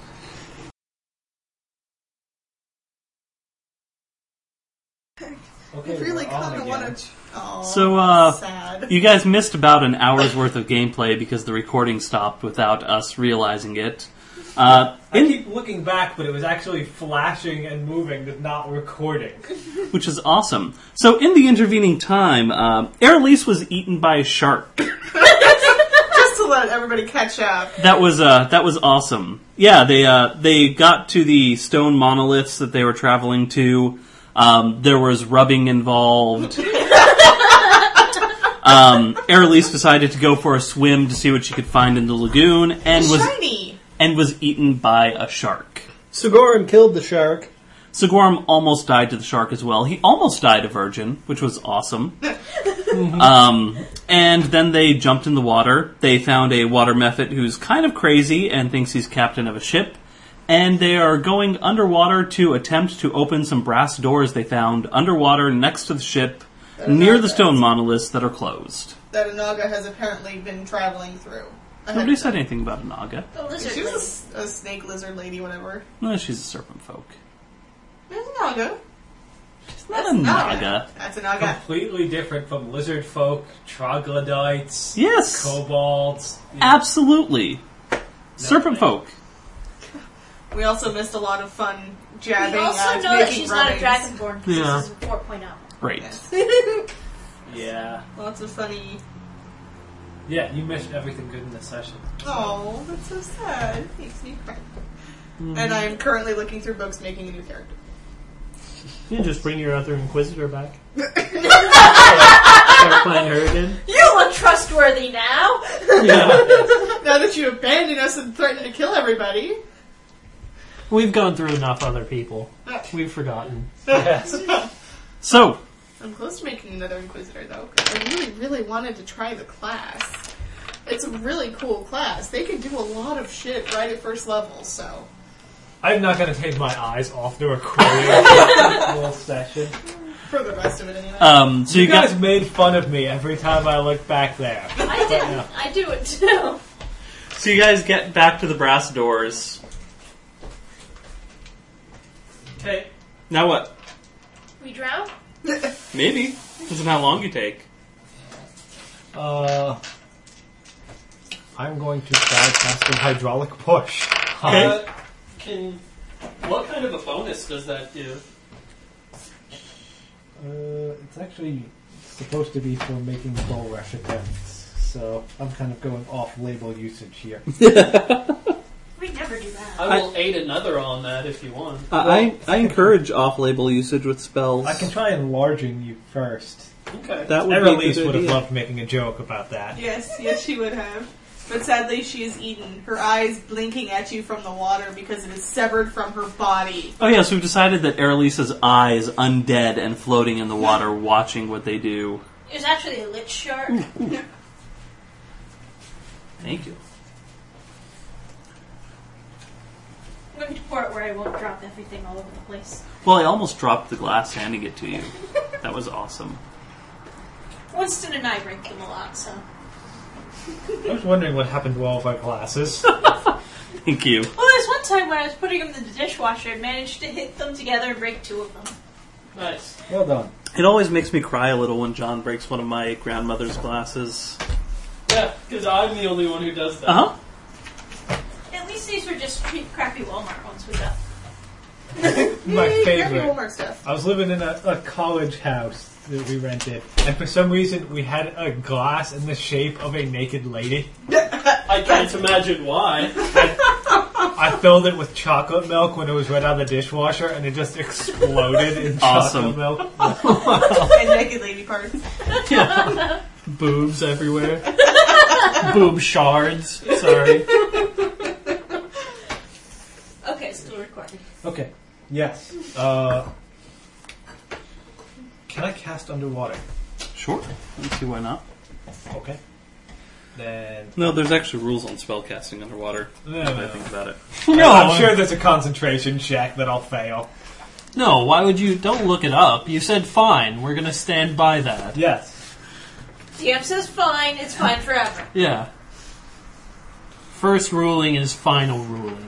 Speaker 8: Okay,
Speaker 5: He really
Speaker 8: we're on
Speaker 5: kind of
Speaker 8: again.
Speaker 5: want to. Oh,
Speaker 2: so, uh,
Speaker 5: sad.
Speaker 2: you guys missed about an hour's worth of gameplay because the recording stopped without us realizing it. Uh,
Speaker 4: I keep looking back, but it was actually flashing and moving, but not recording.
Speaker 2: which is awesome. So, in the intervening time, uh, Airlease was eaten by a shark.
Speaker 5: Just to let everybody catch up.
Speaker 2: That was uh, that was awesome. Yeah, they uh, they got to the stone monoliths that they were traveling to. Um, there was rubbing involved. um, Airlease decided to go for a swim to see what she could find in the lagoon, and was
Speaker 5: Shiny.
Speaker 2: and was eaten by a shark.
Speaker 7: Sigorum killed the shark.
Speaker 2: Sigorum almost died to the shark as well. He almost died a virgin, which was awesome. um, and then they jumped in the water. They found a water method who's kind of crazy and thinks he's captain of a ship. And they are going underwater to attempt to open some brass doors they found underwater next to the ship, near the stone monoliths that are closed.
Speaker 5: That Anaga has apparently been traveling through.
Speaker 2: Nobody said anything about a Naga.
Speaker 3: the lizard
Speaker 5: She was a
Speaker 3: lady.
Speaker 5: s- a, snake lizard lady, whatever.
Speaker 2: No, she's a serpent folk.
Speaker 5: There's Anaga.
Speaker 2: She's not a Naga.
Speaker 5: That's Anaga.
Speaker 8: Completely different from lizard folk, troglodytes,
Speaker 2: Yes,
Speaker 8: kobolds.
Speaker 2: absolutely. Serpent folk.
Speaker 5: We also missed a lot of fun
Speaker 3: We
Speaker 5: jabbing.
Speaker 3: also
Speaker 5: uh,
Speaker 3: know that
Speaker 5: making
Speaker 3: she's
Speaker 5: rubbings.
Speaker 3: not a oh. dragonborn because
Speaker 7: Yeah.
Speaker 3: this is 4.0.
Speaker 2: Great.
Speaker 8: Yeah.
Speaker 5: Lots of funny.
Speaker 8: Yeah, you missed everything good in this session.
Speaker 5: Oh, that's so sad. It makes me cry. And I am currently looking through books, making a new character.
Speaker 7: You just bring your other Inquisitor back. Start playing her again.
Speaker 3: You look trustworthy now!
Speaker 7: Yeah.
Speaker 5: Now that you abandoned us and threatened to kill everybody,
Speaker 7: We've gone through enough other people. We've forgotten.
Speaker 2: So,
Speaker 5: I'm close to making another Inquisitor though. 'cause I really, really wanted to try the class. It's a really cool class. They can do a lot of shit right at first level, so.
Speaker 4: I'm not going to take my eyes off the recording whole session.
Speaker 5: For the rest of it, anyway.
Speaker 2: Um, so you,
Speaker 4: You guys
Speaker 2: got
Speaker 4: made fun of me every time I look back there.
Speaker 3: I didn't. I do it too.
Speaker 2: so you guys get back to the brass doors.
Speaker 6: Okay.
Speaker 2: Now what?
Speaker 3: We drown?
Speaker 2: Maybe depends on how long you take.
Speaker 4: Uh, I'm going to try casting hydraulic push.
Speaker 2: Okay.
Speaker 6: Uh, can what kind of a bonus does that do?
Speaker 4: Uh, it's actually supposed to be for making bull rush attempts, so I'm kind of going off-label usage here.
Speaker 3: We never do that.
Speaker 6: I will aid another on that if you want.
Speaker 2: I I encourage off-label usage with spells.
Speaker 4: I can try enlarging you first.
Speaker 6: Okay.
Speaker 2: That would be a
Speaker 4: Erelise
Speaker 2: good
Speaker 4: would have
Speaker 2: idea.
Speaker 4: loved making a joke about that.
Speaker 5: Yes, yes, she would have. But sadly, she is eaten, her eyes blinking at you from the water because it is severed from her body.
Speaker 2: Oh yeah, so we've decided that Erelisa's eyes undead and floating in the water, watching what they do.
Speaker 3: It was actually a lich shark.
Speaker 2: Thank you.
Speaker 3: I'm going to pour it where I won't drop everything all over the place.
Speaker 2: Well, I almost dropped the glass handing it to you. That was awesome.
Speaker 3: Winston and I drink them a lot, so.
Speaker 4: I was wondering what happened to all of our glasses.
Speaker 2: Thank you.
Speaker 3: Well, there's one time when I was putting them in the dishwasher and managed to hit them together and break two of them.
Speaker 6: Nice.
Speaker 4: well done.
Speaker 2: It always makes me cry a little when John breaks one of my grandmother's glasses.
Speaker 6: Yeah, because I'm the only one who does that.
Speaker 2: Uh huh.
Speaker 3: At least these were just cheap, crappy Walmart ones we got.
Speaker 4: My
Speaker 5: Yay, grab your
Speaker 4: favorite.
Speaker 5: Walmart stuff.
Speaker 4: I was living in a, a college house that we rented, and for some reason we had a glass in the shape of a naked lady.
Speaker 6: I can't imagine why.
Speaker 4: I filled it with chocolate milk when it was right out of the dishwasher, and it just exploded in
Speaker 2: Awesome.
Speaker 4: chocolate milk.
Speaker 5: and naked lady parts.
Speaker 6: Boobs everywhere. Boob shards. Sorry.
Speaker 3: Okay, still recording.
Speaker 4: Okay. Yes. Uh, can I cast underwater?
Speaker 2: Sure. Let's see why not.
Speaker 4: Okay. Then
Speaker 2: No, there's actually rules on spellcasting underwater.
Speaker 4: No,
Speaker 2: Now that
Speaker 4: no,
Speaker 2: I
Speaker 4: no.
Speaker 2: think about it.
Speaker 4: no, I'm sure there's a concentration check that I'll fail.
Speaker 6: No, why would you? Don't look it up. You said fine. We're gonna stand by that.
Speaker 4: Yes.
Speaker 3: DM says fine, it's fine forever.
Speaker 6: Yeah. First ruling is final ruling.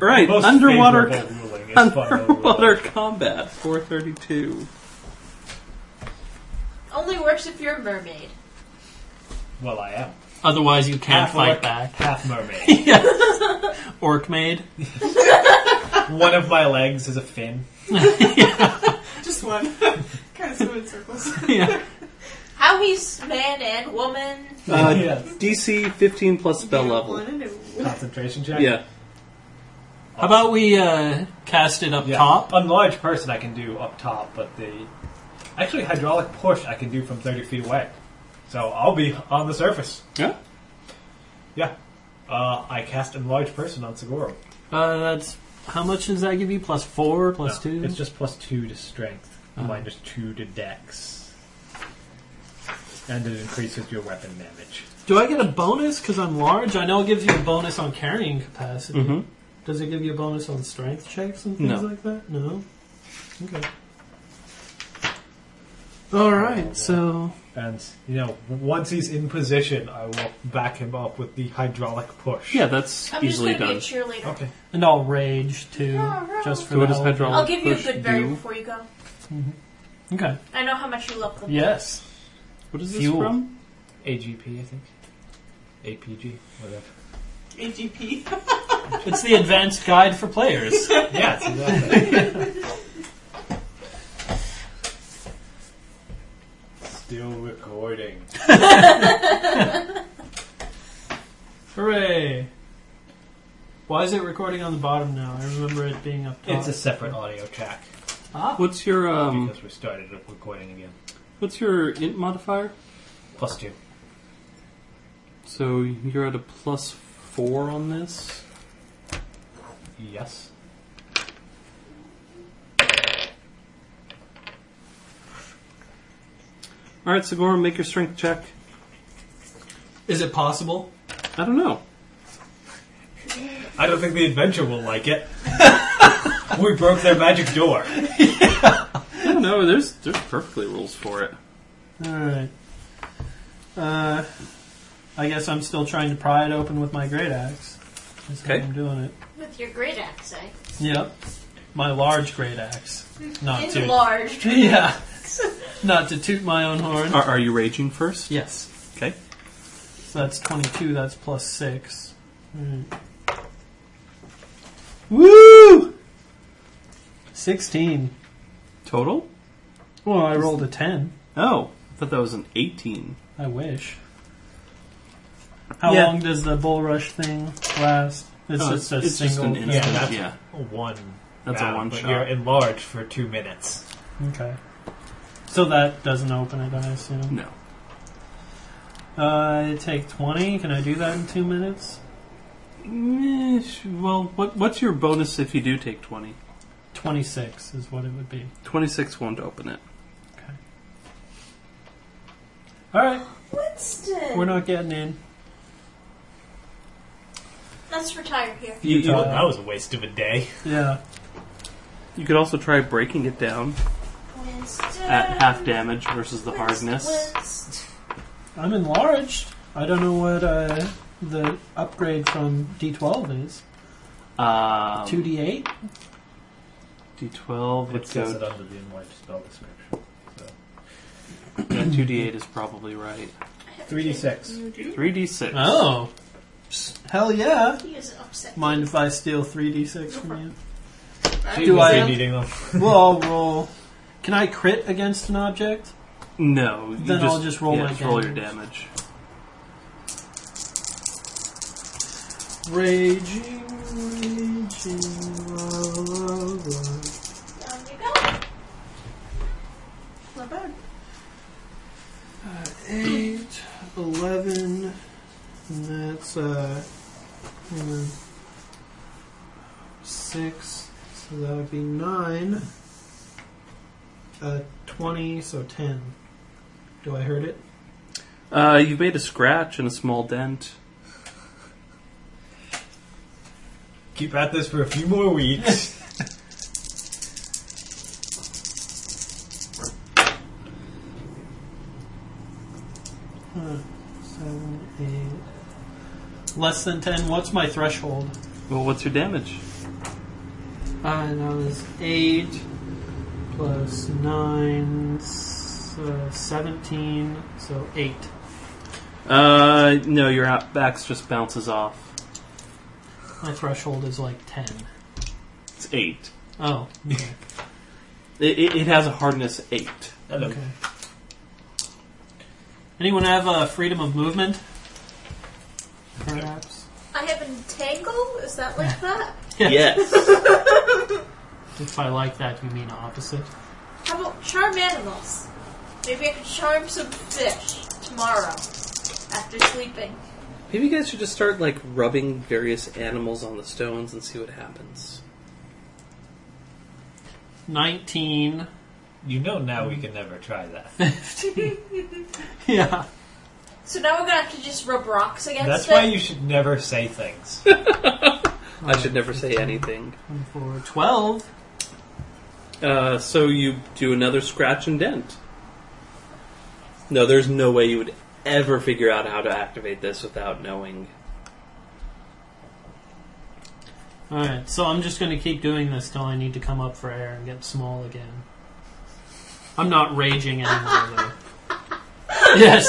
Speaker 2: All right,
Speaker 4: Most
Speaker 2: underwater
Speaker 4: favorable ruling is
Speaker 2: underwater combat 432.
Speaker 3: Only works if you're a mermaid.
Speaker 4: Well, I am
Speaker 6: Otherwise, you can't
Speaker 4: half
Speaker 6: fight
Speaker 4: orc,
Speaker 6: back.
Speaker 4: half mermaid.
Speaker 6: Orc maid.
Speaker 4: One of my legs is a fin.
Speaker 5: Just one. kind of swim in circles.
Speaker 6: yeah.
Speaker 3: How he's man and woman.
Speaker 2: Uh,
Speaker 4: Yes.
Speaker 2: DC 15 plus spell
Speaker 5: You
Speaker 2: level.
Speaker 5: wanna know.
Speaker 4: Concentration check.
Speaker 2: Yeah.
Speaker 6: How about we uh, cast it up
Speaker 4: Yeah.
Speaker 6: top?
Speaker 4: On large person, I can do up top, but the actually hydraulic push I can do from 30 feet away. So I'll be on the surface.
Speaker 2: Yeah.
Speaker 4: Yeah. Uh, I cast enlarge person on Segoro.
Speaker 6: Uh, that's how much does that give you? Plus four, plus
Speaker 4: No,
Speaker 6: two.
Speaker 4: It's just plus two to strength,
Speaker 6: Uh-huh.
Speaker 4: minus two to dex, and it increases your weapon damage.
Speaker 6: Do I get a bonus because I'm large? I know it gives you a bonus on carrying capacity.
Speaker 2: Mhm.
Speaker 6: Does it give you a bonus on strength checks and
Speaker 2: No.
Speaker 6: things like that? No. Okay. All right. So
Speaker 4: And you know, w- once he's in position, I will back him up with the hydraulic push.
Speaker 2: Yeah, that's
Speaker 3: I'm
Speaker 2: easily
Speaker 3: just gonna
Speaker 2: done.
Speaker 3: be a cheerleader.
Speaker 4: Okay.
Speaker 6: and I'll rage too,
Speaker 3: Alright.
Speaker 6: just for
Speaker 2: So what
Speaker 6: the
Speaker 2: does
Speaker 6: hell of it.
Speaker 2: hydraulic
Speaker 3: I'll give you a
Speaker 2: Oh, push
Speaker 3: good berry
Speaker 2: do?
Speaker 3: before you go.
Speaker 6: Okay.
Speaker 3: I know how much you love them.
Speaker 6: Yes.
Speaker 2: What is this
Speaker 6: Fuel.
Speaker 2: from?
Speaker 4: AGP, I think. APG, whatever.
Speaker 5: AGP.
Speaker 6: It's the advanced guide for players.
Speaker 4: yes, exactly. Still recording.
Speaker 6: Hooray! Why is it recording on the bottom now? I remember it being up top.
Speaker 4: It's a separate audio track
Speaker 6: ah.
Speaker 2: What's your um?
Speaker 4: because we started up recording again.
Speaker 2: What's your int modifier?
Speaker 4: Plus two.
Speaker 2: So you're at a plus four on this.
Speaker 4: Yes.
Speaker 2: All right, Segor, make your strength check.
Speaker 6: Is it possible?
Speaker 2: I don't know.
Speaker 4: I don't think the adventure will like it. we broke their magic door.
Speaker 2: I don't know. There's there's perfectly rules for it.
Speaker 6: All right. Uh, I guess I'm still trying to pry it open with my great axe. That's how
Speaker 2: Okay.
Speaker 6: I'm doing it.
Speaker 3: With your great axe, eh?
Speaker 6: Yep. My large great axe.
Speaker 2: Ah,
Speaker 6: Not too.
Speaker 3: Enlarged.
Speaker 6: yeah. Not to toot my own horn.
Speaker 2: Are, are you raging first?
Speaker 6: Yes.
Speaker 2: Okay.
Speaker 6: So that's 22, that's plus 6.
Speaker 2: Hmm.
Speaker 6: Woo! 16.
Speaker 2: Total?
Speaker 6: Well, I rolled a 10.
Speaker 2: Oh, I thought that was an 18.
Speaker 6: I wish. How
Speaker 2: Yeah.
Speaker 6: long does the bull rush thing last? It's
Speaker 2: Oh,
Speaker 6: just a single.
Speaker 2: an instant.
Speaker 4: Yeah,
Speaker 2: Yeah,
Speaker 4: that's- One.
Speaker 2: that's
Speaker 4: round,
Speaker 2: a one
Speaker 4: but
Speaker 2: shot.
Speaker 4: You're enlarged for two minutes.
Speaker 6: okay. So that doesn't open it, I assume.
Speaker 2: No.
Speaker 6: Uh, I take 20. Can I do that in two minutes?
Speaker 2: Eh, sh- Well, what, what's your bonus if you do take 20?
Speaker 6: 26 is what it would be.
Speaker 2: 26 won't open it.
Speaker 6: Alright,
Speaker 3: Winston!
Speaker 6: we're not getting in.
Speaker 3: Let's retire here.
Speaker 2: You,
Speaker 4: Well,
Speaker 2: you,
Speaker 4: that was a waste of a day.
Speaker 6: Yeah.
Speaker 2: you could also try breaking it down
Speaker 3: Winston!
Speaker 2: at half damage versus the hardness.
Speaker 3: Winston.
Speaker 6: I'm enlarged. I don't know what uh, the upgrade from D12 is.
Speaker 2: Um,
Speaker 6: 2D8?
Speaker 2: D12
Speaker 4: It
Speaker 2: would
Speaker 4: says
Speaker 2: go.
Speaker 4: it under the enlarged spell description.
Speaker 2: yeah, 2D8 is probably right.
Speaker 4: 3d6.
Speaker 3: You do?
Speaker 2: 3D6.
Speaker 6: Oh. Hell yeah.
Speaker 3: He is upset.
Speaker 6: Mind if I steal 3D6 from you?
Speaker 4: You
Speaker 6: Do
Speaker 4: must be
Speaker 6: I-
Speaker 4: needing them.
Speaker 6: Well, I'll roll. Can I crit against an object?
Speaker 2: No. you
Speaker 6: Then I'll just roll
Speaker 2: yeah,
Speaker 6: my
Speaker 2: just roll your damage.
Speaker 6: damage. Raging, raging, la, la, la.
Speaker 3: Down you go.
Speaker 5: Not bad.
Speaker 6: 8, 11, and that's, uh, hang on. 6, so that would be 9, uh, 20, so 10. Do I hurt it?
Speaker 2: Uh, you made a scratch and a small dent.
Speaker 4: Keep at this for a few more weeks.
Speaker 6: Uh, 7, 8. Less than 10, what's my threshold?
Speaker 2: Well, what's your damage?
Speaker 6: Uh, that was 8 plus 9, so 17, so 8.
Speaker 2: Uh, no, your out- backs just bounces off.
Speaker 6: My threshold is like 10.
Speaker 2: It's eight.
Speaker 6: Oh, okay.
Speaker 2: It, it, it has a hardness eight.
Speaker 4: Hello.
Speaker 6: Okay. Anyone have uh, freedom of movement? Perhaps.
Speaker 3: I have entangle? Is that like that?
Speaker 2: Yes.
Speaker 6: If I like that, you mean opposite.
Speaker 3: How about charm animals? Maybe I could charm some fish tomorrow after sleeping.
Speaker 2: Maybe you guys should just start like rubbing various animals on the stones and see what happens.
Speaker 6: Nineteen.
Speaker 4: You know now we can never try that.
Speaker 6: Yeah.
Speaker 3: So now we're gonna have to just rub rocks against
Speaker 4: That's
Speaker 3: it.
Speaker 4: why you should never say things.
Speaker 2: I should never say anything.
Speaker 6: Twenty-four. Twelve.
Speaker 2: Uh, so you do another scratch and dent. No, there's no way you would ever figure out how to activate this without knowing.
Speaker 6: All right. So I'm just going to keep doing this till I need to come up for air and get small again. I'm not raging anymore though. yes.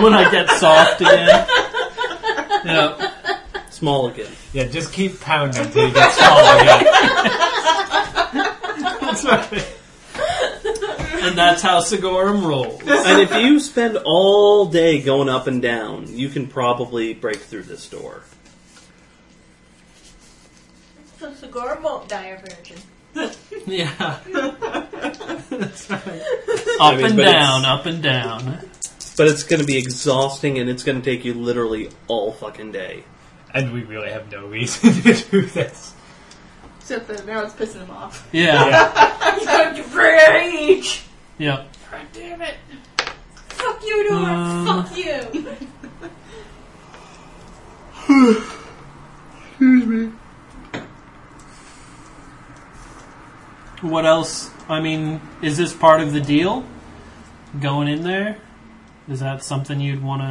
Speaker 6: When I get soft again. Yeah.
Speaker 2: Small again.
Speaker 4: Yeah, just keep pounding until you get smaller. Yeah.
Speaker 6: And that's how Sigorum rolls.
Speaker 2: and if you spend all day going up and down, you can probably break through this door.
Speaker 3: So Sigorum won't die a virgin.
Speaker 6: Yeah.
Speaker 2: I
Speaker 6: Up
Speaker 2: mean, but it's-
Speaker 6: and down, up and down.
Speaker 2: But it's going to be exhausting, and it's going to take you literally all fucking day.
Speaker 4: And we really have no reason to do this.
Speaker 5: Except that now it's pissing him off.
Speaker 6: Yeah.
Speaker 3: He's going to rage!
Speaker 6: Yep.
Speaker 3: God damn it. Fuck you, Nora.
Speaker 6: Um.
Speaker 3: Fuck you.
Speaker 6: What else? I mean, is this part of the deal? Going in there? Is that something you'd want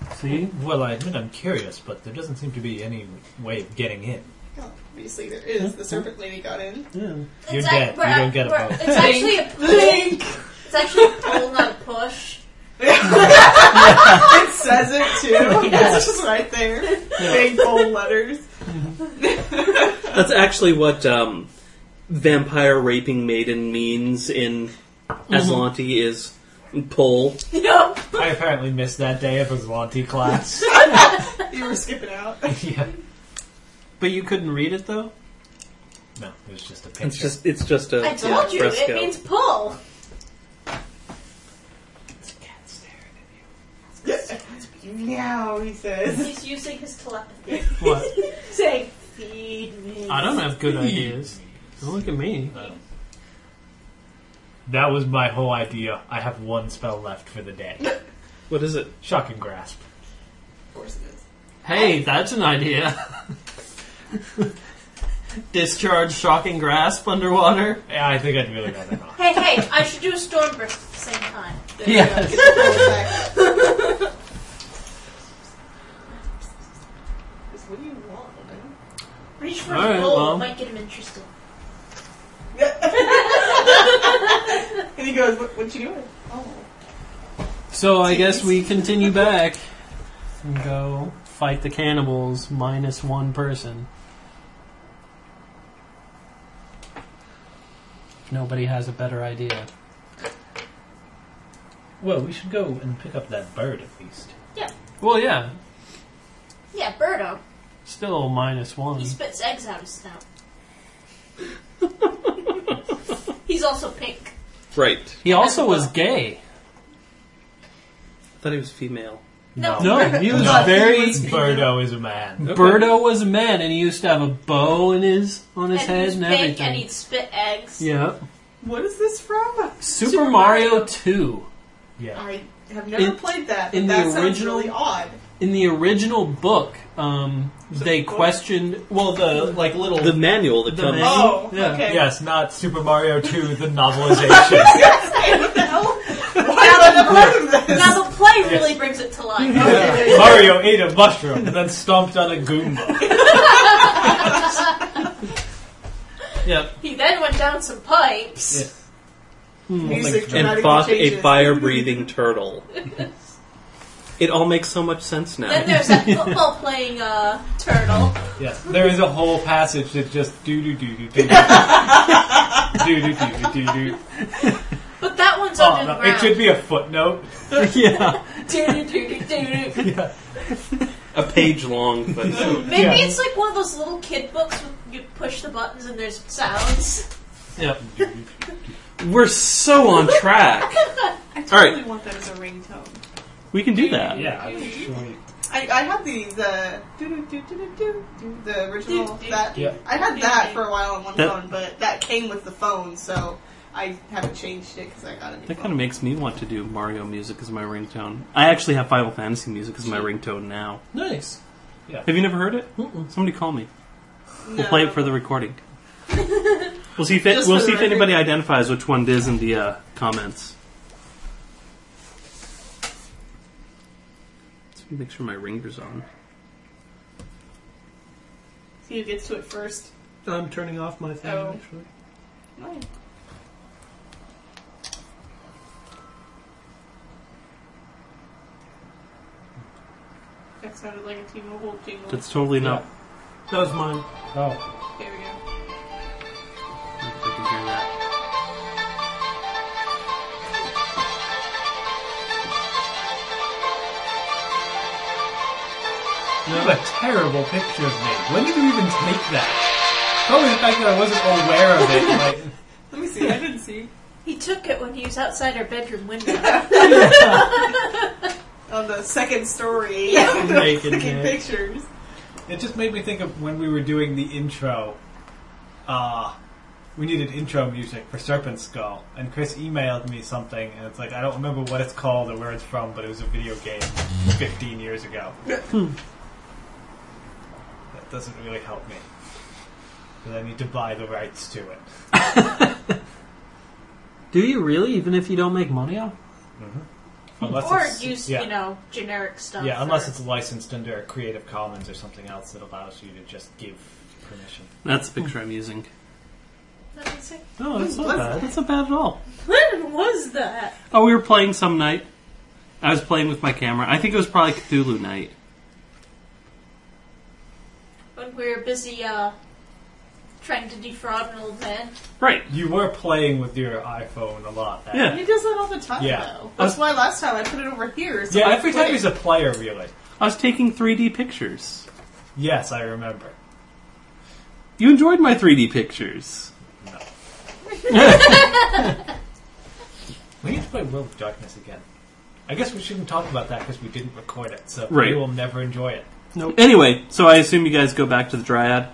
Speaker 6: to see?
Speaker 4: Well, I admit I'm curious, but there doesn't seem to be any way of getting in.
Speaker 5: Obviously, there is. The serpent lady got in.
Speaker 6: Yeah.
Speaker 4: You're
Speaker 3: It's ac-
Speaker 4: dead.
Speaker 3: we're
Speaker 4: You
Speaker 3: ac-
Speaker 4: don't get a
Speaker 3: we're-
Speaker 4: vote.
Speaker 3: It's actually a pull. It's actually a pull, not a push.
Speaker 5: It says it too. It's just right there. Big bold letters.
Speaker 2: That's actually what um, vampire raping maiden means in
Speaker 6: Mm-hmm.
Speaker 2: Aslanti is pull.
Speaker 3: Nope.
Speaker 4: I apparently missed that day of Aslanti class.
Speaker 5: You were skipping out.
Speaker 4: yeah.
Speaker 6: But you couldn't read it though?
Speaker 4: No, it was just a picture.
Speaker 2: It's just it's just a
Speaker 3: I told you,
Speaker 2: fresco.
Speaker 3: it means pull.
Speaker 5: You Meow, he says.
Speaker 3: He's using his telepathy.
Speaker 6: What?
Speaker 3: Saying, feed me.
Speaker 6: I don't have good ideas. Don't look at me.
Speaker 4: that was my whole idea. I have one spell left for the day.
Speaker 2: what is it?
Speaker 4: Shocking grasp.
Speaker 5: Of course it is.
Speaker 6: Hey, that's an idea. Discharge shocking grasp underwater.
Speaker 4: Yeah, I think I'd really rather not.
Speaker 3: Hey, hey, I should do a storm burst at the same time.
Speaker 5: There you go.
Speaker 6: Yes.
Speaker 5: Get the full effect. Just What do you want?
Speaker 3: Reach for
Speaker 6: All right,
Speaker 3: his bowl,
Speaker 6: well.
Speaker 3: it might get him interested.
Speaker 5: And he goes, what, what you doing? Oh.
Speaker 6: So I guess we continue back and go fight the cannibals minus one person. If nobody has a better idea.
Speaker 4: Well, we should go and pick up that bird at least.
Speaker 6: Well, yeah,
Speaker 3: Yeah, Birdo.
Speaker 6: still minus one.
Speaker 3: He spits eggs out of his snout. He's also pink.
Speaker 2: Right.
Speaker 6: He also was gay.
Speaker 2: I thought he was female.
Speaker 3: No.
Speaker 6: No, he was
Speaker 5: No.
Speaker 6: very.
Speaker 4: Birdo is a man.
Speaker 6: Birdo was a man, and he used to have a bow in his on his
Speaker 3: And
Speaker 6: head
Speaker 3: he's
Speaker 6: and
Speaker 3: pink
Speaker 6: everything.
Speaker 3: and he'd spit eggs.
Speaker 6: yeah,
Speaker 5: What is this from?
Speaker 6: Super,
Speaker 3: Super
Speaker 6: Mario,
Speaker 3: Mario.
Speaker 6: Two.
Speaker 4: Yeah.
Speaker 5: I have never
Speaker 6: In-
Speaker 5: played that.
Speaker 6: in
Speaker 5: but that
Speaker 6: the
Speaker 5: sounds
Speaker 6: original-
Speaker 5: really odd.
Speaker 6: In the original book, um, they
Speaker 5: book?
Speaker 6: questioned well the like little
Speaker 2: The manual that
Speaker 6: The
Speaker 2: comes.
Speaker 6: manual.
Speaker 5: Oh,
Speaker 6: Yeah.
Speaker 5: okay.
Speaker 4: Yes, not Super Mario 2, the novelization.
Speaker 5: what the hell? Why have I never heard of this?
Speaker 3: Now the play really brings it to life.
Speaker 4: Mario ate a mushroom and then stomped on a Goomba.
Speaker 6: yeah.
Speaker 3: He then went down some pipes.
Speaker 4: Yeah.
Speaker 6: Hmm.
Speaker 5: Music
Speaker 2: and
Speaker 5: dramatically
Speaker 2: fought a
Speaker 5: changes.
Speaker 2: fire breathing turtle. it all makes so much sense
Speaker 3: Then
Speaker 2: now.
Speaker 3: there's that football playing uh, turtle.
Speaker 4: Yes, there is a whole passage that's just doo doo doo doo doo. Doo doo doo doo doo doo.
Speaker 3: But that one's
Speaker 4: Oh, no,
Speaker 3: underground.
Speaker 4: It should be a footnote.
Speaker 6: yeah.
Speaker 3: Doo-doo-doo-doo-doo.
Speaker 2: A page long, but
Speaker 3: Maybe
Speaker 4: Yeah.
Speaker 3: it's like one of those little kid books where you push the buttons and there's sounds.
Speaker 6: Yeah.
Speaker 2: we're so on track.
Speaker 5: I totally
Speaker 2: Alright.
Speaker 5: want that as a ringtone.
Speaker 2: We can do that.
Speaker 4: Yeah, I'm sure. you-
Speaker 5: I, I had the the doo- doo- doo- doo- doo- doo, the original
Speaker 3: Doo- doo-
Speaker 5: that
Speaker 4: Yeah.
Speaker 5: I had that for a while on one
Speaker 2: That-
Speaker 5: phone, but that came with the phone, so I haven't changed it because I got a new
Speaker 2: That
Speaker 5: phone.
Speaker 2: kind of makes me want to do Mario music as my ringtone. I actually have Final Fantasy music as my ringtone now.
Speaker 6: Nice.
Speaker 2: Have you never heard it?
Speaker 6: Mm-mm.
Speaker 2: Somebody call me. We'll
Speaker 5: No.
Speaker 2: play it for the recording. We'll see if it,
Speaker 5: Just
Speaker 2: we'll
Speaker 5: for the
Speaker 2: see if
Speaker 5: record.
Speaker 2: anybody identifies which one it is in the uh, comments. Let me make sure my ringer's on.
Speaker 5: See who gets to it first.
Speaker 6: I'm turning off my thing.
Speaker 5: Oh.
Speaker 6: Actually.
Speaker 5: Mine. That sounded like a T-Mobile jingle.
Speaker 2: That's totally not.
Speaker 6: That was mine.
Speaker 4: Oh,
Speaker 5: there we go.
Speaker 2: I can hear that.
Speaker 4: you have a terrible picture of me. When did you even take that? Probably the fact that I wasn't aware of it. Like,
Speaker 5: Let me see. I didn't see.
Speaker 3: He took it when he was outside our bedroom window.
Speaker 5: On the second story.
Speaker 6: Naked
Speaker 5: Taking
Speaker 6: man.
Speaker 5: pictures.
Speaker 4: it just made me think of when we were doing the intro. Uh, we needed intro music for Serpent Skull, and Chris emailed me something, and it's like I don't remember what it's called Hmm. or where it's from, but it was a video game 15 years ago. doesn't really help me. Because I need to buy the rights to it.
Speaker 6: Do you really? Even if you don't make money off?
Speaker 4: Unless
Speaker 3: or
Speaker 4: it's-
Speaker 3: use,
Speaker 4: yeah.
Speaker 3: you know, generic stuff.
Speaker 4: Yeah, unless
Speaker 3: or-
Speaker 4: it's licensed under a Creative Commons or something else that allows you to just give permission.
Speaker 2: That's the picture I'm using.
Speaker 3: Let me see.
Speaker 6: No, that's not
Speaker 5: What's
Speaker 6: bad.
Speaker 5: that?
Speaker 2: That's not bad at all.
Speaker 3: When was that?
Speaker 2: Oh, we were playing some night. I was playing with my camera. I think it was probably Cthulhu night.
Speaker 3: When we were busy uh, trying to defraud an old man.
Speaker 2: Right.
Speaker 4: You were playing with your iPhone a lot. that-
Speaker 2: Yeah.
Speaker 5: He does that all the time,
Speaker 4: Yeah.
Speaker 5: though. That's why last time I put it over here. So
Speaker 4: Yeah,
Speaker 5: I
Speaker 4: every time
Speaker 5: played.
Speaker 4: he's a player, really.
Speaker 2: I was taking 3D pictures.
Speaker 4: Yes, I remember.
Speaker 2: You enjoyed my 3D pictures.
Speaker 4: No. we need to play World of Darkness again. I guess we shouldn't talk about that because we didn't record it, so
Speaker 2: Right.
Speaker 4: we will never enjoy it
Speaker 2: Anyway, so I assume you guys go back to the Dryad.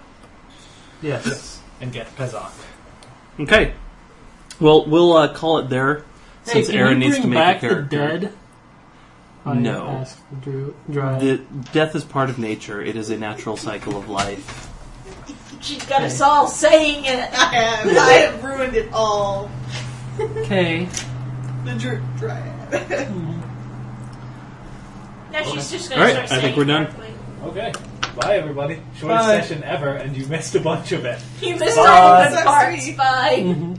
Speaker 6: Yes.
Speaker 4: and get Pezok.
Speaker 2: Okay. Well, we'll uh, call it there
Speaker 6: Hey,
Speaker 2: since
Speaker 6: can
Speaker 2: Aaron
Speaker 6: you
Speaker 2: needs to
Speaker 6: bring
Speaker 2: make
Speaker 6: back
Speaker 2: a character.
Speaker 6: the dead? I
Speaker 2: No.
Speaker 6: asked the Drew, Dryad.
Speaker 2: The- death is part of nature. It is a natural cycle of life.
Speaker 3: She's got us all saying it.
Speaker 5: I have, I have ruined it all.
Speaker 6: Okay.
Speaker 5: The drip dryad.
Speaker 3: Now she's just going
Speaker 2: All right,
Speaker 3: to
Speaker 2: I
Speaker 3: start
Speaker 2: think
Speaker 3: saying
Speaker 2: we're done.
Speaker 3: correctly.
Speaker 4: Okay. Bye, everybody. Shortest
Speaker 6: Bye.
Speaker 4: session ever, and you missed a bunch of it.
Speaker 3: You missed all the
Speaker 5: Bye.
Speaker 3: good parts. Bye.
Speaker 6: Mhm.